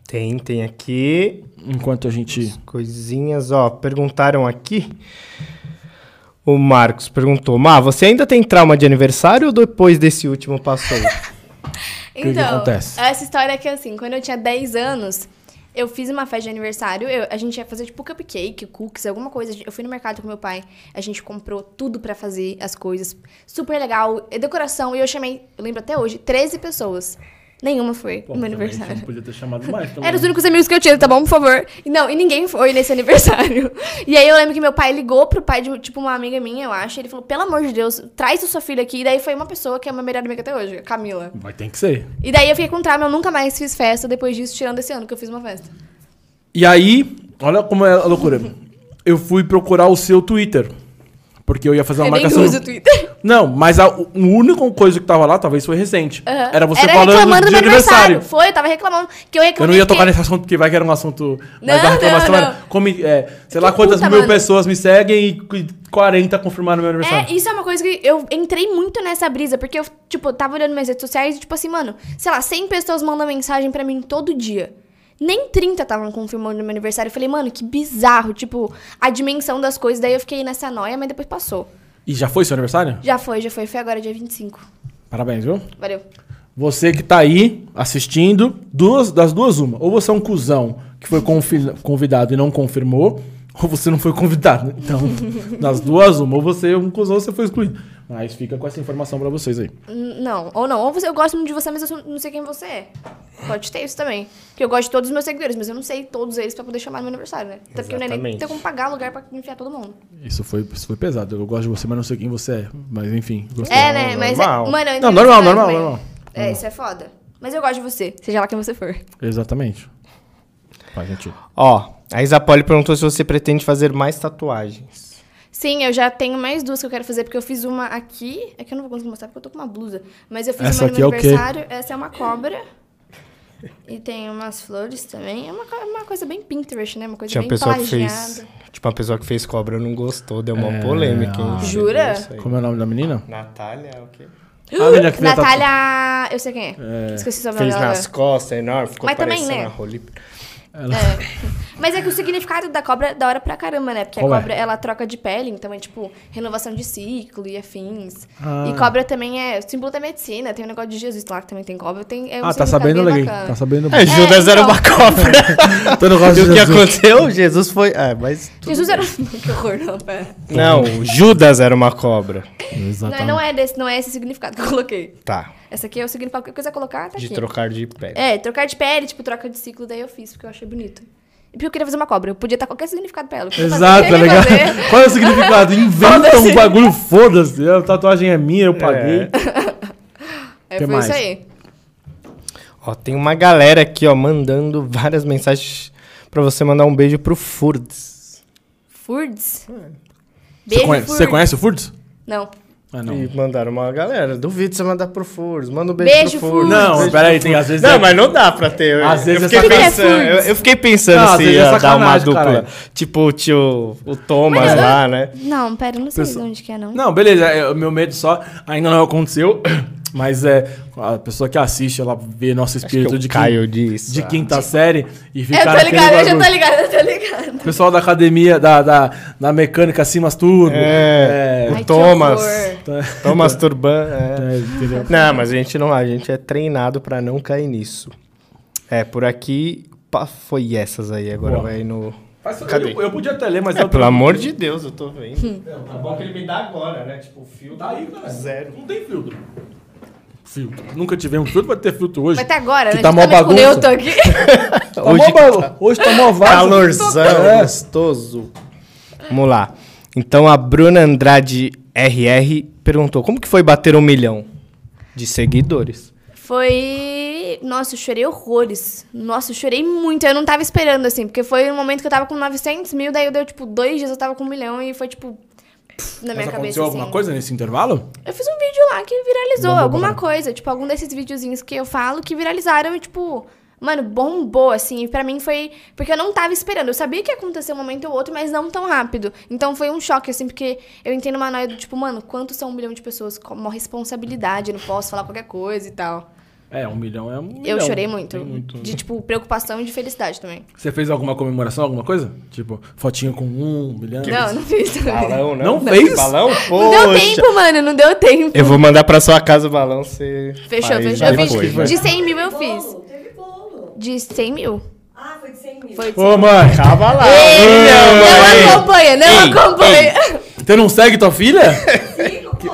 [SPEAKER 3] Tem, tem aqui.
[SPEAKER 1] Enquanto a gente.
[SPEAKER 3] Coisinhas, ó. Perguntaram aqui. O Marcos perguntou: Má, você ainda tem trauma de aniversário ou depois desse último passou?
[SPEAKER 1] que que acontece?
[SPEAKER 2] Então, essa história é que assim, quando eu tinha 10 anos, eu fiz uma festa de aniversário. eu- a gente ia fazer tipo cupcake, cookies, alguma coisa. Eu fui no mercado com meu pai, a gente comprou tudo pra fazer as coisas. Super legal, e decoração. E eu chamei, eu lembro até hoje, 13 pessoas. Nenhuma foi no meu aniversário.
[SPEAKER 1] podia ter chamado mais.
[SPEAKER 2] Eram os únicos amigos que eu tinha, tá bom? Por favor. E não, e ninguém foi nesse aniversário. E aí eu lembro que meu pai ligou pro pai de, tipo, uma amiga minha, eu acho. e Ele falou, pelo amor de Deus, traz a sua filha aqui. E daí foi uma pessoa que é a minha melhor amiga até hoje, a Camila.
[SPEAKER 1] Mas tem que ser.
[SPEAKER 2] E daí eu fiquei com trauma, eu nunca mais fiz festa depois disso, tirando esse ano que eu fiz uma festa.
[SPEAKER 1] E aí, olha como é a loucura. Eu fui procurar o seu Twitter. Porque eu ia fazer uma
[SPEAKER 2] eu
[SPEAKER 1] marcação.
[SPEAKER 2] nem uso É o Twitter.
[SPEAKER 1] Não, mas a o- única coisa que tava lá, talvez foi recente.
[SPEAKER 2] Aham.
[SPEAKER 1] Era você
[SPEAKER 2] Era
[SPEAKER 1] falando
[SPEAKER 2] reclamando
[SPEAKER 1] de
[SPEAKER 2] do meu aniversário.
[SPEAKER 1] aniversário.
[SPEAKER 2] Foi, eu tava reclamando. Que eu
[SPEAKER 1] Eu
[SPEAKER 2] reclamei.
[SPEAKER 1] não ia tocar
[SPEAKER 2] que-
[SPEAKER 1] nesse assunto porque vai que era um assunto. Mas
[SPEAKER 2] Não,
[SPEAKER 1] a reclamação
[SPEAKER 2] não,
[SPEAKER 1] era.
[SPEAKER 2] não.
[SPEAKER 1] come- é, sei lá
[SPEAKER 2] Que
[SPEAKER 1] quantas
[SPEAKER 2] puta,
[SPEAKER 1] mil
[SPEAKER 2] mano.
[SPEAKER 1] pessoas me seguem e qu- 40 confirmaram meu aniversário.
[SPEAKER 2] É, isso é uma coisa que eu entrei muito nessa brisa, porque eu, tipo, tava olhando minhas redes sociais e, tipo assim, mano, sei lá, 100 pessoas mandam mensagem pra mim todo dia. Nem 30 estavam confirmando meu aniversário. Eu falei, mano, que bizarro, tipo, a dimensão das coisas. Daí eu fiquei nessa noia, mas depois passou.
[SPEAKER 1] E já foi seu aniversário?
[SPEAKER 2] Já foi, já foi. Foi agora, dia 25.
[SPEAKER 1] Parabéns, viu?
[SPEAKER 2] Valeu.
[SPEAKER 1] Você que tá aí assistindo, duas, das duas, uma. Ou você é um cuzão que foi confi- convidado e não confirmou, ou você não foi convidado. Então, das duas, uma. Ou você é um cuzão ou você foi excluído. Mas fica com essa informação pra vocês aí.
[SPEAKER 2] N- Não, ou não. Ou você, eu gosto muito de você, mas eu sou- não sei quem você é. Pode ter isso também. Porque eu gosto de todos os meus seguidores, mas eu não sei todos eles pra poder chamar no meu aniversário, né? Até porque eu não ia nem
[SPEAKER 3] Exatamente.
[SPEAKER 2] ter como pagar lugar pra enfiar todo mundo.
[SPEAKER 1] Isso foi, isso foi pesado. Eu gosto de você, mas não sei quem você é. Mas enfim, gostei.
[SPEAKER 2] É, né? Mas.
[SPEAKER 3] normal.
[SPEAKER 2] É, mano, eu entrei
[SPEAKER 1] Não,
[SPEAKER 2] no
[SPEAKER 1] normal,
[SPEAKER 2] Instagram
[SPEAKER 1] normal,
[SPEAKER 2] também.
[SPEAKER 1] normal.
[SPEAKER 2] É, isso é foda. Mas eu gosto de você, seja lá quem você for.
[SPEAKER 1] Exatamente. Faz sentido.
[SPEAKER 3] ó, a Isapoli perguntou se você pretende fazer mais tatuagens.
[SPEAKER 2] Sim, eu já tenho mais duas que eu quero fazer, porque eu fiz uma aqui. É que eu não vou conseguir mostrar porque eu tô com uma blusa. Mas eu fiz
[SPEAKER 1] Essa
[SPEAKER 2] uma no
[SPEAKER 1] aqui é
[SPEAKER 2] meu
[SPEAKER 1] o quê?
[SPEAKER 2] aniversário. Essa é uma cobra. E tem umas flores também. É uma, co- uma coisa bem Pinterest, né? Uma coisa
[SPEAKER 3] Tinha uma
[SPEAKER 2] bem
[SPEAKER 3] pessoa que
[SPEAKER 2] plagiada.
[SPEAKER 3] fez. Tipo, uma pessoa que fez cobra não gostou, deu uma
[SPEAKER 1] É,
[SPEAKER 3] polêmica. hein?
[SPEAKER 1] ah.
[SPEAKER 2] Jura?
[SPEAKER 3] Isso aí.
[SPEAKER 1] Como é o nome da menina? Ah,
[SPEAKER 3] Natália, o quê?
[SPEAKER 1] A menina é que tá- fez a
[SPEAKER 2] Uh, Natália. Eu sei quem é. Esqueci sobre
[SPEAKER 3] Fez
[SPEAKER 2] dela.
[SPEAKER 3] nas costas, enorme, ficou
[SPEAKER 2] Mas também,
[SPEAKER 3] parecendo
[SPEAKER 2] né?
[SPEAKER 3] a Rolip.
[SPEAKER 2] É. Mas é que o significado da cobra é da hora pra caramba, né? Porque
[SPEAKER 1] Qual é?
[SPEAKER 2] a cobra, ela troca de pele, então é tipo renovação de ciclo e afins.
[SPEAKER 1] Ah.
[SPEAKER 2] E cobra também é símbolo da medicina, tem o negócio de Jesus lá que também tem cobra. Tem, é um
[SPEAKER 1] Ah, tá
[SPEAKER 2] significado
[SPEAKER 1] sabendo,
[SPEAKER 2] bem
[SPEAKER 1] Leguinho.
[SPEAKER 2] bacana.
[SPEAKER 1] Tá sabendo.
[SPEAKER 3] É, Judas era
[SPEAKER 2] então.
[SPEAKER 3] uma cobra.
[SPEAKER 1] Então, eu gosto de
[SPEAKER 3] e o que
[SPEAKER 1] Jesus.
[SPEAKER 3] aconteceu? Jesus foi. É, mas. tudo
[SPEAKER 2] Jesus
[SPEAKER 3] bem.
[SPEAKER 2] era. que horror, não, pera.
[SPEAKER 3] Não, o Judas era uma cobra.
[SPEAKER 1] Exatamente.
[SPEAKER 2] Não, não é desse, não é esse significado que eu coloquei.
[SPEAKER 3] Tá.
[SPEAKER 2] Essa aqui é o significado que eu quiser colocar, tá
[SPEAKER 3] De
[SPEAKER 2] aqui.
[SPEAKER 3] trocar de pele.
[SPEAKER 2] É, trocar de pele, tipo, troca de ciclo, daí eu fiz, porque eu achei bonito. E porque eu queria fazer uma cobra, eu podia dar qualquer significado pra ela. eu podia
[SPEAKER 1] Exato,
[SPEAKER 2] fazer-
[SPEAKER 1] é legal.
[SPEAKER 2] fazer.
[SPEAKER 1] Qual é o significado? Inventa um bagulho, foda-se. A tatuagem é minha, eu paguei.
[SPEAKER 2] É,
[SPEAKER 1] Que
[SPEAKER 2] foi
[SPEAKER 1] mais?
[SPEAKER 2] isso aí.
[SPEAKER 3] Ó, tem uma galera aqui, ó, mandando várias mensagens pra você mandar um beijo pro Furds.
[SPEAKER 2] Furds?
[SPEAKER 1] Você,
[SPEAKER 2] Beijo,
[SPEAKER 1] conhece, você
[SPEAKER 2] Furds.
[SPEAKER 1] conhece o Furds?
[SPEAKER 2] Não.
[SPEAKER 1] Ah,
[SPEAKER 3] E mandaram uma galera. Duvido você mandar pro Furds. Manda um beijo,
[SPEAKER 2] Beijo,
[SPEAKER 3] pro Furds.
[SPEAKER 2] Furds.
[SPEAKER 1] Não,
[SPEAKER 3] Beijo
[SPEAKER 1] peraí,
[SPEAKER 3] pro
[SPEAKER 1] tem-
[SPEAKER 3] Furds.
[SPEAKER 1] às vezes
[SPEAKER 3] Não,
[SPEAKER 1] é-
[SPEAKER 3] mas não dá pra ter.
[SPEAKER 1] Às vezes é
[SPEAKER 3] eu fiquei
[SPEAKER 2] sacanagem.
[SPEAKER 3] pensando, eu, eu fiquei pensando
[SPEAKER 1] Não, às
[SPEAKER 3] se
[SPEAKER 1] vezes é
[SPEAKER 3] ia dar uma
[SPEAKER 1] sacanagem,
[SPEAKER 3] dupla.
[SPEAKER 1] caralho.
[SPEAKER 3] Tipo o tio, o Thomas
[SPEAKER 2] Mas eu-
[SPEAKER 3] lá, né?
[SPEAKER 2] Não, pera, eu não sei
[SPEAKER 1] Pessoa-
[SPEAKER 2] de onde que é, não.
[SPEAKER 1] Não, beleza. é, o meu medo só ainda não aconteceu. Mas é a pessoa que assiste, ela vê nosso espírito
[SPEAKER 3] eu
[SPEAKER 1] de,
[SPEAKER 3] é caio
[SPEAKER 1] quin-
[SPEAKER 3] disso,
[SPEAKER 1] de
[SPEAKER 3] ah.
[SPEAKER 1] quinta série e fica
[SPEAKER 2] Eu tô
[SPEAKER 1] naquele
[SPEAKER 2] ligada, eu já tô
[SPEAKER 1] bagulho.
[SPEAKER 2] ligada, eu tô ligada.
[SPEAKER 1] O pessoal da academia, da, da, da mecânica se masturba.
[SPEAKER 3] É.
[SPEAKER 2] Ai, que
[SPEAKER 3] Thomas.
[SPEAKER 2] horror.
[SPEAKER 3] Tô masturbando. é.
[SPEAKER 1] É, entendeu?
[SPEAKER 3] Não, mas a gente não, a gente é treinado pra não cair nisso. É, por aqui pá, foi essas aí, agora
[SPEAKER 1] Boa.
[SPEAKER 3] vai no
[SPEAKER 1] Mas eu-
[SPEAKER 3] Cadê?
[SPEAKER 1] Eu, eu podia até ler, mas
[SPEAKER 3] É,
[SPEAKER 1] eu
[SPEAKER 3] pelo amor de Deus, eu tô vendo. Tá bom que ele me dá agora, né? Tipo, o fio
[SPEAKER 1] Tá aí, cara.
[SPEAKER 3] Zero.
[SPEAKER 1] Não tem filtro. Filtro. Nunca tivemos filtro, vai ter filtro hoje.
[SPEAKER 2] Mas até agora,
[SPEAKER 1] Que
[SPEAKER 2] né?
[SPEAKER 1] tá mó
[SPEAKER 2] Justamente quando Eu
[SPEAKER 1] bagunça.
[SPEAKER 2] tô aqui.
[SPEAKER 1] Tá mó
[SPEAKER 3] Hoje
[SPEAKER 1] ba- Hoje tá mó vaso.
[SPEAKER 3] Calorzão,
[SPEAKER 1] É.
[SPEAKER 3] um gostoso. Vamos lá. Então a Bruna Andrade RR perguntou: como que foi bater um milhão de seguidores?
[SPEAKER 2] Foi. Nossa, eu chorei horrores. Nossa, eu chorei muito. Eu não tava esperando, assim, porque foi um momento que eu tava com 900 mil, daí eu deu, tipo, dois dias eu tava com um milhão e foi, tipo, puf, na
[SPEAKER 1] Mas
[SPEAKER 2] minha cabeça.
[SPEAKER 1] aconteceu alguma
[SPEAKER 2] assim.
[SPEAKER 1] coisa nesse intervalo?
[SPEAKER 2] Eu fiz um vídeo lá que viralizou,
[SPEAKER 1] Bombou
[SPEAKER 2] alguma
[SPEAKER 1] pra
[SPEAKER 2] coisa, tipo, algum desses videozinhos que eu falo que viralizaram e, tipo, mano, bombou, assim. E pra mim foi. Porque eu não tava esperando. Eu sabia que ia acontecer um momento ou outro, mas não tão rápido. Então foi um choque, assim, porque eu entendo uma noia do tipo, mano, quantos são um milhão de pessoas? Qual- Uma responsabilidade, eu não posso falar qualquer coisa e tal.
[SPEAKER 1] É, um milhão é um
[SPEAKER 2] Eu
[SPEAKER 1] milhão.
[SPEAKER 2] chorei muito,
[SPEAKER 1] Tem
[SPEAKER 2] De, tipo, preocupação e de felicidade também.
[SPEAKER 1] Você fez alguma comemoração, alguma coisa? Tipo, fotinha com um milhão?
[SPEAKER 2] não, não fiz também.
[SPEAKER 3] Balão, né?
[SPEAKER 1] Não fez?
[SPEAKER 3] Balão?
[SPEAKER 2] Não
[SPEAKER 3] Poxa.
[SPEAKER 2] deu tempo, mano, não deu tempo.
[SPEAKER 3] Eu vou mandar pra sua casa o balão, você.
[SPEAKER 2] Fechou,
[SPEAKER 3] faz,
[SPEAKER 2] fechou.
[SPEAKER 3] já
[SPEAKER 2] Eu fiz.
[SPEAKER 3] foi, né?
[SPEAKER 2] De 100 mil eu fiz.
[SPEAKER 4] Bolo, Teve bolo.
[SPEAKER 2] De 100 mil.
[SPEAKER 4] Ah, foi de 100 mil.
[SPEAKER 2] Foi de 100
[SPEAKER 1] Ô, mãe,
[SPEAKER 3] Calma lá.
[SPEAKER 2] Não é
[SPEAKER 3] Ei,
[SPEAKER 2] acompanha, não
[SPEAKER 3] Ei,
[SPEAKER 2] acompanha.
[SPEAKER 1] você não segue tua filha?
[SPEAKER 4] Cinco, pô.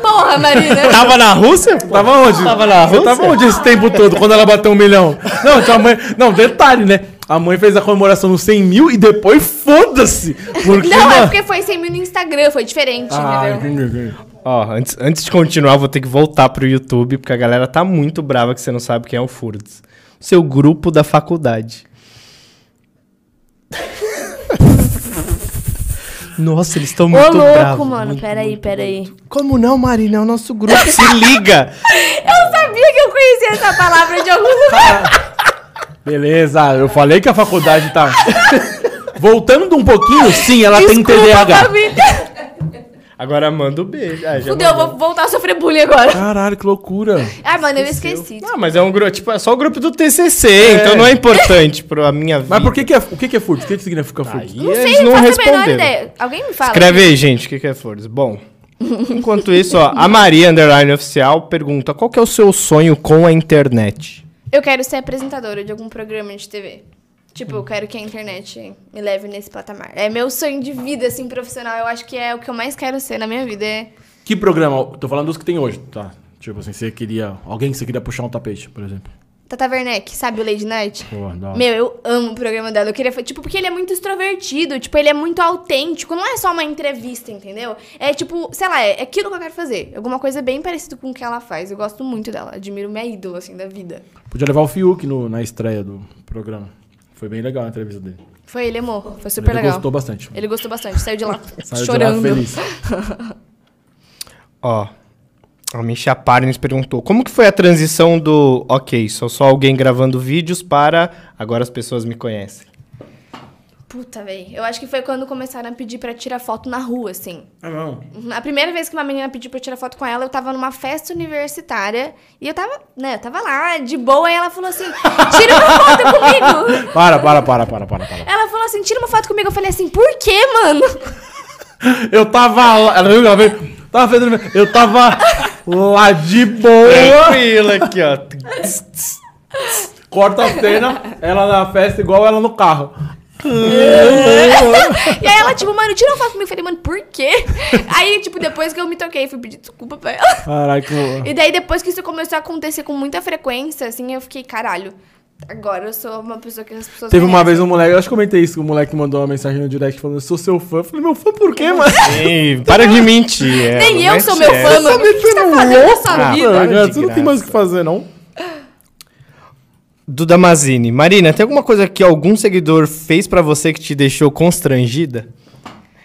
[SPEAKER 2] Porra, Marina.
[SPEAKER 3] Tá, Tava na Rússia?
[SPEAKER 1] Tava onde?
[SPEAKER 3] Tava na
[SPEAKER 1] Você tava
[SPEAKER 3] Rússia?
[SPEAKER 1] onde esse tempo todo, quando ela bateu um milhão? Não, tua mãe... Não, detalhe, né? A mãe fez a comemoração nos 100 mil e depois foda-se. Porque,
[SPEAKER 2] Não, é
[SPEAKER 1] mano-
[SPEAKER 2] porque foi 100 mil no Instagram, foi diferente,
[SPEAKER 1] Ah,
[SPEAKER 2] entendeu?
[SPEAKER 1] entendi, entendi.
[SPEAKER 3] Ó, antes, antes de continuar, vou ter que voltar pro YouTube, porque a galera tá muito brava que você não sabe quem é o Furds. Seu grupo da faculdade. Nossa, eles estão
[SPEAKER 2] Ô,
[SPEAKER 3] muito
[SPEAKER 2] louco,
[SPEAKER 3] bravos.
[SPEAKER 2] mano,
[SPEAKER 3] muito,
[SPEAKER 2] peraí,
[SPEAKER 3] muito,
[SPEAKER 2] peraí.
[SPEAKER 3] muito. Como não, Marina? É o nosso grupo. Se liga!
[SPEAKER 2] Eu sabia que eu conhecia essa palavra de algum lugar.
[SPEAKER 1] Beleza, eu falei que a faculdade tá... Voltando um pouquinho, sim, ela tem
[SPEAKER 2] Desculpa,
[SPEAKER 1] TDAH.
[SPEAKER 2] família.
[SPEAKER 3] Agora manda o beijo. Ah, já
[SPEAKER 2] Fudeu, eu
[SPEAKER 3] mandou.
[SPEAKER 2] vou voltar a sofrer bullying agora.
[SPEAKER 1] Caralho, que loucura.
[SPEAKER 2] Ah, mano, eu esqueci.
[SPEAKER 3] Não, mas é um grupo, tipo, é só o grupo do TCC, então não é importante pra minha vida.
[SPEAKER 1] Mas por que que é, o que que é furto? O que que significa furto?
[SPEAKER 3] Aí
[SPEAKER 2] Não
[SPEAKER 3] eles
[SPEAKER 2] sei,
[SPEAKER 3] não
[SPEAKER 2] não faço a menor
[SPEAKER 3] responderam.
[SPEAKER 2] ideia. Alguém me fala.
[SPEAKER 3] Escreve aí, gente, o que, que é flores. Bom, enquanto isso, ó, a Maria Underline Oficial pergunta: qual que é o seu sonho com a internet?
[SPEAKER 2] Eu quero ser apresentadora de algum programa de TV. Tipo, eu quero que a internet me leve nesse patamar. É meu sonho de vida, assim, profissional. Eu acho que é o que eu mais quero ser na minha vida. É...
[SPEAKER 1] Que programa? Tô falando dos que tem hoje, tá? Tipo assim, você queria... Alguém que você queria puxar um tapete, por exemplo.
[SPEAKER 2] Tata Werneck, sabe o Lady Night?
[SPEAKER 1] Pô, da hora.
[SPEAKER 2] Meu, eu amo o programa dela. Eu queria. fa- Tipo, porque ele é muito extrovertido, tipo, ele é muito autêntico. Não é só uma entrevista, entendeu? É tipo, sei lá, é aquilo que eu quero fazer. Alguma coisa bem parecida com o que ela faz. Eu gosto muito dela. Admiro minha ídola, assim, da vida.
[SPEAKER 1] Podia levar o Fiuk no- na estreia do programa. Foi bem legal a entrevista dele.
[SPEAKER 2] Foi ele, é amor. Foi super
[SPEAKER 1] Ele
[SPEAKER 2] legal.
[SPEAKER 1] gostou bastante.
[SPEAKER 2] Ele gostou bastante. Saiu de lá
[SPEAKER 1] Saiu de lá
[SPEAKER 2] chorando.
[SPEAKER 1] feliz.
[SPEAKER 3] Ó, a Misha Parnes perguntou: como que foi a transição do ok, sou só alguém gravando vídeos para agora as pessoas me conhecem?
[SPEAKER 2] Puta, véi. Eu acho que foi quando começaram a pedir pra tirar foto na rua, assim.
[SPEAKER 1] Ah, não.
[SPEAKER 2] Uhum. A primeira vez que uma menina pediu pra eu tirar foto com ela, eu tava numa festa universitária. E eu tava, né, eu tava lá, de boa, e ela falou assim: tira uma foto comigo!
[SPEAKER 1] Para, para, para, para, para, para.
[SPEAKER 2] Ela falou assim: tira uma foto comigo. Eu falei assim: por quê, mano?
[SPEAKER 1] Eu tava lá. Ela viu que ela veio. Tava fazendo. Eu tava lá de boa.
[SPEAKER 3] Tranquilo aqui, ó.
[SPEAKER 1] Corta a cena, ela na festa igual ela no carro.
[SPEAKER 2] E aí ela, tipo, mano, tira uma foto comigo. Eu falei, mano, por quê? Aí, tipo, depois que eu me toquei, fui pedir desculpa pra ela.
[SPEAKER 1] Caraca, que louco.
[SPEAKER 2] E daí, depois que isso começou a acontecer com muita frequência, assim, eu fiquei, caralho, agora eu sou uma pessoa que as pessoas.
[SPEAKER 1] Teve uma
[SPEAKER 2] merecem.
[SPEAKER 1] vez um moleque, eu acho que comentei isso, que o moleque mandou uma mensagem no direct falando, eu sou seu fã. Eu falei, meu fã por quê, mano?
[SPEAKER 3] Ei, para de mentir. é,
[SPEAKER 2] Nem eu
[SPEAKER 3] não
[SPEAKER 2] sou
[SPEAKER 3] mete
[SPEAKER 2] meu
[SPEAKER 3] essa.
[SPEAKER 2] fã, mano. O que você tá fazendo com a sua
[SPEAKER 3] Ah,
[SPEAKER 2] vida?
[SPEAKER 1] Mano,
[SPEAKER 3] para de
[SPEAKER 1] você não tem mais o que
[SPEAKER 3] graça.
[SPEAKER 1] fazer, não?
[SPEAKER 3] Duda Mazini. Marina, tem alguma coisa que algum seguidor fez pra você que te deixou constrangida?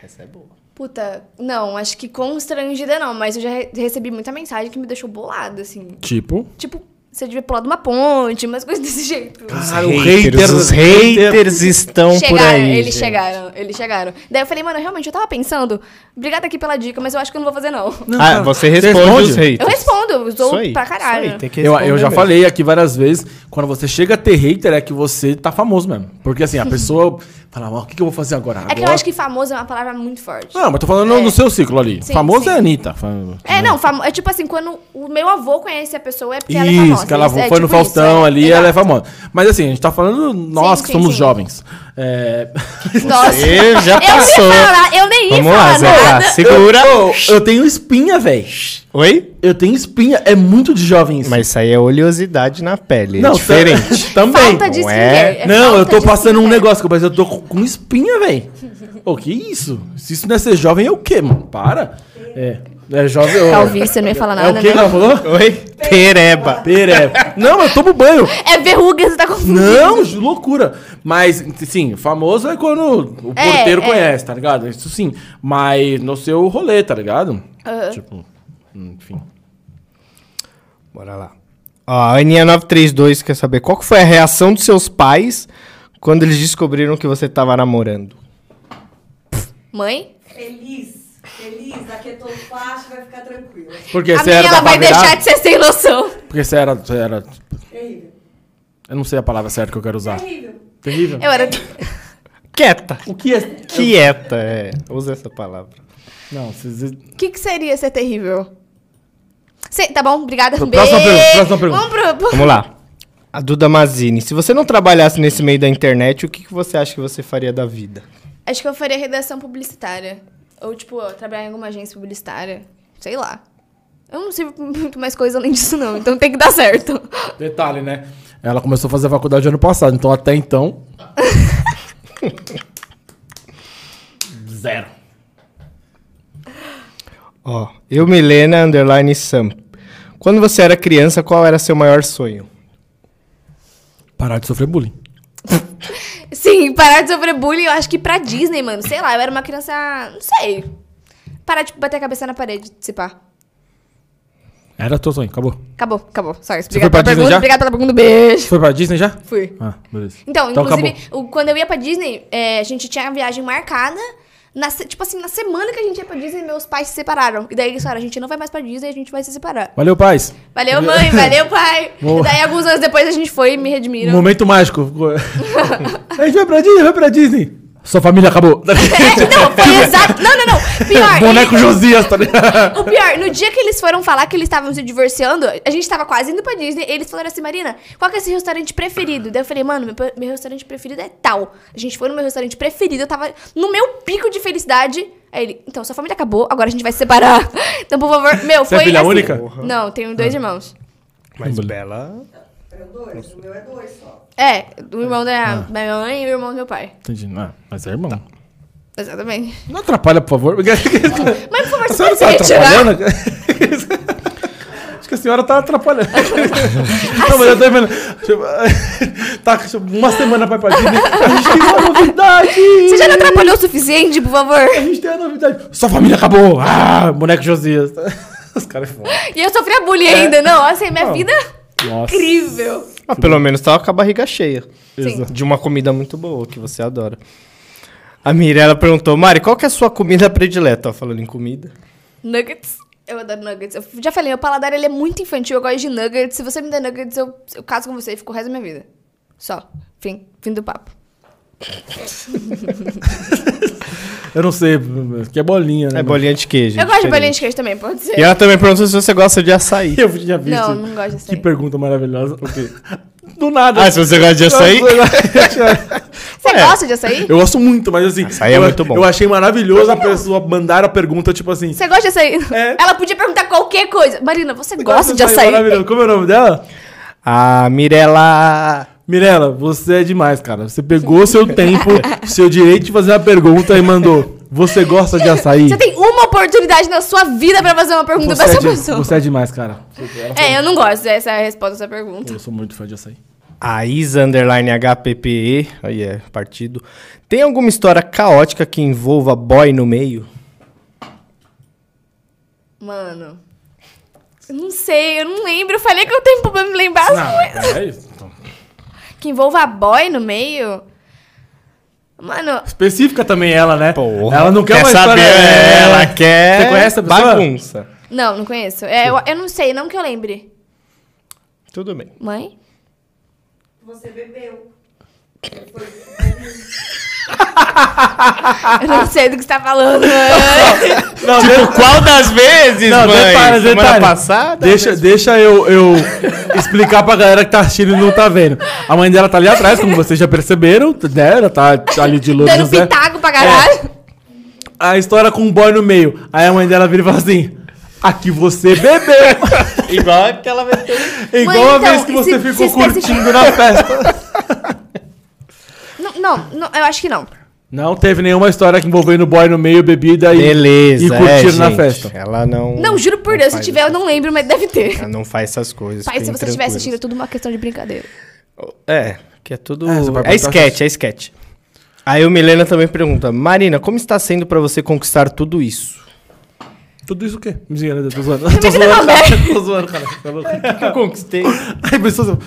[SPEAKER 3] Essa é boa.
[SPEAKER 2] Puta, não, acho que constrangida não, mas eu já re- recebi muita mensagem que me deixou bolada, assim.
[SPEAKER 1] Tipo.
[SPEAKER 2] Tipo, você devia pular de uma ponte, umas coisas desse jeito.
[SPEAKER 1] Caralho,
[SPEAKER 3] os
[SPEAKER 1] o
[SPEAKER 3] haters,
[SPEAKER 1] hater-
[SPEAKER 3] os haters estão por
[SPEAKER 2] chegaram,
[SPEAKER 3] aí.
[SPEAKER 2] eles
[SPEAKER 3] gente.
[SPEAKER 2] chegaram, eles chegaram. Daí eu falei, mano, realmente, eu tava pensando, obrigada aqui pela dica, mas eu acho que eu não vou fazer, não.
[SPEAKER 3] Ah, você responde, os haters.
[SPEAKER 2] Eu respondo, mundo. Usou pra caralho.
[SPEAKER 3] isso aí, tem que
[SPEAKER 1] Eu, eu
[SPEAKER 3] responder
[SPEAKER 1] já
[SPEAKER 3] mesmo.
[SPEAKER 1] falei aqui várias vezes, quando você chega a ter hater, é que você tá famoso mesmo. Porque assim, a pessoa fala, "Mas o que, que eu vou fazer agora?
[SPEAKER 2] É que eu acho que famoso é uma palavra muito forte.
[SPEAKER 1] Não, mas tô falando
[SPEAKER 2] É.
[SPEAKER 1] no seu ciclo ali.
[SPEAKER 2] Sim,
[SPEAKER 1] famoso
[SPEAKER 2] sim.
[SPEAKER 1] é a Anitta. Fa-
[SPEAKER 2] É, não, famo... é tipo assim, quando o meu avô conhece a pessoa é porque ela é famosa.
[SPEAKER 1] Isso, que ela
[SPEAKER 2] isso, é
[SPEAKER 1] foi no
[SPEAKER 2] tipo isso,
[SPEAKER 1] Faustão
[SPEAKER 2] é.
[SPEAKER 1] ali,
[SPEAKER 2] Exato.
[SPEAKER 1] ela é famosa. Mas assim, a gente tá falando nós
[SPEAKER 2] Sim,
[SPEAKER 1] que
[SPEAKER 2] sim,
[SPEAKER 1] somos
[SPEAKER 2] sim.
[SPEAKER 1] jovens. É...
[SPEAKER 2] Nossa.
[SPEAKER 3] Você já
[SPEAKER 2] Eu nem
[SPEAKER 3] passou.
[SPEAKER 2] ia falar, eu nem ia
[SPEAKER 3] Vamos lá,
[SPEAKER 2] falar
[SPEAKER 3] Zé
[SPEAKER 2] nada.
[SPEAKER 3] Gá, segura.
[SPEAKER 1] Eu, eu tenho espinha, velho.
[SPEAKER 3] Oi?
[SPEAKER 1] Eu tenho espinha, é muito de jovem isso.
[SPEAKER 3] Mas isso aí é oleosidade na pele, é
[SPEAKER 1] Não,
[SPEAKER 3] diferente.
[SPEAKER 1] também.
[SPEAKER 2] Falta de
[SPEAKER 3] Não
[SPEAKER 2] skincare,
[SPEAKER 3] é-
[SPEAKER 2] é
[SPEAKER 1] Não,
[SPEAKER 2] falta
[SPEAKER 1] eu tô
[SPEAKER 2] de
[SPEAKER 1] passando um
[SPEAKER 2] skincare.
[SPEAKER 1] negócio, que eu- mas eu tô com com espinha, velho. Ô, que isso? Se isso não é ser jovem, é o quê, mano? Para. É, é jovem... ô-
[SPEAKER 2] Calvície, eu não ia falar
[SPEAKER 1] É
[SPEAKER 2] nada,
[SPEAKER 1] o que que
[SPEAKER 2] né?
[SPEAKER 1] ela falou?
[SPEAKER 3] Oi? Pereba.
[SPEAKER 1] Perepa. Não, eu tomo banho.
[SPEAKER 2] É verruga, você tá confundindo.
[SPEAKER 1] Não, ju- loucura. Mas, sim, famoso é quando o
[SPEAKER 2] É,
[SPEAKER 1] porteiro
[SPEAKER 2] é.
[SPEAKER 1] conhece, tá ligado? Isso sim. Mas no seu rolê, tá ligado?
[SPEAKER 2] Aham.
[SPEAKER 1] Tipo, enfim.
[SPEAKER 3] Bora lá. Ó, a Aninha 932 quer saber qual que foi a reação dos seus pais quando eles descobriram que você tava namorando.
[SPEAKER 2] Mãe?
[SPEAKER 4] Feliz, feliz, daqui é todo fácil, vai ficar tranquilo.
[SPEAKER 1] Porque
[SPEAKER 2] a
[SPEAKER 1] você
[SPEAKER 2] minha
[SPEAKER 1] era
[SPEAKER 2] ela
[SPEAKER 1] da
[SPEAKER 2] vai
[SPEAKER 1] Bavirada?
[SPEAKER 2] deixar de ser sem noção.
[SPEAKER 1] Porque você era, você era...
[SPEAKER 4] Terrível.
[SPEAKER 1] Eu não sei a palavra certa que eu quero usar.
[SPEAKER 4] Terrível.
[SPEAKER 1] Terrível.
[SPEAKER 2] Eu era.
[SPEAKER 3] Quieta.
[SPEAKER 1] O que é...
[SPEAKER 3] Quieta, é. Usa essa palavra.
[SPEAKER 1] Não, vocês...
[SPEAKER 2] O que, que seria ser terrível? Sei, tá bom, obrigada.
[SPEAKER 1] Próxima
[SPEAKER 2] Beijo.
[SPEAKER 1] pergunta, próxima pergunta.
[SPEAKER 2] Vamos pro. pro-
[SPEAKER 3] Vamos lá. A Duda Mazini, se você não trabalhasse nesse meio da internet, o que, que você acha que você faria da vida?
[SPEAKER 2] Acho que eu faria redação publicitária. Ou, tipo, eu trabalhar em alguma agência publicitária. Sei lá. Eu não sirvo pra muito mais coisa além disso, não. Então tem que dar certo.
[SPEAKER 1] Detalhe, né? Ela começou a fazer faculdade ano passado, então até então. Zero.
[SPEAKER 3] Ó, eu Milena, underline Sam. Quando você era criança, qual era seu maior sonho?
[SPEAKER 1] Parar de sofrer bullying.
[SPEAKER 2] Sim, parar de sofrer bullying, eu acho que pra Disney, mano. Sei lá, eu era uma criança. Não sei. Parar de bater a cabeça na parede, se pá.
[SPEAKER 1] Era teu sonho, acabou.
[SPEAKER 2] Acabou, acabou. Sorry.
[SPEAKER 1] foi
[SPEAKER 2] Obrigada
[SPEAKER 1] pra
[SPEAKER 2] pela
[SPEAKER 1] Disney
[SPEAKER 2] pergunta.
[SPEAKER 1] já?
[SPEAKER 2] Obrigada pela pergunta. Beijo.
[SPEAKER 1] Foi pra Disney já?
[SPEAKER 2] Fui.
[SPEAKER 1] Ah, beleza.
[SPEAKER 2] Então, inclusive, o- quando eu ia pra Disney, é, a gente tinha a viagem marcada. na se- tipo assim, na semana que a gente ia pra Disney, meus pais se separaram. E daí eles falaram, a gente não vai mais pra Disney, a gente vai se separar.
[SPEAKER 1] Valeu, paz.
[SPEAKER 2] Valeu, mãe. valeu, pai.
[SPEAKER 1] Boa.
[SPEAKER 2] E daí, alguns anos depois, a gente foi e me redimiram.
[SPEAKER 1] Momento mágico. A gente vai pra Disney, vai pra Disney. Sua família acabou.
[SPEAKER 2] É, não, foi exato. Não, não, não. Pior.
[SPEAKER 1] Boneco Josias, tá ligado?
[SPEAKER 2] O pior, no dia que eles foram falar que eles estavam se divorciando, a gente tava quase indo pra Disney, eles falaram assim, Marina, qual que é esse restaurante preferido? Daí eu falei, mano, meu, meu restaurante preferido é tal. A gente foi no meu restaurante preferido, eu tava no meu pico de felicidade. Aí ele, então, sua família acabou, agora a gente vai se separar. Então, por favor, meu,
[SPEAKER 1] Você é
[SPEAKER 2] foi
[SPEAKER 1] filha
[SPEAKER 2] assim.
[SPEAKER 1] única? Ah.
[SPEAKER 2] Não, tenho dois irmãos.
[SPEAKER 3] Mas Bela.
[SPEAKER 4] Eu dois, o meu é dois só.
[SPEAKER 2] É, o irmão da
[SPEAKER 1] Ah.
[SPEAKER 2] da minha mãe e o irmão do meu pai.
[SPEAKER 1] Entendi. Ah, mas é irmão.
[SPEAKER 2] Exatamente.
[SPEAKER 1] Não atrapalha, por favor. Você
[SPEAKER 2] Mas, por favor, você
[SPEAKER 1] não
[SPEAKER 2] pode
[SPEAKER 1] está
[SPEAKER 2] se retirar.
[SPEAKER 1] tá atrapalhando? Acho que a senhora tá atrapalhando. Não, mas eu tô vendo. Tipo, Tá tipo, uma semana pra ir pra Disney. A gente tem uma novidade!
[SPEAKER 2] Você já não atrapalhou o suficiente, por favor?
[SPEAKER 1] A gente tem uma novidade. Sua família acabou! Ah, boneco Josias. Os caras é foda.
[SPEAKER 2] E eu sofri a bullying ainda, não. Assim, minha
[SPEAKER 1] É. Não.
[SPEAKER 2] vida...
[SPEAKER 1] Nossa.
[SPEAKER 2] Incrível.
[SPEAKER 3] Ah, pelo menos tava com a barriga cheia.
[SPEAKER 1] Exato.
[SPEAKER 3] De uma comida muito boa, que você adora. A Mirella perguntou, Mari, qual que é a sua comida predileta? Ó, falando em comida.
[SPEAKER 2] Nuggets. Eu adoro nuggets. Eu já falei, meu paladar ele é muito infantil. Eu gosto de nuggets. Se você me der nuggets, eu, eu caso com você e fico o resto da minha vida. Só. Fim. Fim do papo.
[SPEAKER 1] Eu não sei, que é bolinha, né?
[SPEAKER 3] É bolinha de queijo.
[SPEAKER 2] eu gosto de
[SPEAKER 3] diferente.
[SPEAKER 2] bolinha de queijo também, pode ser.
[SPEAKER 3] E ela também perguntou se você gosta de açaí.
[SPEAKER 1] Eu tinha visto.
[SPEAKER 2] Não, não gosto dessa
[SPEAKER 1] Que
[SPEAKER 2] aí.
[SPEAKER 1] pergunta maravilhosa. O quê? Do nada.
[SPEAKER 3] Ah, se você gosta de açaí?
[SPEAKER 2] Você
[SPEAKER 3] É.
[SPEAKER 2] gosta de açaí?
[SPEAKER 1] Eu gosto muito, mas assim.
[SPEAKER 3] Açaí é
[SPEAKER 1] eu,
[SPEAKER 3] muito bom.
[SPEAKER 1] Eu achei maravilhoso a pessoa mandar a pergunta, tipo assim.
[SPEAKER 2] Você gosta de açaí?
[SPEAKER 1] É.
[SPEAKER 2] Ela podia perguntar qualquer coisa. Marina, você gosta de açaí?
[SPEAKER 1] Maravilhoso. Como é o nome dela?
[SPEAKER 3] A Mirella...
[SPEAKER 1] Mirela, você é demais, cara. Você pegou o seu tempo, seu direito de fazer uma pergunta e mandou. Você gosta de açaí?
[SPEAKER 2] Você tem uma oportunidade na sua vida pra fazer uma pergunta pra
[SPEAKER 1] Você é,
[SPEAKER 2] essa
[SPEAKER 1] de-
[SPEAKER 2] pessoa.
[SPEAKER 1] você é demais, cara.
[SPEAKER 2] É, eu não gosto dessa é a resposta dessa pergunta.
[SPEAKER 1] Eu sou muito fã de açaí.
[SPEAKER 3] A Isa underline HPPE, aí é partido. Tem alguma história caótica que envolva boy no meio?
[SPEAKER 2] Mano. Eu não sei, eu não lembro. Eu falei que eu tenho problema pra me lembrar as coisas.
[SPEAKER 1] é isso.
[SPEAKER 2] Que envolva boy no meio? Mano,
[SPEAKER 1] Específica também ela, né?
[SPEAKER 3] Porra,
[SPEAKER 1] ela não quer, mais É.
[SPEAKER 3] saber, É,
[SPEAKER 1] história-
[SPEAKER 3] ela quer
[SPEAKER 1] Você conhece a pessoa?
[SPEAKER 3] bagunça.
[SPEAKER 2] Não, não conheço. É, eu, eu não sei, não que eu lembre.
[SPEAKER 3] Tudo bem.
[SPEAKER 2] Mãe?
[SPEAKER 4] Você bebeu.
[SPEAKER 2] Eu não sei do que você tá falando, mãe.
[SPEAKER 3] Não, tipo, qual das vezes,
[SPEAKER 1] Não,
[SPEAKER 3] mãe?
[SPEAKER 1] detalhe,
[SPEAKER 3] Semana
[SPEAKER 1] detalhe.
[SPEAKER 3] passada? né?
[SPEAKER 1] Deixa, deixa eu, eu explicar pra galera que tá assistindo e não tá vendo. A mãe dela tá ali atrás, como vocês já perceberam, né? Ela tá ali de luz.
[SPEAKER 2] Dando pitaco pra caralho.
[SPEAKER 1] A história com um boy no meio. Aí a mãe dela vira e fala assim: Aqui você bebeu.
[SPEAKER 3] Igual aquela vez que eu...
[SPEAKER 1] Igual a
[SPEAKER 2] então,
[SPEAKER 1] vez que
[SPEAKER 2] e
[SPEAKER 1] você
[SPEAKER 2] se-
[SPEAKER 1] ficou
[SPEAKER 2] se especifica-
[SPEAKER 1] curtindo na festa.
[SPEAKER 2] Não, não, não, eu acho que não.
[SPEAKER 1] Não teve nenhuma história que envolvendo boy no meio, bebida e,
[SPEAKER 3] Beleza,
[SPEAKER 1] e curtir
[SPEAKER 3] é,
[SPEAKER 1] na
[SPEAKER 3] gente,
[SPEAKER 1] festa.
[SPEAKER 3] Ela não...
[SPEAKER 2] Não, juro por Deus, se
[SPEAKER 3] faz
[SPEAKER 2] tiver, eu não lembro, mas deve ter.
[SPEAKER 3] Ela não faz essas coisas.
[SPEAKER 2] Pai, se
[SPEAKER 3] fiquem
[SPEAKER 2] você estiver
[SPEAKER 3] tranquilos.
[SPEAKER 2] assistindo, é tudo uma questão de brincadeira.
[SPEAKER 3] É, que é tudo.
[SPEAKER 1] É, você vai botar
[SPEAKER 3] É, sketch, é sketch. Aí o Milena também pergunta: Marina, como está sendo pra você conquistar tudo isso?
[SPEAKER 1] Tudo isso o quê? Me zoando, tô zoando. Tô
[SPEAKER 2] que não,
[SPEAKER 1] zoando, cara.
[SPEAKER 2] velho.
[SPEAKER 1] Tô zoando, cara. Tá louco?
[SPEAKER 3] eu conquistei.
[SPEAKER 1] Aí pessoas. O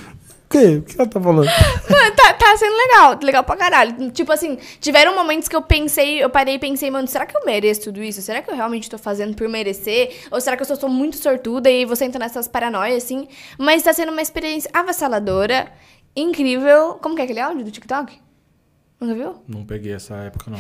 [SPEAKER 1] quê? O que ela tá falando?
[SPEAKER 2] Mano, tá, tá sendo legal, legal pra caralho. Tipo assim, tiveram momentos que eu pensei, eu parei e pensei, mano, será que eu mereço tudo isso? Será que eu realmente tô fazendo por merecer? Ou será que eu só sou muito sortuda e você entra nessas paranoias, assim? Mas tá sendo uma experiência avassaladora, incrível. Como que é aquele áudio do TikTok? Nunca viu?
[SPEAKER 1] Não peguei essa época, não.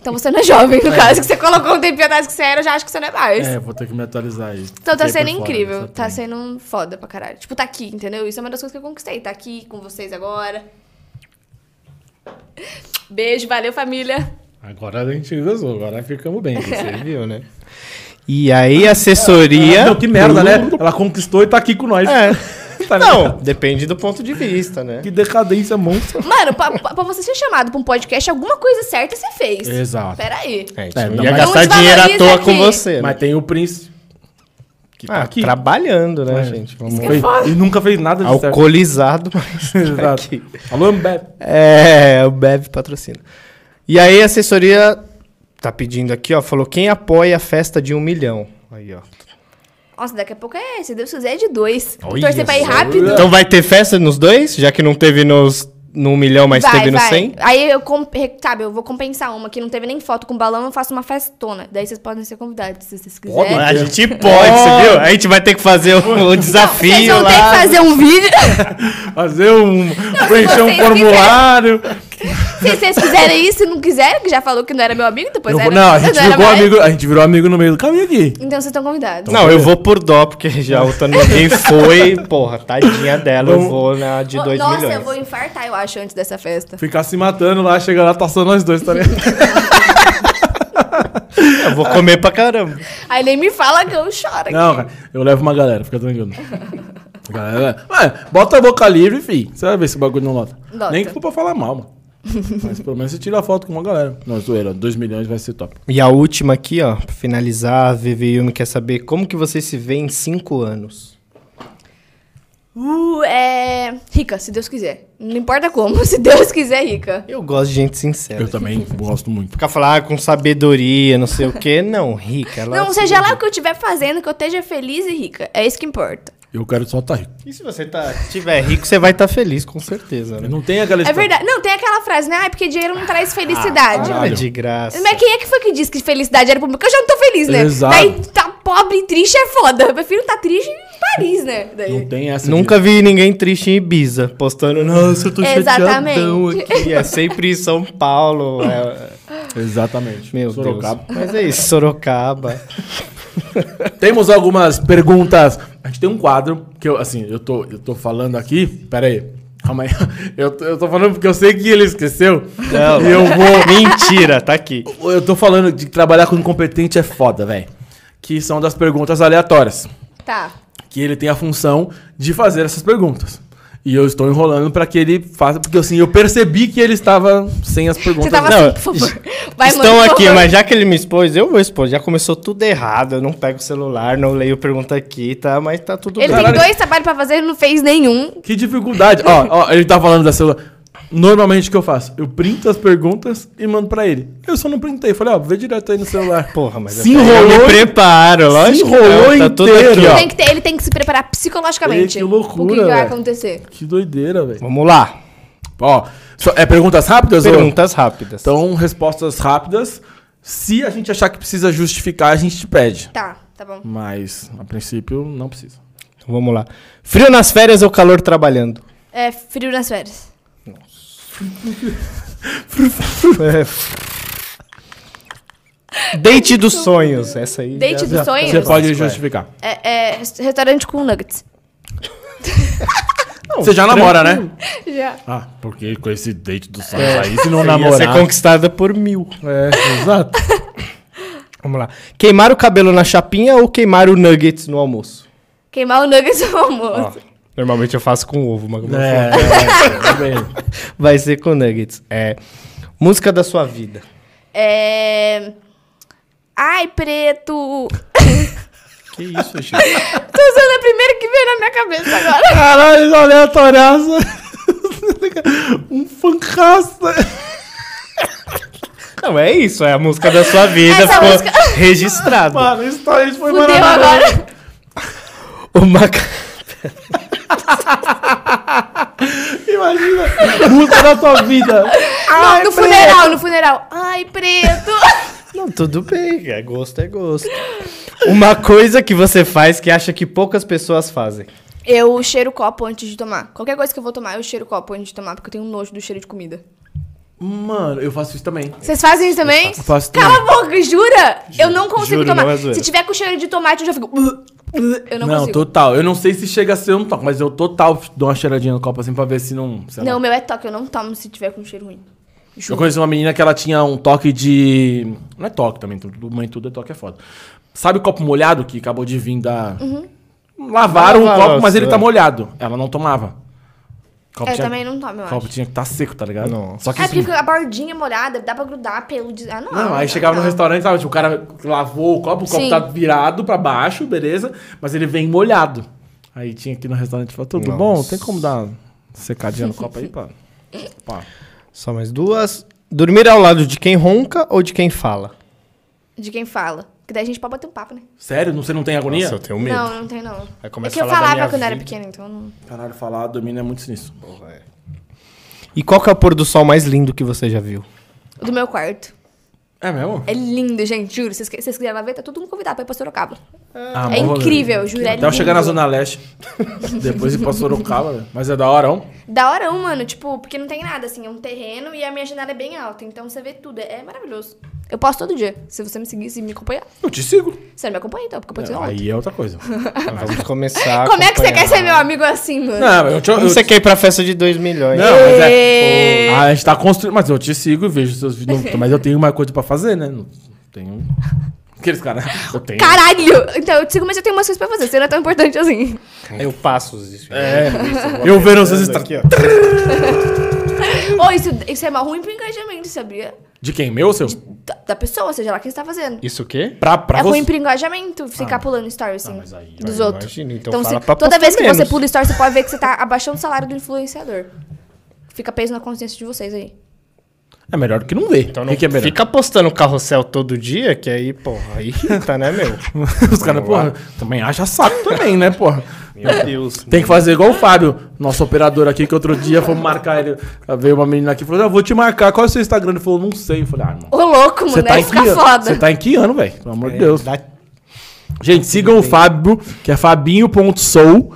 [SPEAKER 2] Então você não é jovem, no caso, que você colocou um tempinho atrás que você era, eu já acho que você não é mais.
[SPEAKER 1] É, vou ter que me atualizar aí.
[SPEAKER 2] Então
[SPEAKER 1] Fiquei
[SPEAKER 2] tá
[SPEAKER 1] por
[SPEAKER 2] sendo
[SPEAKER 1] fora
[SPEAKER 3] né,
[SPEAKER 2] incrível,
[SPEAKER 1] dessa
[SPEAKER 2] tá
[SPEAKER 1] trend.
[SPEAKER 2] sendo foda pra caralho. Tipo, tá aqui, entendeu? Isso é uma das coisas que eu conquistei, tá aqui com vocês agora. Beijo, valeu família.
[SPEAKER 1] Agora a gente usou, agora ficamos bem.
[SPEAKER 3] Você viu, né? E aí, assessoria.
[SPEAKER 1] Não, que merda, né? Ela conquistou e tá aqui com nós.
[SPEAKER 3] É.
[SPEAKER 1] Tá
[SPEAKER 3] Não,
[SPEAKER 1] ligado?
[SPEAKER 3] depende do ponto de vista, né?
[SPEAKER 1] Que decadência monstra.
[SPEAKER 2] Mano, pra, pra- pra você ser chamado pra um podcast, alguma coisa certa você fez.
[SPEAKER 1] Exato.
[SPEAKER 2] Pera aí.
[SPEAKER 3] É, a gente
[SPEAKER 1] É,
[SPEAKER 3] não
[SPEAKER 1] não,
[SPEAKER 3] ia
[SPEAKER 1] mas-
[SPEAKER 3] gastar
[SPEAKER 2] Não
[SPEAKER 3] dinheiro à
[SPEAKER 2] desvaloriza
[SPEAKER 3] toa
[SPEAKER 2] aqui.
[SPEAKER 3] com você. Né?
[SPEAKER 1] Mas tem o príncipe. Que tá
[SPEAKER 3] Ah,
[SPEAKER 1] aqui.
[SPEAKER 3] trabalhando, né,
[SPEAKER 1] É,
[SPEAKER 3] gente?
[SPEAKER 1] não fez- Ele nunca fez nada de certo.
[SPEAKER 3] Alcoolizado, mas. tá
[SPEAKER 1] Exato.
[SPEAKER 3] aqui.
[SPEAKER 1] Alô, Ambev.
[SPEAKER 3] É, o Bev patrocina. E aí a assessoria tá pedindo aqui, ó, falou quem apoia a festa de um milhão. Aí, ó.
[SPEAKER 2] Nossa, daqui a pouco é, se Deus quiser, é de dois. Vou
[SPEAKER 3] Olha
[SPEAKER 2] torcer pra ir
[SPEAKER 3] só.
[SPEAKER 2] rápido.
[SPEAKER 3] Então vai ter festa nos dois? Já que não teve nos, no 1 milhão, mas teve no 100?
[SPEAKER 2] Aí eu, comp- sabe, eu vou compensar uma que não teve nem foto com balão, eu faço uma festona. Daí vocês podem ser convidados, se vocês quiserem.
[SPEAKER 3] A gente pode, você viu? A gente vai ter que fazer o, o
[SPEAKER 2] É. Vocês
[SPEAKER 3] desafio
[SPEAKER 2] vão ter
[SPEAKER 3] lá.
[SPEAKER 2] que fazer um vídeo.
[SPEAKER 1] Fazer um. preencher um
[SPEAKER 2] vocês
[SPEAKER 1] formulário.
[SPEAKER 2] Se vocês quiserem isso, se não quiserem, que já falou que não era meu amigo, depois
[SPEAKER 1] Eu
[SPEAKER 2] era.
[SPEAKER 1] vou- não, a gente,
[SPEAKER 2] era
[SPEAKER 1] virou
[SPEAKER 2] mais.
[SPEAKER 1] amigo, a gente virou amigo no meio do caminho aqui.
[SPEAKER 2] Então vocês estão convidados.
[SPEAKER 3] Não, eu vou por dó, porque já outra ninguém foi. Porra, tadinha dela, eu
[SPEAKER 1] Vamos-
[SPEAKER 3] vou na de
[SPEAKER 2] Vou-
[SPEAKER 3] 2
[SPEAKER 2] Nossa,
[SPEAKER 3] milhões.
[SPEAKER 2] eu vou infartar, eu acho, antes dessa festa.
[SPEAKER 1] Ficar se matando lá, chega lá, tá só nós dois, tá ligado?
[SPEAKER 3] Eu vou comer pra caramba.
[SPEAKER 2] Aí nem me fala que eu choro. aqui.
[SPEAKER 1] Não, cara, eu levo uma galera, fica tranquilo. A galera, ué, bota a boca livre, fi. Você vai ver se o bagulho não lota.
[SPEAKER 2] Lota.
[SPEAKER 1] Nem que for pra falar mal, mano. Mas pelo menos você tira a foto com uma galera. Não, é zoeira, 2 milhões vai ser top.
[SPEAKER 3] E a última aqui, ó, pra finalizar, a Vivi Yumi quer saber como que você se vê em cinco anos.
[SPEAKER 2] Uh, é. Rica, se Deus quiser. Não importa como, se Deus quiser, é rica.
[SPEAKER 3] Eu gosto de gente sincera.
[SPEAKER 2] É,
[SPEAKER 1] Eu também gosto muito.
[SPEAKER 3] Ficar falar ah, com sabedoria, não sei o quê. Não, rica. Ela
[SPEAKER 2] Não, seja lá o que eu estiver fazendo, que eu esteja feliz e rica. É isso que importa.
[SPEAKER 1] Eu quero só tá rico.
[SPEAKER 3] E se você tá, tiver rico, você vai estar feliz, com certeza, né?
[SPEAKER 1] Não tem aquela
[SPEAKER 2] É
[SPEAKER 1] história-
[SPEAKER 2] verdade. Não, tem aquela frase, né? Ah, porque dinheiro não traz felicidade.
[SPEAKER 3] Ah, de graça.
[SPEAKER 2] Mas quem é que foi que disse que felicidade era pública? Eu já não tô feliz, né?
[SPEAKER 1] Exato.
[SPEAKER 2] Daí tá pobre e triste é foda. Eu prefiro tá triste em Paris, né? Daí.
[SPEAKER 1] Não tem essa. de-
[SPEAKER 3] Nunca vi ninguém triste em Ibiza, postando, nossa, eu tô
[SPEAKER 2] Exatamente.
[SPEAKER 3] chateadão aqui. É sempre em São Paulo. é-
[SPEAKER 1] Exatamente.
[SPEAKER 3] Meu
[SPEAKER 1] Sorocaba.
[SPEAKER 3] Deus. Mas é isso, Sorocaba.
[SPEAKER 1] Temos algumas perguntas. A gente tem um quadro que eu, assim, eu tô, eu tô falando aqui. Pera aí. Calma aí. Eu, tô- eu tô falando porque eu sei que ele esqueceu.
[SPEAKER 3] Não.
[SPEAKER 1] E eu vou.
[SPEAKER 3] Mentira, tá aqui.
[SPEAKER 1] Eu tô falando de que trabalhar com incompetente é foda, velho. Que são das perguntas aleatórias.
[SPEAKER 2] Tá.
[SPEAKER 1] Que ele tem a função de fazer essas perguntas. E eu estou enrolando pra que ele faça. Porque assim, eu percebi que ele estava sem as perguntas.
[SPEAKER 2] Você tava
[SPEAKER 3] Não,
[SPEAKER 2] assim, por favor. Vai,
[SPEAKER 3] Estão
[SPEAKER 2] mano, por
[SPEAKER 3] aqui,
[SPEAKER 2] favor.
[SPEAKER 3] mas já que ele me expôs, eu vou expor. Já começou tudo errado. Eu não pego o celular, não leio pergunta aqui, tá? Mas tá tudo
[SPEAKER 2] Ele
[SPEAKER 3] bem.
[SPEAKER 1] Caralho.
[SPEAKER 2] tem dois trabalhos pra fazer e não fez nenhum.
[SPEAKER 1] Que dificuldade. ó, ó, ele tá falando da celular. Normalmente o que eu faço? Eu printo as perguntas e mando pra ele. Eu só não printei. Falei, ó, vê direto aí no celular.
[SPEAKER 3] Porra, mas
[SPEAKER 1] Se
[SPEAKER 3] eu- eu
[SPEAKER 1] enrolou
[SPEAKER 3] me
[SPEAKER 1] em-
[SPEAKER 3] preparo, lógico. que
[SPEAKER 1] enrolou
[SPEAKER 3] não, tá tudo
[SPEAKER 1] inteiro,
[SPEAKER 3] aqui, ó.
[SPEAKER 1] ó.
[SPEAKER 2] Tem que ter, ele tem que se preparar psicologicamente.
[SPEAKER 1] Ei, que loucura,
[SPEAKER 2] O que, que vai
[SPEAKER 1] velho.
[SPEAKER 2] acontecer?
[SPEAKER 1] Que doideira, velho.
[SPEAKER 3] Vamos lá.
[SPEAKER 1] Ó, só- é perguntas rápidas? ou-
[SPEAKER 3] Perguntas rápidas.
[SPEAKER 1] Então, respostas rápidas. Se a gente achar que precisa justificar, a gente te pede.
[SPEAKER 2] Tá. Tá bom.
[SPEAKER 1] Mas, a princípio, não precisa.
[SPEAKER 3] Então vamos lá. Frio nas férias ou calor trabalhando?
[SPEAKER 2] É frio nas férias.
[SPEAKER 3] É. Date dos sonhos, essa aí.
[SPEAKER 2] Date dos sonhos?
[SPEAKER 1] Você
[SPEAKER 2] Deus.
[SPEAKER 1] pode
[SPEAKER 3] Clássico, é.
[SPEAKER 1] justificar.
[SPEAKER 2] um É, é res- restaurante com nuggets.
[SPEAKER 3] Não,
[SPEAKER 1] Você já namora, né? É.
[SPEAKER 2] Já.
[SPEAKER 1] Ah, porque com esse date do sonho aí, se não
[SPEAKER 3] Você ia ser
[SPEAKER 1] namorar...
[SPEAKER 3] conquistada por mil.
[SPEAKER 1] É, exato.
[SPEAKER 3] Vamos lá. Queimar o cabelo na chapinha ou queimar o nuggets no almoço?
[SPEAKER 2] Queimar o nuggets no almoço.
[SPEAKER 3] Normalmente eu faço com ovo, mas
[SPEAKER 1] É, é, é, bem.
[SPEAKER 3] vai ser com nuggets. É. Música da sua vida.
[SPEAKER 2] É. Ai, preto!
[SPEAKER 1] Que isso, gente?
[SPEAKER 2] Tô usando a primeira que veio na minha cabeça agora.
[SPEAKER 1] Caralho, aleatoriaça. um fancasta.
[SPEAKER 3] Não, é isso. É a música da sua vida.
[SPEAKER 2] Essa
[SPEAKER 3] ficou
[SPEAKER 2] música-
[SPEAKER 3] registrada.
[SPEAKER 1] Mano, isso, tá- isso foi
[SPEAKER 2] Fudeu agora.
[SPEAKER 3] Uma... ca-
[SPEAKER 1] Imagina, música da tua vida.
[SPEAKER 2] Não, no funeral, no funeral. Ai, preto!
[SPEAKER 3] Não, tudo bem. É gosto, é gosto. Uma coisa que você faz que acha que poucas pessoas fazem.
[SPEAKER 2] Eu cheiro copo antes de tomar. Qualquer coisa que eu vou tomar, eu cheiro copo antes de tomar, porque eu tenho nojo do cheiro de comida.
[SPEAKER 1] Mano, eu faço isso também.
[SPEAKER 2] Vocês fazem isso também?
[SPEAKER 1] faço
[SPEAKER 2] Cala a
[SPEAKER 1] também.
[SPEAKER 2] boca, jura? eu não consigo
[SPEAKER 3] juro,
[SPEAKER 2] tomar.
[SPEAKER 3] não é zoeira.
[SPEAKER 2] Se tiver com cheiro de tomate, eu já fico. "Uh, uh", Eu não,
[SPEAKER 1] Não,
[SPEAKER 2] consigo.
[SPEAKER 1] total. Eu não sei se chega a ser um toque, mas eu total dou uma cheiradinha no copo assim pra ver se não. sei lá.
[SPEAKER 2] Não, meu é toque, eu não tomo se tiver com cheiro ruim.
[SPEAKER 1] Eu conheci uma menina que ela tinha um toque de. Não é toque também, tudo, mãe, tudo é toque, é foda. Sabe o copo molhado que acabou de vir da.
[SPEAKER 2] Uhum.
[SPEAKER 1] Lavaram
[SPEAKER 3] Lavaram,
[SPEAKER 1] o copo, mas ele
[SPEAKER 3] nossa.
[SPEAKER 1] tá molhado. Ela não tomava. Copo
[SPEAKER 2] É, eu
[SPEAKER 1] tinha-
[SPEAKER 2] também não tomo, eu
[SPEAKER 1] copo
[SPEAKER 2] acho.
[SPEAKER 1] tinha que estar seco, tá ligado?
[SPEAKER 3] Não.
[SPEAKER 1] Só que
[SPEAKER 2] É
[SPEAKER 1] isso-
[SPEAKER 2] porque
[SPEAKER 3] assim.
[SPEAKER 2] a bordinha molhada, dá pra grudar pelo. de- Ah, não.
[SPEAKER 1] Não, aí
[SPEAKER 2] não,
[SPEAKER 1] chegava no
[SPEAKER 2] não.
[SPEAKER 1] restaurante, sabe? Tipo, o cara lavou o copo, o copo
[SPEAKER 2] Sim.
[SPEAKER 1] tá virado pra baixo, beleza? Mas ele vem molhado. Aí tinha aqui no restaurante e falou, tudo
[SPEAKER 3] Nossa.
[SPEAKER 1] bom? Tem como dar uma secadinha no copo aí, pá? pá.
[SPEAKER 3] Só mais duas. Dormir ao lado de quem ronca ou de quem fala?
[SPEAKER 2] De quem fala. Que daí a gente pode bater um papo, né?
[SPEAKER 1] Sério? Não- Você não tem agonia?
[SPEAKER 3] Nossa, eu tenho
[SPEAKER 2] Não, não tem não.
[SPEAKER 3] Aí
[SPEAKER 2] É
[SPEAKER 3] começa
[SPEAKER 2] que eu
[SPEAKER 3] a falar da minha
[SPEAKER 2] falava quando eu era
[SPEAKER 3] vida.
[SPEAKER 2] pequena, então não.
[SPEAKER 1] Caralho, falar domínio é muito sinistro.
[SPEAKER 3] E qual que é o pôr do sol mais lindo que você já viu?
[SPEAKER 2] O Do meu quarto.
[SPEAKER 1] É mesmo?
[SPEAKER 2] É lindo, gente, juro. Vocês, que- vocês quiserem lá ver, tá todo mundo convidado pra ir pra Sorocaba.
[SPEAKER 1] Ah,
[SPEAKER 2] é
[SPEAKER 1] bom rolê.
[SPEAKER 2] incrível, juro. É
[SPEAKER 1] Até eu chegar na
[SPEAKER 2] lindo.
[SPEAKER 1] Zona Leste. Depois ir pra Sorocaba, velho. Mas é da hora, ó.
[SPEAKER 2] Da hora, mano, tipo, porque não tem nada, assim, é um terreno e a minha janela é bem alta, então você vê tudo, é, é maravilhoso. Eu posto todo dia, se você me seguir, se me acompanhar.
[SPEAKER 1] Eu te sigo.
[SPEAKER 2] Você não me acompanha, então, porque eu posto
[SPEAKER 1] É,
[SPEAKER 2] ontem.
[SPEAKER 1] aí é outra coisa.
[SPEAKER 3] Vamos começar. a
[SPEAKER 2] Como é que você
[SPEAKER 3] acompanhar.
[SPEAKER 2] quer ser meu amigo assim, mano?
[SPEAKER 1] Não, eu te... Eu...
[SPEAKER 3] Como você quer ir pra festa de 2 milhões?
[SPEAKER 1] Não, mas
[SPEAKER 2] Ê.
[SPEAKER 1] é. Ah, a gente tá construindo. Mas eu te sigo e vejo seus vídeos. Não- Mas eu tenho uma coisa pra fazer, né? Não tenho. Aqueles caras. Eu tenho.
[SPEAKER 2] Caralho! Então, eu te sigo, mas eu tenho umas coisas pra fazer, você não é tão importante assim.
[SPEAKER 3] Eu passo isso.
[SPEAKER 1] É. Eu vendo vocês. Está...
[SPEAKER 3] Aqui, ó.
[SPEAKER 2] Ô, isso, isso é mal ruim pro engajamento, sabia?
[SPEAKER 1] De quem? Meu ou seu?
[SPEAKER 2] Da, da pessoa, seja lá quem está tá fazendo.
[SPEAKER 3] Isso o quê?
[SPEAKER 1] Pra, pra
[SPEAKER 2] é ruim
[SPEAKER 1] você.
[SPEAKER 2] pro engajamento ficar
[SPEAKER 3] Ah.
[SPEAKER 2] pulando stories assim,
[SPEAKER 1] mas aí-
[SPEAKER 2] dos
[SPEAKER 3] eu
[SPEAKER 2] outros.
[SPEAKER 3] imagino, então
[SPEAKER 2] Então,
[SPEAKER 3] fala
[SPEAKER 2] se,
[SPEAKER 3] pra
[SPEAKER 2] toda
[SPEAKER 3] postar
[SPEAKER 2] vez que você
[SPEAKER 3] menos.
[SPEAKER 2] pula stories, você pode ver que você tá abaixando o salário do influenciador. Fica peso na consciência de vocês aí.
[SPEAKER 1] É melhor do que não ver.
[SPEAKER 3] Então
[SPEAKER 1] o
[SPEAKER 3] não
[SPEAKER 1] que, que é melhor?
[SPEAKER 3] fica postando carrossel todo dia, que aí, porra, aí irrita, né, meu?
[SPEAKER 1] Os caras, porra, também acha saco também, né, porra?
[SPEAKER 3] Meu Deus.
[SPEAKER 1] Tem que fazer igual o Fábio, nosso operador aqui, que outro dia fomos marcar ele. Veio uma menina aqui e falou: ah, vou te marcar, qual é o seu Instagram? Ele falou: não sei. Eu falei: ah, irmão.
[SPEAKER 2] Ô, louco, mano,
[SPEAKER 1] Você tá,
[SPEAKER 2] aí
[SPEAKER 1] em que
[SPEAKER 2] fica
[SPEAKER 1] ano?
[SPEAKER 2] foda.
[SPEAKER 1] Você tá em que ano, velho? Pelo amor de Deus.
[SPEAKER 3] É, Dá-
[SPEAKER 1] Gente, sigam o Fábio, que é fabinho.sou.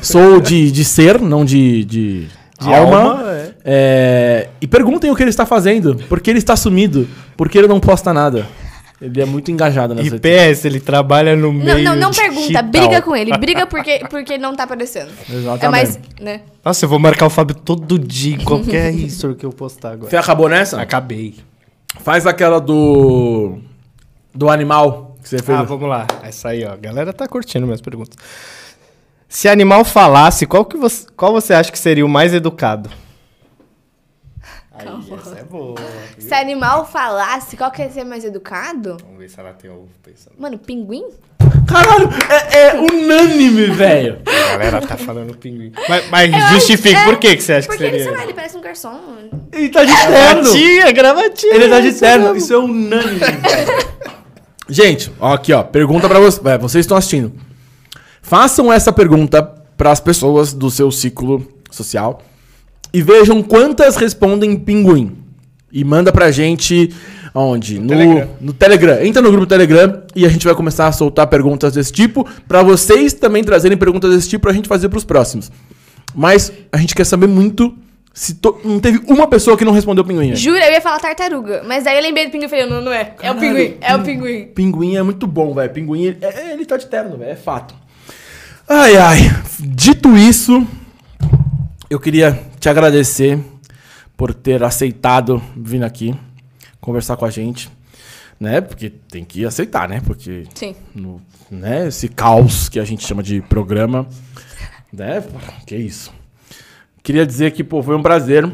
[SPEAKER 1] Sou de, de ser, não de, de,
[SPEAKER 3] De alma, é.
[SPEAKER 1] É, E perguntem o que ele está fazendo. Por que ele está sumido? Por que ele não posta nada? Ele é muito engajado nessa
[SPEAKER 3] E PS, ele trabalha
[SPEAKER 2] Não,
[SPEAKER 3] no meio.
[SPEAKER 2] não, não
[SPEAKER 3] digital.
[SPEAKER 2] pergunta, briga com ele. Briga porque, porque ele não tá aparecendo.
[SPEAKER 1] Exatamente.
[SPEAKER 2] É mais, né?
[SPEAKER 3] Nossa, eu vou marcar o Fábio todo dia em qualquer history que eu postar
[SPEAKER 1] Você
[SPEAKER 3] agora.
[SPEAKER 1] acabou nessa?
[SPEAKER 3] Acabei.
[SPEAKER 1] Faz aquela do. Do animal que você fez.
[SPEAKER 3] Ah, vamos lá. Essa aí, ó. A galera tá curtindo minhas perguntas. Se animal falasse, qual, que você, qual você acha que seria o mais educado? Aí, essa é boa.
[SPEAKER 2] Se animal falasse, qual que ia ser mais educado?
[SPEAKER 3] Vamos ver se ela tem ovo pensando.
[SPEAKER 2] Mano, pinguim?
[SPEAKER 1] Caralho, é, é unânime, velho.
[SPEAKER 3] A galera tá falando pinguim. Mas, mas justifica,
[SPEAKER 2] é,
[SPEAKER 3] por que, que você acha
[SPEAKER 2] Porque
[SPEAKER 3] que
[SPEAKER 2] ele,
[SPEAKER 3] seria?
[SPEAKER 2] sei lá, ele parece um garçom.
[SPEAKER 1] Ele tá de terno.
[SPEAKER 3] Gravatinha, gravatinha.
[SPEAKER 1] Ele tá de
[SPEAKER 3] isso um
[SPEAKER 1] terno.
[SPEAKER 3] mesmo.
[SPEAKER 1] Isso é unânime. Gente, ó, aqui, ó. Pergunta pra vocês. É, vocês estão assistindo. Façam essa pergunta pras pessoas do seu ciclo social e vejam quantas respondem pinguim. E manda pra gente Aonde? No,
[SPEAKER 3] Telegram.
[SPEAKER 1] no Telegram. Entra no grupo do Telegram e a gente vai começar a soltar perguntas desse tipo pra vocês também trazerem perguntas desse tipo pra gente fazer pros próximos. Mas a gente quer saber muito se to- não teve uma pessoa que não respondeu pinguim.
[SPEAKER 2] Jura, eu ia falar tartaruga. Mas daí eu lembrei do pinguim e falei, não, não é. É o pinguim, é o pinguim.
[SPEAKER 1] Pinguim é muito bom, velho. Pinguim, ele, é- ele tá de terno, velho. É fato. Ai, ai. Dito isso, eu queria te agradecer por ter aceitado vir aqui conversar com a gente. Né? Porque tem que aceitar, né? Porque
[SPEAKER 2] Sim.
[SPEAKER 1] no, né, esse caos que a gente chama de programa. Né? pô, Que isso. Queria dizer que, pô, foi um prazer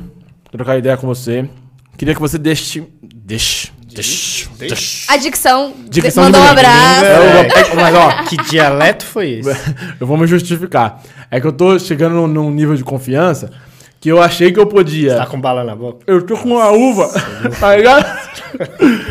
[SPEAKER 1] trocar ideia com você. Queria que você deixe. Deixe. Deixe. Deixe.
[SPEAKER 2] A dicção,
[SPEAKER 1] Dicção
[SPEAKER 2] mandou um
[SPEAKER 1] de menino.
[SPEAKER 2] abraço.
[SPEAKER 3] né?
[SPEAKER 1] É, eu vou- mas, ó,
[SPEAKER 3] Que dialeto foi esse?
[SPEAKER 1] eu vou me justificar. É que eu tô chegando num, num nível de confiança que eu achei que eu
[SPEAKER 3] Tá
[SPEAKER 1] podia.
[SPEAKER 3] com bala na boca?
[SPEAKER 1] Eu tô com uma uva, tá ligado?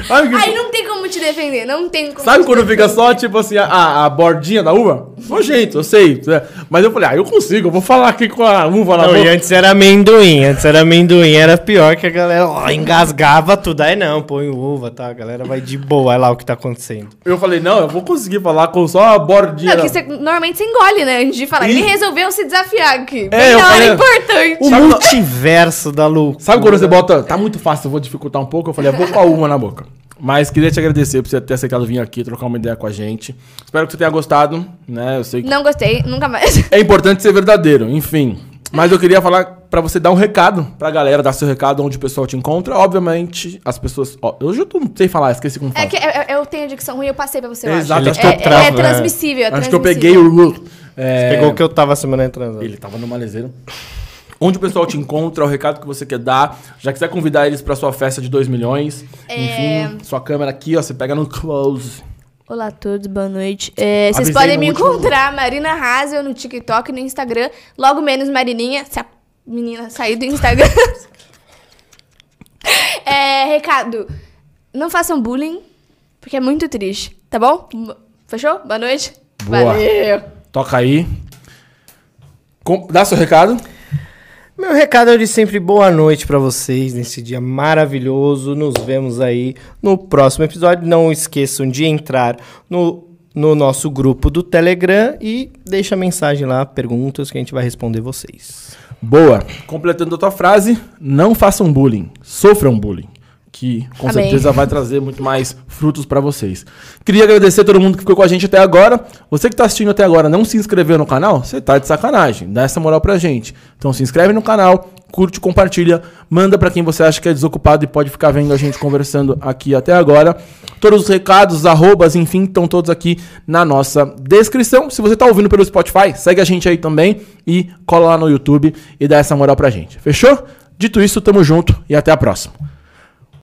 [SPEAKER 1] Sabe, que-
[SPEAKER 2] Aí não tem como te defender, não tem como.
[SPEAKER 1] sabe quando fica só, tipo assim, a, a bordinha da uva? Ô, gente, eu sei. né? Mas eu falei, ah, eu consigo, eu vou falar aqui com a uva na
[SPEAKER 3] Não, e
[SPEAKER 1] boca.
[SPEAKER 3] antes era amendoim, antes era amendoim, era pior que a galera ó, engasgava tudo. Aí não, põe uva, tá? A galera vai de boa, olha lá o que tá acontecendo.
[SPEAKER 1] Eu falei, não, eu vou conseguir falar com só a bordinha.
[SPEAKER 2] Não, é que você, normalmente você engole, né? Antes de falar. Ele
[SPEAKER 1] é? Ih.
[SPEAKER 2] resolveu se desafiar aqui.
[SPEAKER 1] É, eu
[SPEAKER 2] É, hora
[SPEAKER 1] falei-
[SPEAKER 2] é importante.
[SPEAKER 3] O multiverso da loucura.
[SPEAKER 1] Sabe quando você bota, tá muito fácil, eu vou dificultar um pouco? Eu falei, eu vou com a uma na boca. Mas queria te agradecer por você ter aceitado vir aqui, trocar uma ideia com a gente. Espero que você tenha gostado, né? Eu sei que
[SPEAKER 2] Não gostei, nunca mais.
[SPEAKER 1] é importante ser verdadeiro, enfim. Mas eu queria falar pra você dar um recado pra galera, dar seu recado onde o pessoal te encontra. Obviamente, as pessoas. ó, hoje eu não sei falar, esqueci como
[SPEAKER 2] É
[SPEAKER 1] fala.
[SPEAKER 2] que eu, eu tenho a dicção ruim, eu passei pra você, eu
[SPEAKER 1] Exato,
[SPEAKER 2] acho.
[SPEAKER 1] acho que eu
[SPEAKER 2] É, é-
[SPEAKER 3] travo,
[SPEAKER 2] é
[SPEAKER 3] né?
[SPEAKER 2] transmissível, é
[SPEAKER 1] Acho que eu
[SPEAKER 2] transmissível.
[SPEAKER 1] peguei o Lu. É,
[SPEAKER 3] Pegou o que eu tava semana entrando.
[SPEAKER 1] Ele tava no malezeiro. Onde o pessoal te encontra, o recado que você quer dar. Já quiser convidar eles pra sua festa de 2 milhões.
[SPEAKER 2] É.
[SPEAKER 1] Enfim, sua câmera aqui, ó, você pega no close.
[SPEAKER 2] Olá a todos, boa noite. É, vocês
[SPEAKER 1] Avisei
[SPEAKER 2] podem
[SPEAKER 1] no
[SPEAKER 2] me
[SPEAKER 1] último
[SPEAKER 2] encontrar, Marina Hazel, no TikTok, no Instagram. Logo menos Marininha, se a menina sair do Instagram. É, recado, não façam bullying, porque é muito triste, tá bom? Fechou? Boa noite.
[SPEAKER 1] Boa.
[SPEAKER 2] Valeu.
[SPEAKER 1] Toca aí. Com- dá seu recado.
[SPEAKER 3] Meu recado é de sempre boa noite pra vocês nesse dia maravilhoso. Nos vemos aí no próximo episódio. Não esqueçam de entrar no, no nosso grupo do Telegram e deixa a mensagem lá, perguntas que a gente vai responder vocês.
[SPEAKER 1] Boa. Completando a tua frase, não façam bullying, sofram bullying. Que com
[SPEAKER 2] Amém.
[SPEAKER 1] certeza vai trazer muito mais frutos pra vocês. Queria agradecer a todo mundo que ficou com a gente até agora. Você que tá assistindo até agora não se inscreveu no canal, você tá de sacanagem. Dá essa moral pra gente. Então se inscreve no canal, curte, compartilha, manda pra quem você acha que é desocupado e pode ficar vendo a gente conversando aqui até agora. Todos os recados, arrobas, enfim, estão todos aqui na nossa descrição. Se você tá ouvindo pelo Spotify, segue a gente aí também e cola lá no YouTube e dá essa moral pra gente. Fechou? Dito isso, tamo junto e até a próxima.